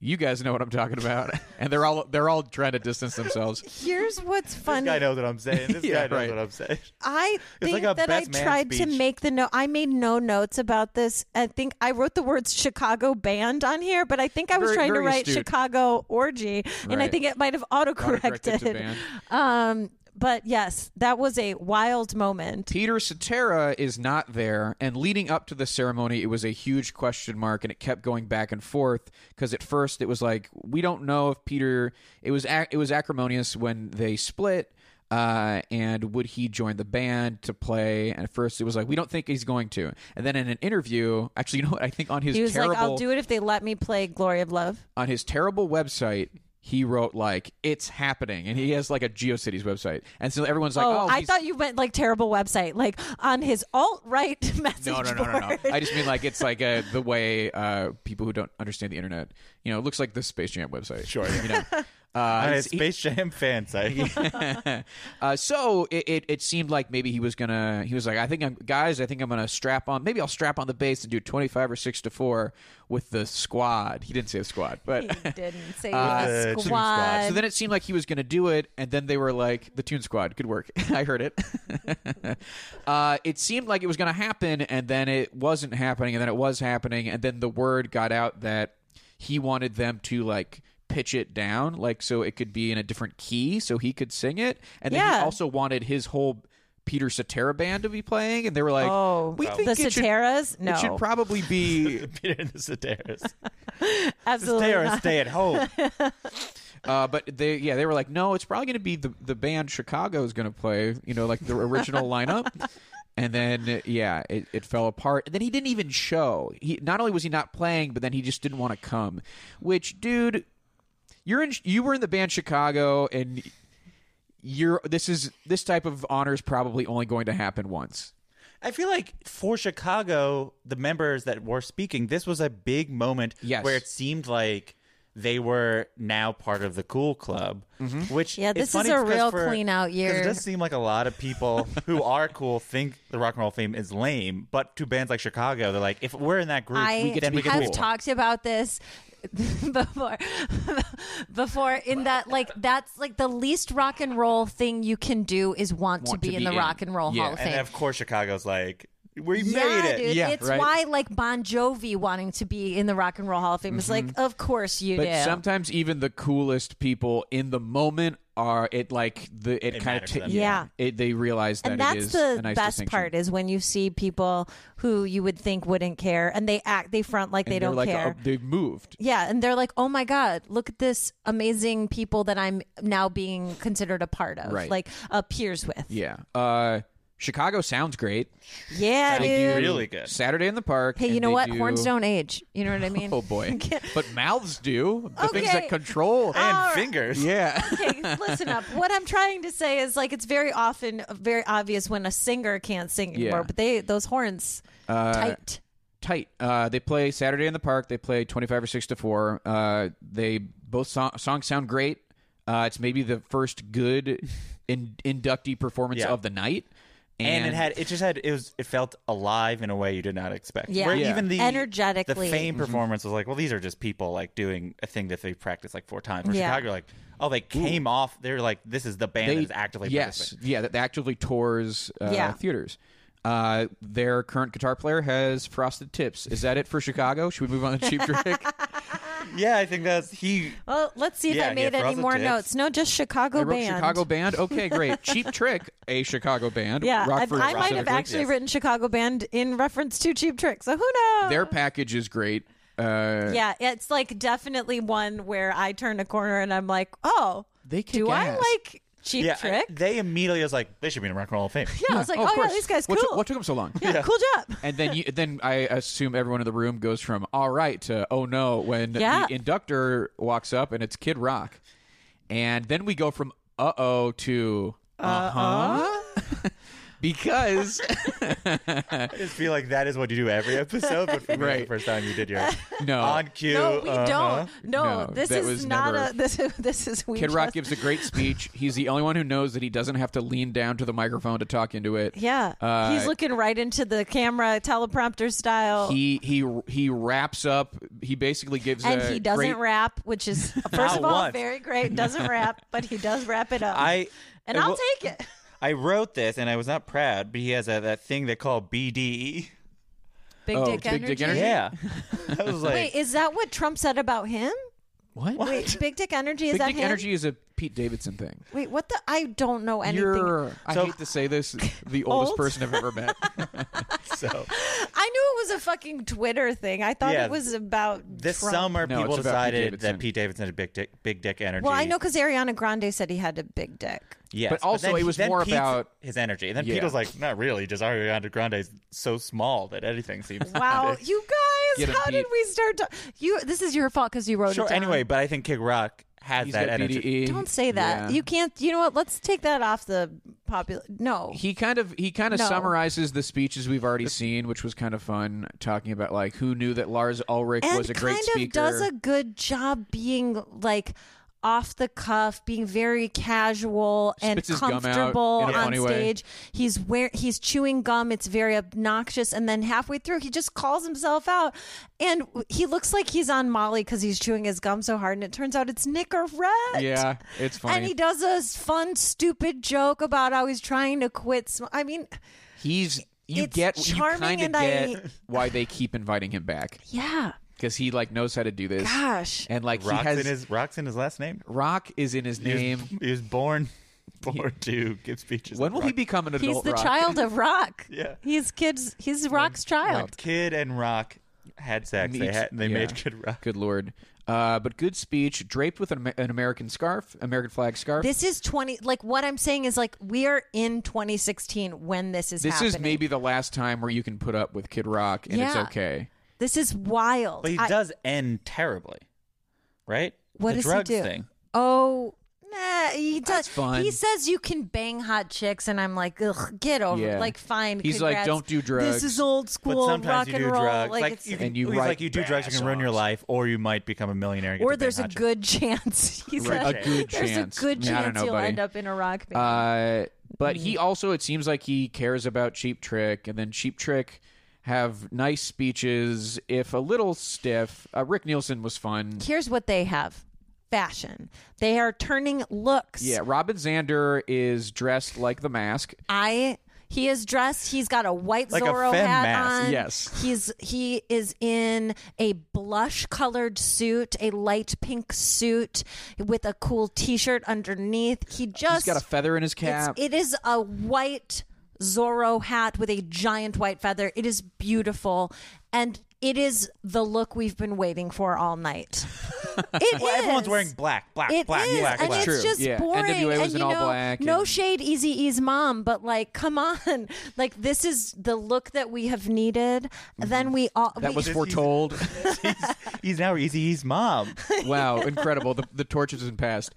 Speaker 1: You guys know what I'm talking about, and they're all they're all trying to distance themselves.
Speaker 2: "Here's what's
Speaker 3: This
Speaker 2: funny.
Speaker 3: guy knows what I'm saying. This
Speaker 1: Yeah,
Speaker 3: guy knows
Speaker 1: right.
Speaker 3: what I'm saying.
Speaker 2: I
Speaker 3: It's
Speaker 2: think
Speaker 3: like a
Speaker 2: that I
Speaker 3: best man
Speaker 2: tried to
Speaker 3: speech.
Speaker 2: make the note. I made no notes about this. I think I wrote the words Chicago band on here, but I think I was
Speaker 1: Very-
Speaker 2: trying to
Speaker 1: very
Speaker 2: write
Speaker 1: astute.
Speaker 2: Chicago orgy, and I
Speaker 1: Right.
Speaker 2: think it might have
Speaker 1: Autocorrected to
Speaker 2: autocorrected.
Speaker 1: band.
Speaker 2: Um, but yes, that was a wild moment.
Speaker 1: Peter Cetera is not there, and leading up to the ceremony, it was a huge question mark, and it kept going back and forth. Because at first, it was like we don't know if Peter. It was ac- it was acrimonious when they split, uh, and would he join the band to play? And at first, it was like we don't think he's going to. And then in an interview, actually, you know what? I think on his
Speaker 2: He was
Speaker 1: terrible
Speaker 2: like, "I'll do it if they let me play Glory of Love."
Speaker 1: on his terrible website. He wrote like it's happening, and he has like a GeoCities website, and so everyone's like, "Oh,
Speaker 2: oh, I
Speaker 1: he's-
Speaker 2: thought you meant like terrible website, like on his alt right message
Speaker 1: No, no, no, no, no.
Speaker 2: board.
Speaker 1: I just mean like it's like uh the way uh, people who don't understand the internet, you know, it looks like the Space Jam website. Sure, you know. Uh,
Speaker 3: I'm a
Speaker 1: it's-
Speaker 3: Space Jam fan site.
Speaker 1: uh, so it, it, it seemed like maybe he was gonna. He was like, I think I'm guys. I think I'm gonna strap on. Maybe I'll strap on the bass and do 25 or six to four with the squad. He didn't say the squad, but
Speaker 2: didn't say
Speaker 1: Uh,
Speaker 3: the
Speaker 2: the
Speaker 3: Tune Squad.
Speaker 2: squad.
Speaker 1: So then it seemed like he was going to do it, and then they were like, "The Tune Squad, good work." I heard it. uh, it seemed like it was going to happen, and then it wasn't happening, and then it was happening, and then the word got out that he wanted them to like pitch it down, like so it could be in a different key, so he could sing it, and then
Speaker 2: Yeah.
Speaker 1: he also wanted his whole Peter Cetera band to be playing, and they were like,
Speaker 2: Oh,
Speaker 1: we think
Speaker 2: the
Speaker 1: it should-
Speaker 2: Soteras? No,
Speaker 1: It should probably be
Speaker 3: Peter and the Soteras.
Speaker 2: absolutely
Speaker 3: Soteras
Speaker 2: not.
Speaker 3: stay at home.
Speaker 1: Uh, but they, yeah, they were like, no, it's probably going to be the the band Chicago is going to play, you know, like the original lineup. And then, yeah, it, it fell apart. And then he didn't even show. He not only was he not playing, but then he just didn't want to come. Which, dude, you're in. You were in the band Chicago, and you're this is this type of honor is probably only going to happen once.
Speaker 3: I feel like for Chicago, the members that were speaking, this was a big moment
Speaker 1: Yes.
Speaker 3: where it seemed like they were now part of the cool club.
Speaker 1: Mm-hmm.
Speaker 3: Which
Speaker 2: Yeah, this
Speaker 3: is, funny
Speaker 2: is a
Speaker 3: because
Speaker 2: real
Speaker 3: for-
Speaker 2: clean out
Speaker 3: 'cause
Speaker 2: year.
Speaker 3: It does seem like a lot of people who are cool think the rock and roll fame is lame, but to bands like Chicago, they're like, if we're in that group,
Speaker 2: I
Speaker 3: we get to be
Speaker 2: have
Speaker 3: cool.
Speaker 2: talked about this.
Speaker 4: before before in that like that's like the least rock and roll thing you can do is want, to
Speaker 1: Want
Speaker 4: be, in the Rock and Roll
Speaker 1: Yeah.
Speaker 4: Hall of
Speaker 3: And
Speaker 4: Fame.
Speaker 3: of course, Chicago's like, we
Speaker 4: yeah,
Speaker 3: made it.
Speaker 4: dude.
Speaker 1: Yeah,
Speaker 4: it's
Speaker 1: right.
Speaker 4: why like Bon Jovi wanting to be in the Rock and Roll Hall of Fame is like, of course you
Speaker 1: Mm-hmm. But
Speaker 4: do.
Speaker 1: sometimes even the coolest people in the moment are it like the it,
Speaker 3: It
Speaker 1: kind of
Speaker 3: matters to them.
Speaker 2: Yeah.
Speaker 1: it, they realize that
Speaker 2: and
Speaker 1: it is
Speaker 2: that's the
Speaker 1: a nice
Speaker 2: best
Speaker 1: distinction.
Speaker 2: part is when you see people who you would think wouldn't care and they act they front like
Speaker 1: And
Speaker 2: they
Speaker 1: they're
Speaker 2: don't
Speaker 1: like,
Speaker 2: care
Speaker 1: oh, they moved.
Speaker 2: yeah and they're like oh my god look at this amazing people that i'm now being considered a part of
Speaker 1: Right.
Speaker 2: like a peers with
Speaker 1: Yeah. Uh, Chicago sounds great.
Speaker 2: yeah
Speaker 1: They
Speaker 2: dude
Speaker 1: do
Speaker 3: Really good.
Speaker 1: Saturday in the park.
Speaker 2: hey you
Speaker 1: and
Speaker 2: know
Speaker 1: they
Speaker 2: what
Speaker 1: do-
Speaker 2: horns don't age you know what i mean
Speaker 1: Oh boy. but mouths do. The things
Speaker 2: Okay.
Speaker 1: that control. Ah.
Speaker 3: And fingers.
Speaker 1: yeah.
Speaker 2: okay, listen up. What I'm trying to say is like it's very often very obvious when a singer can't sing anymore,
Speaker 1: Yeah. Uh,
Speaker 2: but they those horns tight.
Speaker 1: tight. Uh, they play Saturday in the Park. They play 25 or 6 to 4. Uh, they both so- songs sound great. Uh, it's maybe the first good in- inductee performance
Speaker 3: Yeah.
Speaker 1: of the night.
Speaker 3: And, it had it just had it was it felt alive in a way you did not expect.
Speaker 2: Yeah.
Speaker 3: Where
Speaker 2: Yeah.
Speaker 3: even the
Speaker 2: Energetically. Mm-hmm.
Speaker 3: the fame performance was like, well, these are just people like doing a thing that they practiced like four times. Where
Speaker 2: Yeah.
Speaker 3: Chicago, like, oh, they came off. They're like, this is the band that is actively
Speaker 1: yes,
Speaker 3: participating.
Speaker 1: yeah, that that actively tours uh,
Speaker 2: Yeah.
Speaker 1: theaters. Uh, their current guitar player has frosted tips. Is that it for Chicago? Should we move on to Cheap Trick?
Speaker 3: Yeah, I think that's he.
Speaker 2: Well, let's see if
Speaker 3: Yeah,
Speaker 2: I
Speaker 3: and he
Speaker 2: made
Speaker 3: had
Speaker 2: any
Speaker 3: Frosted
Speaker 2: more
Speaker 3: Tips.
Speaker 2: notes. No, just Chicago
Speaker 1: I wrote
Speaker 2: band.
Speaker 1: Chicago band. Okay, great. Cheap Trick, a Chicago band.
Speaker 2: yeah, I,
Speaker 1: Rockford
Speaker 2: I might have
Speaker 1: specifically.
Speaker 2: actually written Chicago band in reference to Cheap Trick. So who knows?
Speaker 1: Their package is great. Uh,
Speaker 2: yeah, it's like definitely one where I turn a corner and I'm like, oh,
Speaker 1: They kick
Speaker 2: do I
Speaker 1: ass.
Speaker 2: like Cheap
Speaker 3: Yeah, I-
Speaker 2: Trick?
Speaker 3: they immediately was like, they should be in the Rock and Roll Hall of Fame.
Speaker 2: yeah, I was like,
Speaker 1: of
Speaker 2: oh yeah,
Speaker 1: course.
Speaker 2: these guys cool.
Speaker 1: What, took- what took them so long?
Speaker 2: yeah, cool job.
Speaker 1: And then, you, then I assume everyone in the room goes from "all right" to "oh no" when
Speaker 2: Yeah.
Speaker 1: the inductor walks up and it's Kid Rock, and then we go from "uh oh" to "uh huh,"
Speaker 2: Uh-huh?
Speaker 1: because
Speaker 3: I just feel like that is what you do every episode, but for me,
Speaker 1: Right.
Speaker 3: the first time you did your
Speaker 1: No.
Speaker 3: on cue.
Speaker 2: No, we
Speaker 3: uh-huh.
Speaker 2: don't. No,
Speaker 1: No,
Speaker 2: this
Speaker 1: that
Speaker 2: is
Speaker 1: was
Speaker 2: not
Speaker 1: never-
Speaker 2: a. This is this is we
Speaker 1: Kid Rock
Speaker 2: just-
Speaker 1: gives a great speech. He's the only one who knows that he doesn't have to lean down to the microphone to talk into it.
Speaker 2: Yeah,
Speaker 1: Uh,
Speaker 2: he's looking right into the camera, teleprompter style,
Speaker 1: He he he wraps up. He basically gives
Speaker 2: and
Speaker 1: a
Speaker 2: he doesn't
Speaker 1: great-
Speaker 2: rap, which is first
Speaker 3: Not
Speaker 2: of all
Speaker 3: once.
Speaker 2: very great. Doesn't rap, but he does wrap it up.
Speaker 3: I
Speaker 2: and I'll
Speaker 3: well,
Speaker 2: take
Speaker 1: Oh,
Speaker 2: it.
Speaker 3: I wrote this, and I was not proud, but he has a, that thing they call BDE.
Speaker 4: big,
Speaker 1: Oh,
Speaker 4: dick
Speaker 1: big dick
Speaker 4: energy.
Speaker 1: energy?
Speaker 3: Yeah, I was like,
Speaker 2: Wait, is that what Trump said about him?
Speaker 1: What?
Speaker 2: Wait, Big Dick Energy is
Speaker 1: Big
Speaker 2: that
Speaker 1: Dick
Speaker 2: him?
Speaker 1: Energy is a Pete Davidson thing.
Speaker 2: Wait, what the? I don't know anything.
Speaker 1: You're, I
Speaker 3: So-
Speaker 1: hate to say this, the oldest
Speaker 2: Old?
Speaker 1: person I've ever met.
Speaker 3: so
Speaker 2: I knew it was a fucking Twitter thing. I thought
Speaker 3: Yeah.
Speaker 2: it was about
Speaker 3: this
Speaker 2: Trump.
Speaker 3: summer,
Speaker 1: No,
Speaker 3: people
Speaker 1: it's about Pete
Speaker 3: decided
Speaker 1: Davidson.
Speaker 3: that Pete Davidson had big dick, big dick energy.
Speaker 2: Well, I know because Ariana Grande said he had a big dick.
Speaker 3: Yes,
Speaker 1: But also
Speaker 3: then
Speaker 1: it
Speaker 3: he-
Speaker 1: was
Speaker 3: then
Speaker 1: more
Speaker 3: Pete's-
Speaker 1: about-
Speaker 3: his energy, and then
Speaker 1: Yeah.
Speaker 3: Pete was like, "Not really. Just Ariana Grande's so small that anything seems."
Speaker 2: Wow,
Speaker 3: big."
Speaker 2: you
Speaker 1: Get
Speaker 2: guys,
Speaker 1: him,
Speaker 2: how did
Speaker 1: Pete.
Speaker 2: we start? To-
Speaker 4: You. This is your fault because you wrote it
Speaker 3: Sure.
Speaker 4: down.
Speaker 3: Anyway, but I think Kid Rock has
Speaker 1: He's
Speaker 3: that
Speaker 1: got E.
Speaker 3: energy.
Speaker 1: BDE.
Speaker 2: Don't say that.
Speaker 1: Yeah.
Speaker 2: You can't. You know what? Let's take that off the popular. No.
Speaker 1: he kind of he kind of
Speaker 2: No.
Speaker 1: summarizes the speeches we've already seen, which was kind of fun talking about like who knew that Lars Ulrich
Speaker 2: and
Speaker 1: was a great
Speaker 2: kind
Speaker 1: speaker.
Speaker 2: of does a good job being like off the cuff, being very casual and
Speaker 1: Spits his gum out
Speaker 2: comfortable
Speaker 1: in a
Speaker 2: on
Speaker 1: funny way.
Speaker 2: stage. He's where he's chewing gum. It's very obnoxious, and then halfway through, he just calls himself out, and he looks like he's on Molly because he's chewing his gum so hard. And it turns out it's Nicorette.
Speaker 1: yeah, it's funny.
Speaker 2: And he does a s- fun, stupid joke about how he's trying to quit. Sm- I mean,
Speaker 1: He's you
Speaker 2: It's
Speaker 1: get
Speaker 2: charming
Speaker 1: you kind
Speaker 2: and
Speaker 1: of
Speaker 2: I-
Speaker 1: get why they keep inviting him back
Speaker 2: yeah.
Speaker 1: because he like knows how to do this.
Speaker 2: Gosh.
Speaker 1: and like
Speaker 3: Rock's
Speaker 1: he has
Speaker 3: in his Rock's in his last name.
Speaker 1: Rock is in his
Speaker 3: He was-
Speaker 1: name.
Speaker 3: He was born born to give speeches.
Speaker 1: When
Speaker 3: at
Speaker 1: will he
Speaker 3: Rock-
Speaker 1: become an
Speaker 2: He's
Speaker 1: adult?
Speaker 2: the
Speaker 1: Rock?
Speaker 2: child of rock.
Speaker 3: Yeah.
Speaker 2: He's kids he's rock's
Speaker 3: When
Speaker 2: child.
Speaker 3: Kid and Rock had sex. They
Speaker 1: Meets-
Speaker 3: had, they
Speaker 1: yeah.
Speaker 3: made Kid Rock.
Speaker 1: Good lord. Uh, but good speech, draped with an, Amer- an American scarf, American flag scarf.
Speaker 2: This is 20 like what I'm saying is like we are in 2016 when this is
Speaker 1: This
Speaker 2: happening.
Speaker 1: is maybe the last time where you can put up with Kid Rock and it's
Speaker 2: Yeah.
Speaker 1: okay.
Speaker 2: This is wild.
Speaker 3: But he
Speaker 2: I-
Speaker 3: does end terribly, right?
Speaker 2: What
Speaker 3: the
Speaker 2: does he
Speaker 3: drugs
Speaker 2: do?
Speaker 3: thing.
Speaker 2: oh nah, he does
Speaker 1: fun.
Speaker 2: he says you can bang hot chicks and I'm like Ugh, get over it.
Speaker 1: Yeah.
Speaker 2: like fine
Speaker 1: He's like,
Speaker 2: congrats.
Speaker 1: "Don't do drugs."
Speaker 2: This is old
Speaker 3: But
Speaker 2: school rock
Speaker 3: sometimes you
Speaker 2: and
Speaker 3: do
Speaker 2: roll
Speaker 3: drugs. Like,
Speaker 2: it's
Speaker 3: you can,
Speaker 1: And you
Speaker 3: he's
Speaker 1: write
Speaker 3: like you do drugs, you can ruin your
Speaker 1: songs.
Speaker 3: life, or you might become a millionaire. and get
Speaker 2: or
Speaker 3: to
Speaker 2: there's
Speaker 3: bang
Speaker 2: a
Speaker 3: hot chicks.
Speaker 2: good chance he
Speaker 3: Right.
Speaker 2: said,
Speaker 1: A good
Speaker 2: there's
Speaker 1: chance.
Speaker 2: a good
Speaker 1: Yeah, I
Speaker 2: chance
Speaker 1: don't know,
Speaker 2: you'll
Speaker 1: buddy.
Speaker 2: end up in a rock band. Mm-hmm.
Speaker 1: Uh, but he also, it seems like he cares about Cheap Trick, and then Cheap Trick have nice speeches, if a little stiff. Uh, Rick Nielsen was fun.
Speaker 2: Here's what they have fashion. They are turning looks.
Speaker 1: Yeah, Robin Zander is dressed like the mask.
Speaker 2: I he is dressed. He's got a white
Speaker 3: Like a
Speaker 2: Zorro
Speaker 3: femme
Speaker 2: hat
Speaker 3: mask.
Speaker 2: on.
Speaker 1: Yes.
Speaker 2: he's he is in a blush colored suit, a light pink suit with a cool T shirt underneath. He
Speaker 1: He's
Speaker 2: just
Speaker 1: got a feather in his
Speaker 2: it's-
Speaker 1: cap.
Speaker 2: It is a white Zorro hat with a giant white feather. It is beautiful and. It is the look we've been waiting for all night. It
Speaker 3: Well, everyone's
Speaker 2: is.
Speaker 3: wearing black, black,
Speaker 2: It
Speaker 3: black,
Speaker 2: is,
Speaker 3: black,
Speaker 2: and
Speaker 3: black.
Speaker 2: it's
Speaker 1: True.
Speaker 2: just
Speaker 1: Yeah.
Speaker 2: boring.
Speaker 1: NWA was
Speaker 2: and, you
Speaker 1: in all
Speaker 2: know,
Speaker 1: black
Speaker 2: No
Speaker 1: and-
Speaker 2: shade, Easy E's mom, but like, come on, like this is the look that we have needed. Then we all
Speaker 1: Mm-hmm. that
Speaker 2: we-
Speaker 1: was
Speaker 3: This-
Speaker 1: foretold.
Speaker 3: he's, he's now Easy's mom.
Speaker 1: wow, incredible. The, the torch isn't passed.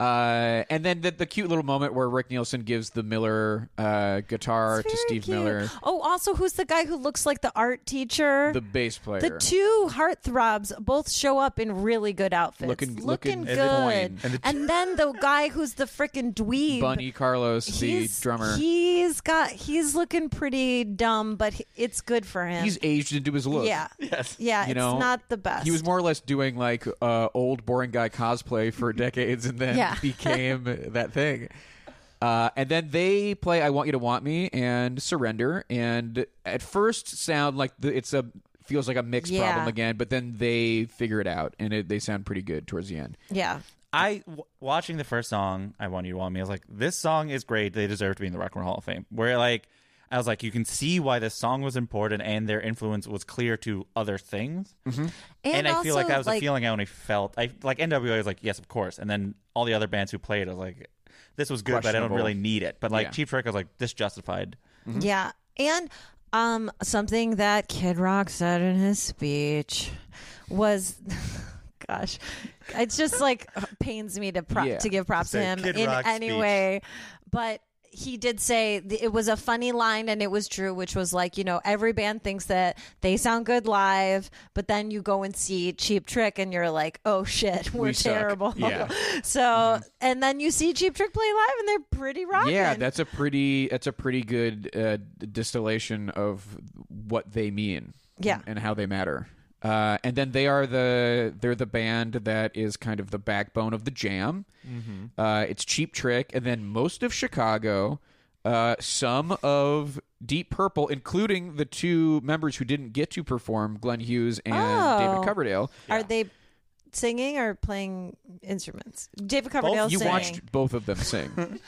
Speaker 1: Uh, and then the, the cute little moment where Rick Nielsen gives the Miller uh, guitar to
Speaker 2: Very
Speaker 1: Steve
Speaker 2: cute.
Speaker 1: Miller,
Speaker 2: Oh, also, who's the guy who looks like the art teacher?
Speaker 1: the bass player.
Speaker 2: The two heartthrobs both show up in really good outfits,
Speaker 1: Looking- looking
Speaker 2: good.
Speaker 1: fine.
Speaker 2: And, then the guy who's the freaking dweeb,
Speaker 1: Bunny Carlos, the
Speaker 2: he's-
Speaker 1: drummer.
Speaker 2: he's got he's looking pretty dumb, but he- it's good for him.
Speaker 1: He's aged into his look.
Speaker 2: yeah, yeah,
Speaker 1: You
Speaker 2: it's
Speaker 1: know,
Speaker 2: not the best.
Speaker 1: He was more or less doing like uh, old boring guy cosplay for decades, and then
Speaker 2: Yeah.
Speaker 1: became that thing. Uh, and then they play "I Want You to Want Me" and "Surrender," and at first sound like the, it's a feels like a mix
Speaker 2: Yeah.
Speaker 1: problem again, but then they figure it out, and it, they sound pretty good towards the end.
Speaker 2: yeah.
Speaker 3: I w- watching the first song, I want you to want me. I was like, this song is great. They deserve to be in the Rock and Roll Hall of Fame. Where like, I was like, you can see why this song was important and their influence was clear to other things.
Speaker 1: Mm-hmm.
Speaker 3: And, I feel like
Speaker 2: also,
Speaker 3: that was a feeling I only felt. I like NWA was like, yes, of course. And then all the other bands who played, I was like, this was good, but I don't
Speaker 1: Questionable.
Speaker 3: really need it. But like
Speaker 1: Yeah.
Speaker 3: Cheap Trick, I was like, this justified.
Speaker 1: Mm-hmm.
Speaker 2: Yeah. And um something that Kid Rock said in his speech was gosh, it's just like pains me to prop
Speaker 1: Yeah.
Speaker 2: to give props to
Speaker 3: Say
Speaker 2: him
Speaker 3: Kid
Speaker 2: in
Speaker 3: Rock's
Speaker 2: any
Speaker 3: speech.
Speaker 2: way. But he did say th- it was a funny line and it was true, which was like, you know, every band thinks that they sound good live, but then you go and see Cheap Trick and you're like, oh shit, we're
Speaker 1: We suck.
Speaker 2: terrible.
Speaker 1: Yeah.
Speaker 2: so,
Speaker 3: Mm-hmm.
Speaker 2: and then you see Cheap Trick play live and they're pretty rocking.
Speaker 1: Yeah, that's a pretty that's a pretty good uh, d- distillation of what they mean.
Speaker 2: Yeah.
Speaker 1: and, and how they matter. Uh, and then they are the they're the band that is kind of the backbone of the jam. Uh, it's Cheap Trick, and then most of Chicago, uh, some of Deep Purple, including the two members who didn't get to perform, Glenn Hughes and
Speaker 2: Oh.
Speaker 1: David Coverdale.
Speaker 2: Are they singing or playing instruments? David Coverdale
Speaker 1: You
Speaker 2: singing.
Speaker 1: watched both of them sing.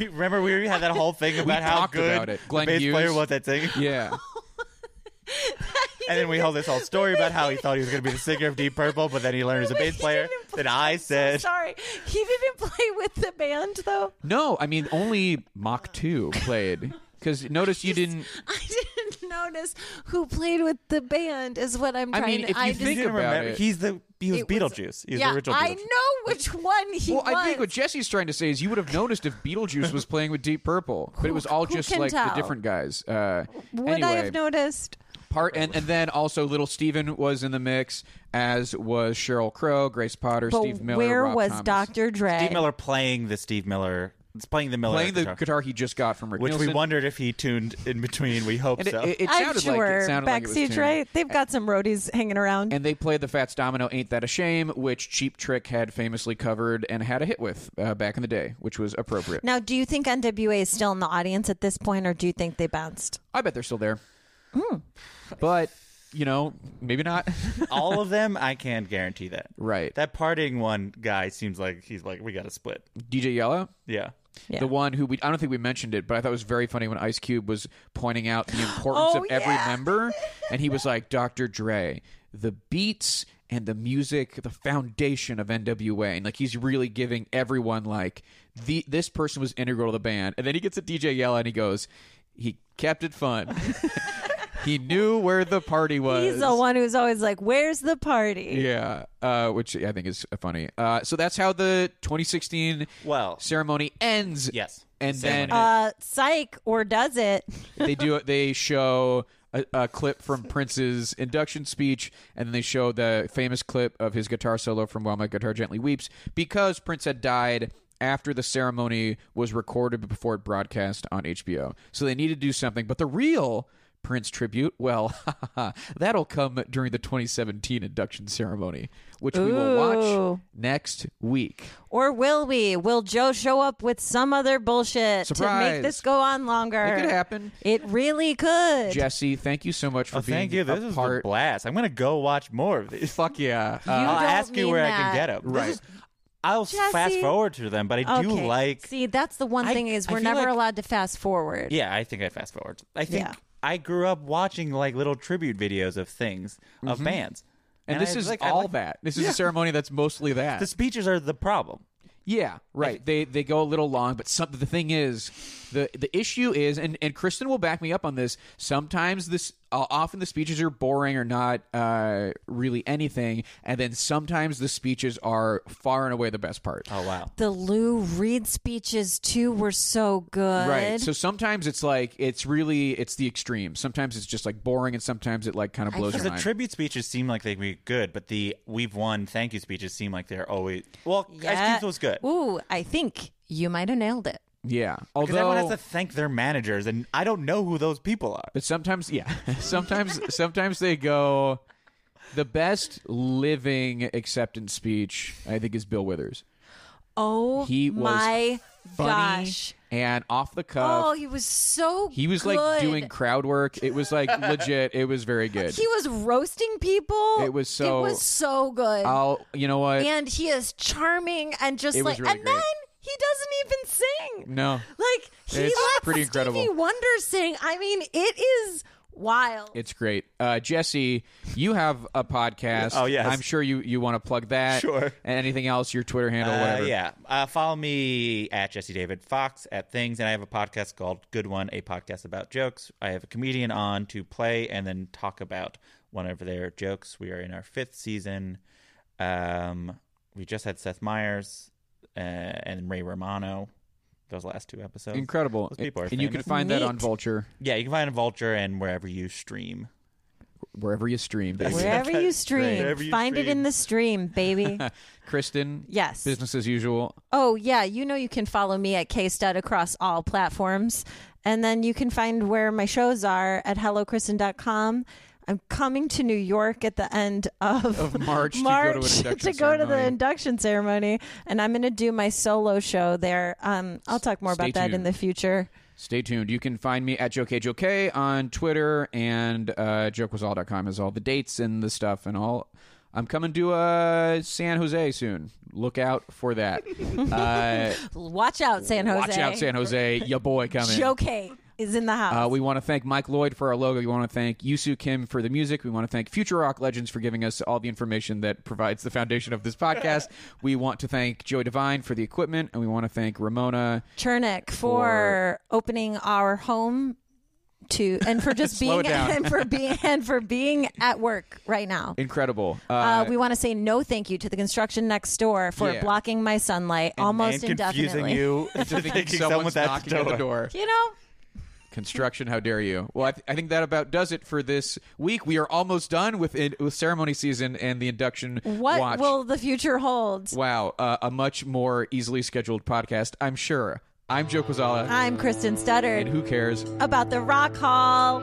Speaker 3: Remember, we already had that whole thing about how
Speaker 1: talked
Speaker 3: good
Speaker 1: about it. Glenn
Speaker 3: the bass
Speaker 1: Hughes.
Speaker 3: player was that thing.
Speaker 1: yeah.
Speaker 3: And then we held this whole story about how he thought he was going to be the singer of Deep Purple, but then he learned he's a bass player. Then I said,
Speaker 2: Sorry, he didn't play with the band though.
Speaker 1: No, I mean only Mach Two played. Because notice you didn't.
Speaker 2: I didn't notice who played with the band. Is what I'm
Speaker 1: I
Speaker 2: trying.
Speaker 1: mean,
Speaker 2: to,
Speaker 1: if you
Speaker 2: I
Speaker 1: think
Speaker 3: didn't
Speaker 1: about
Speaker 3: remember.
Speaker 1: it.
Speaker 3: He's the he was
Speaker 2: It was-
Speaker 3: Beetlejuice. He's
Speaker 2: yeah,
Speaker 3: the original
Speaker 2: I
Speaker 3: Beetlejuice.
Speaker 2: know which one he
Speaker 1: Well,
Speaker 2: was.
Speaker 1: I think what Jesse's trying to say is you would have noticed if Beetlejuice was playing with Deep Purple, but it was all
Speaker 2: who
Speaker 1: just
Speaker 2: can
Speaker 1: like the
Speaker 2: tell?
Speaker 1: different guys. Uh,
Speaker 2: would
Speaker 1: anyway,
Speaker 2: I have noticed?
Speaker 1: part and, and then also little Steven was in the mix, as was Cheryl Crow, Grace Potter,
Speaker 2: But
Speaker 1: Steve Miller.
Speaker 2: where
Speaker 1: Rob
Speaker 2: was
Speaker 1: Thomas.
Speaker 2: Dr. Dre?
Speaker 3: Steve Miller playing the Steve Miller. It's playing the Miller
Speaker 1: playing the
Speaker 3: guitar,
Speaker 1: guitar he just got from Rick
Speaker 3: which we
Speaker 1: Nielsen.
Speaker 3: wondered if he tuned in between. We hope
Speaker 1: And it,
Speaker 3: so.
Speaker 1: it, it
Speaker 2: I'm
Speaker 1: sounded
Speaker 2: sure
Speaker 1: like it sounded like it was
Speaker 2: backseat
Speaker 1: tuned.
Speaker 2: right. They've got some roadies hanging around.
Speaker 1: And they played the Fats Domino "Ain't That a Shame," which Cheap Trick had famously covered and had a hit with uh, back in the day, which was appropriate.
Speaker 2: now, do you think NWA is still in the audience at this point, or do you think they bounced?
Speaker 1: I bet they're still there. But, you know, maybe not.
Speaker 3: All of them, I can guarantee that.
Speaker 1: right.
Speaker 3: That partying one guy seems like he's like we got to split.
Speaker 1: DJ Yellow,
Speaker 3: Yeah.
Speaker 2: Yeah.
Speaker 1: the one who we, I don't think we mentioned it, but I thought it was very funny when Ice Cube was pointing out the importance
Speaker 2: Oh,
Speaker 1: of every
Speaker 2: yeah.
Speaker 1: member. And he was like, Dr. Dre, the beats and the music, the foundation of NWA. And like, he's really giving everyone, like, the, this person was integral to the band. And then he gets a DJ Yellow and he goes, he kept it fun. he knew where the party was.
Speaker 2: He's the one who's always like, "Where's the party?"
Speaker 1: Yeah, uh, which I think is funny. Uh, so that's how the 2016
Speaker 3: Well-
Speaker 1: ceremony ends.
Speaker 3: Yes.
Speaker 1: and then
Speaker 3: Ceremony.
Speaker 2: Uh, psych, or does it?
Speaker 1: they do they show a, a clip from Prince's induction speech, and then they show the famous clip of his guitar solo from "While My Guitar Gently Weeps" because Prince had died after the ceremony was recorded before it broadcast on HBO. So they needed to do something, but the real Prince tribute? Well, that'll come during the 2017 induction ceremony, which we will watch
Speaker 2: Ooh.
Speaker 1: next week.
Speaker 2: Or will we? Will Joe show up with some other bullshit to
Speaker 1: Surprise.
Speaker 2: make this go on longer?
Speaker 1: It could happen.
Speaker 2: It really could.
Speaker 1: Jesse, thank you so much for
Speaker 3: Oh,
Speaker 1: being
Speaker 3: thank you.
Speaker 1: a
Speaker 3: This is a
Speaker 1: part.
Speaker 3: blast. I'm gonna go watch more of these.
Speaker 1: Fuck yeah.
Speaker 4: You
Speaker 1: Uh,
Speaker 3: I'll
Speaker 4: don't
Speaker 3: ask you
Speaker 4: mean
Speaker 3: where I
Speaker 4: that.
Speaker 3: can get them.
Speaker 1: Right.
Speaker 3: I'll
Speaker 4: Jesse.
Speaker 3: fast forward to them, but I do
Speaker 2: Okay.
Speaker 3: like.
Speaker 4: See, that's the one
Speaker 3: I-
Speaker 4: thing is
Speaker 3: I
Speaker 4: we're
Speaker 3: feel
Speaker 4: never
Speaker 3: like-
Speaker 4: allowed to fast forward.
Speaker 3: Yeah, I think I fast forward. I think
Speaker 2: Yeah.
Speaker 3: I grew up watching like little tribute videos of things of bands,
Speaker 1: Mm-hmm. and this
Speaker 3: I-
Speaker 1: is
Speaker 3: like, I
Speaker 1: all
Speaker 3: like-
Speaker 1: that. This is a ceremony that's mostly that.
Speaker 3: The speeches are the problem.
Speaker 1: Yeah, right. They they go a little long, but some, the thing is, the the issue is, and and Kristen will back me up on this. Sometimes this, uh, often the speeches are boring or not uh, really anything, and then sometimes the speeches are far and away the best part.
Speaker 3: Oh wow.
Speaker 4: The Lou Reed speeches too were so good.
Speaker 1: Right. So sometimes it's like it's really it's the extreme. Sometimes it's just like boring, and sometimes it like kind of blows your
Speaker 3: Because the
Speaker 1: mind.
Speaker 3: tribute speeches seem like they'd be good, but the "We've won, thank you" speeches seem like they're always well. Ice Cube was good
Speaker 4: Ooh, I think you might have nailed it.
Speaker 1: yeah.
Speaker 3: because everyone has
Speaker 1: Although
Speaker 3: to thank their managers, and I don't know who those people are.
Speaker 1: But sometimes, yeah, sometimes, sometimes they go. The best living acceptance speech, I think, is Bill Withers.
Speaker 4: Oh
Speaker 1: He was
Speaker 4: my
Speaker 1: Funny
Speaker 4: gosh.
Speaker 1: and off the cuff.
Speaker 4: Oh, he was so
Speaker 1: he was like
Speaker 4: good.
Speaker 1: doing crowd work. It was like legit. It was very good.
Speaker 4: He was roasting people.
Speaker 1: It was so-
Speaker 4: It was so good.
Speaker 1: I'll, you know what?
Speaker 4: and he is charming and just
Speaker 1: It was
Speaker 4: like
Speaker 1: really
Speaker 4: and
Speaker 1: great.
Speaker 4: then he doesn't even sing.
Speaker 1: No.
Speaker 4: Like he
Speaker 1: It's
Speaker 4: lets
Speaker 1: pretty
Speaker 4: Stevie
Speaker 1: incredible.
Speaker 4: Wonder sing. I mean, it is wild.
Speaker 1: It's great. Uh, Jesse, you have a podcast.
Speaker 3: Oh, yes.
Speaker 1: I'm sure you, you want to plug that.
Speaker 3: Sure.
Speaker 1: And anything else, your Twitter handle,
Speaker 3: Uh,
Speaker 1: whatever.
Speaker 3: yeah. Uh, follow me at Jesse David Fox at Things, and I have a podcast called Good One, a podcast about jokes. I have a comedian on to play and then talk about one of their jokes. We are in our fifth season. Um, we just had Seth Meyers uh, and Ray Romano. Those last two episodes,
Speaker 1: Incredible.
Speaker 3: Those
Speaker 1: And
Speaker 3: people are
Speaker 1: you can
Speaker 3: famous.
Speaker 1: find that on
Speaker 4: Neat.
Speaker 1: Vulture,
Speaker 3: yeah, you can find a Vulture and wherever you stream.
Speaker 1: wherever you stream. baby.
Speaker 2: Wherever you stream,
Speaker 3: Wherever you
Speaker 2: find it
Speaker 3: stream.
Speaker 2: in the stream, baby.
Speaker 1: Kristen.
Speaker 2: Yes.
Speaker 1: Business as usual.
Speaker 2: oh, yeah. You know you can follow me at Kstud across all platforms. And then you can find where my shows are at hellokristen.com. I'm coming to New York at the end of,
Speaker 1: Of March to go to an
Speaker 2: March
Speaker 1: induction
Speaker 2: to go to the
Speaker 1: ceremony.
Speaker 2: induction ceremony. And I'm going to do my solo show there. Um, I'll talk more
Speaker 1: Stay
Speaker 2: about that in
Speaker 1: tuned.
Speaker 2: the future.
Speaker 1: Stay tuned. You can find me at JokeJoke on Twitter and uh, JokeWasAll.com has all the dates and the stuff and all. I'm coming to uh, San Jose soon. Look out for that. Uh,
Speaker 2: Watch out, San Jose.
Speaker 1: watch out, San Jose. Your boy coming.
Speaker 2: Joe Kate is in the house.
Speaker 1: Uh, we want to thank Mike Lloyd for our logo. We want to thank Yusu Kim for the music. We want to thank Future Rock Legends for giving us all the information that provides the foundation of this podcast. we want to thank Joey Devine for the equipment, and we want to thank Ramona.
Speaker 2: Chernick
Speaker 1: for-
Speaker 2: for opening our home to and for just
Speaker 1: Slow it
Speaker 2: being
Speaker 1: down.
Speaker 2: and for being and for being at work right now.
Speaker 1: Incredible. Uh,
Speaker 2: Uh, we want to say no thank you to the construction next door for
Speaker 1: Yeah.
Speaker 2: blocking my sunlight almost
Speaker 3: and confusing
Speaker 2: indefinitely.
Speaker 3: you into
Speaker 1: to thinking
Speaker 3: thinking
Speaker 1: someone's
Speaker 3: someone's at
Speaker 1: knocking at the door.
Speaker 2: You know,
Speaker 1: Construction, how dare you? Well, I, th- I think that about does it for this week. We are almost done with it, with ceremony season and the induction
Speaker 2: what
Speaker 1: watch.
Speaker 2: will the future hold?
Speaker 1: wow, uh, a much more easily scheduled podcast, I'm sure. I'm Joe Quazala,
Speaker 2: I'm Kristen
Speaker 1: and
Speaker 2: Studdard
Speaker 1: who cares?
Speaker 2: about the Rock Hall.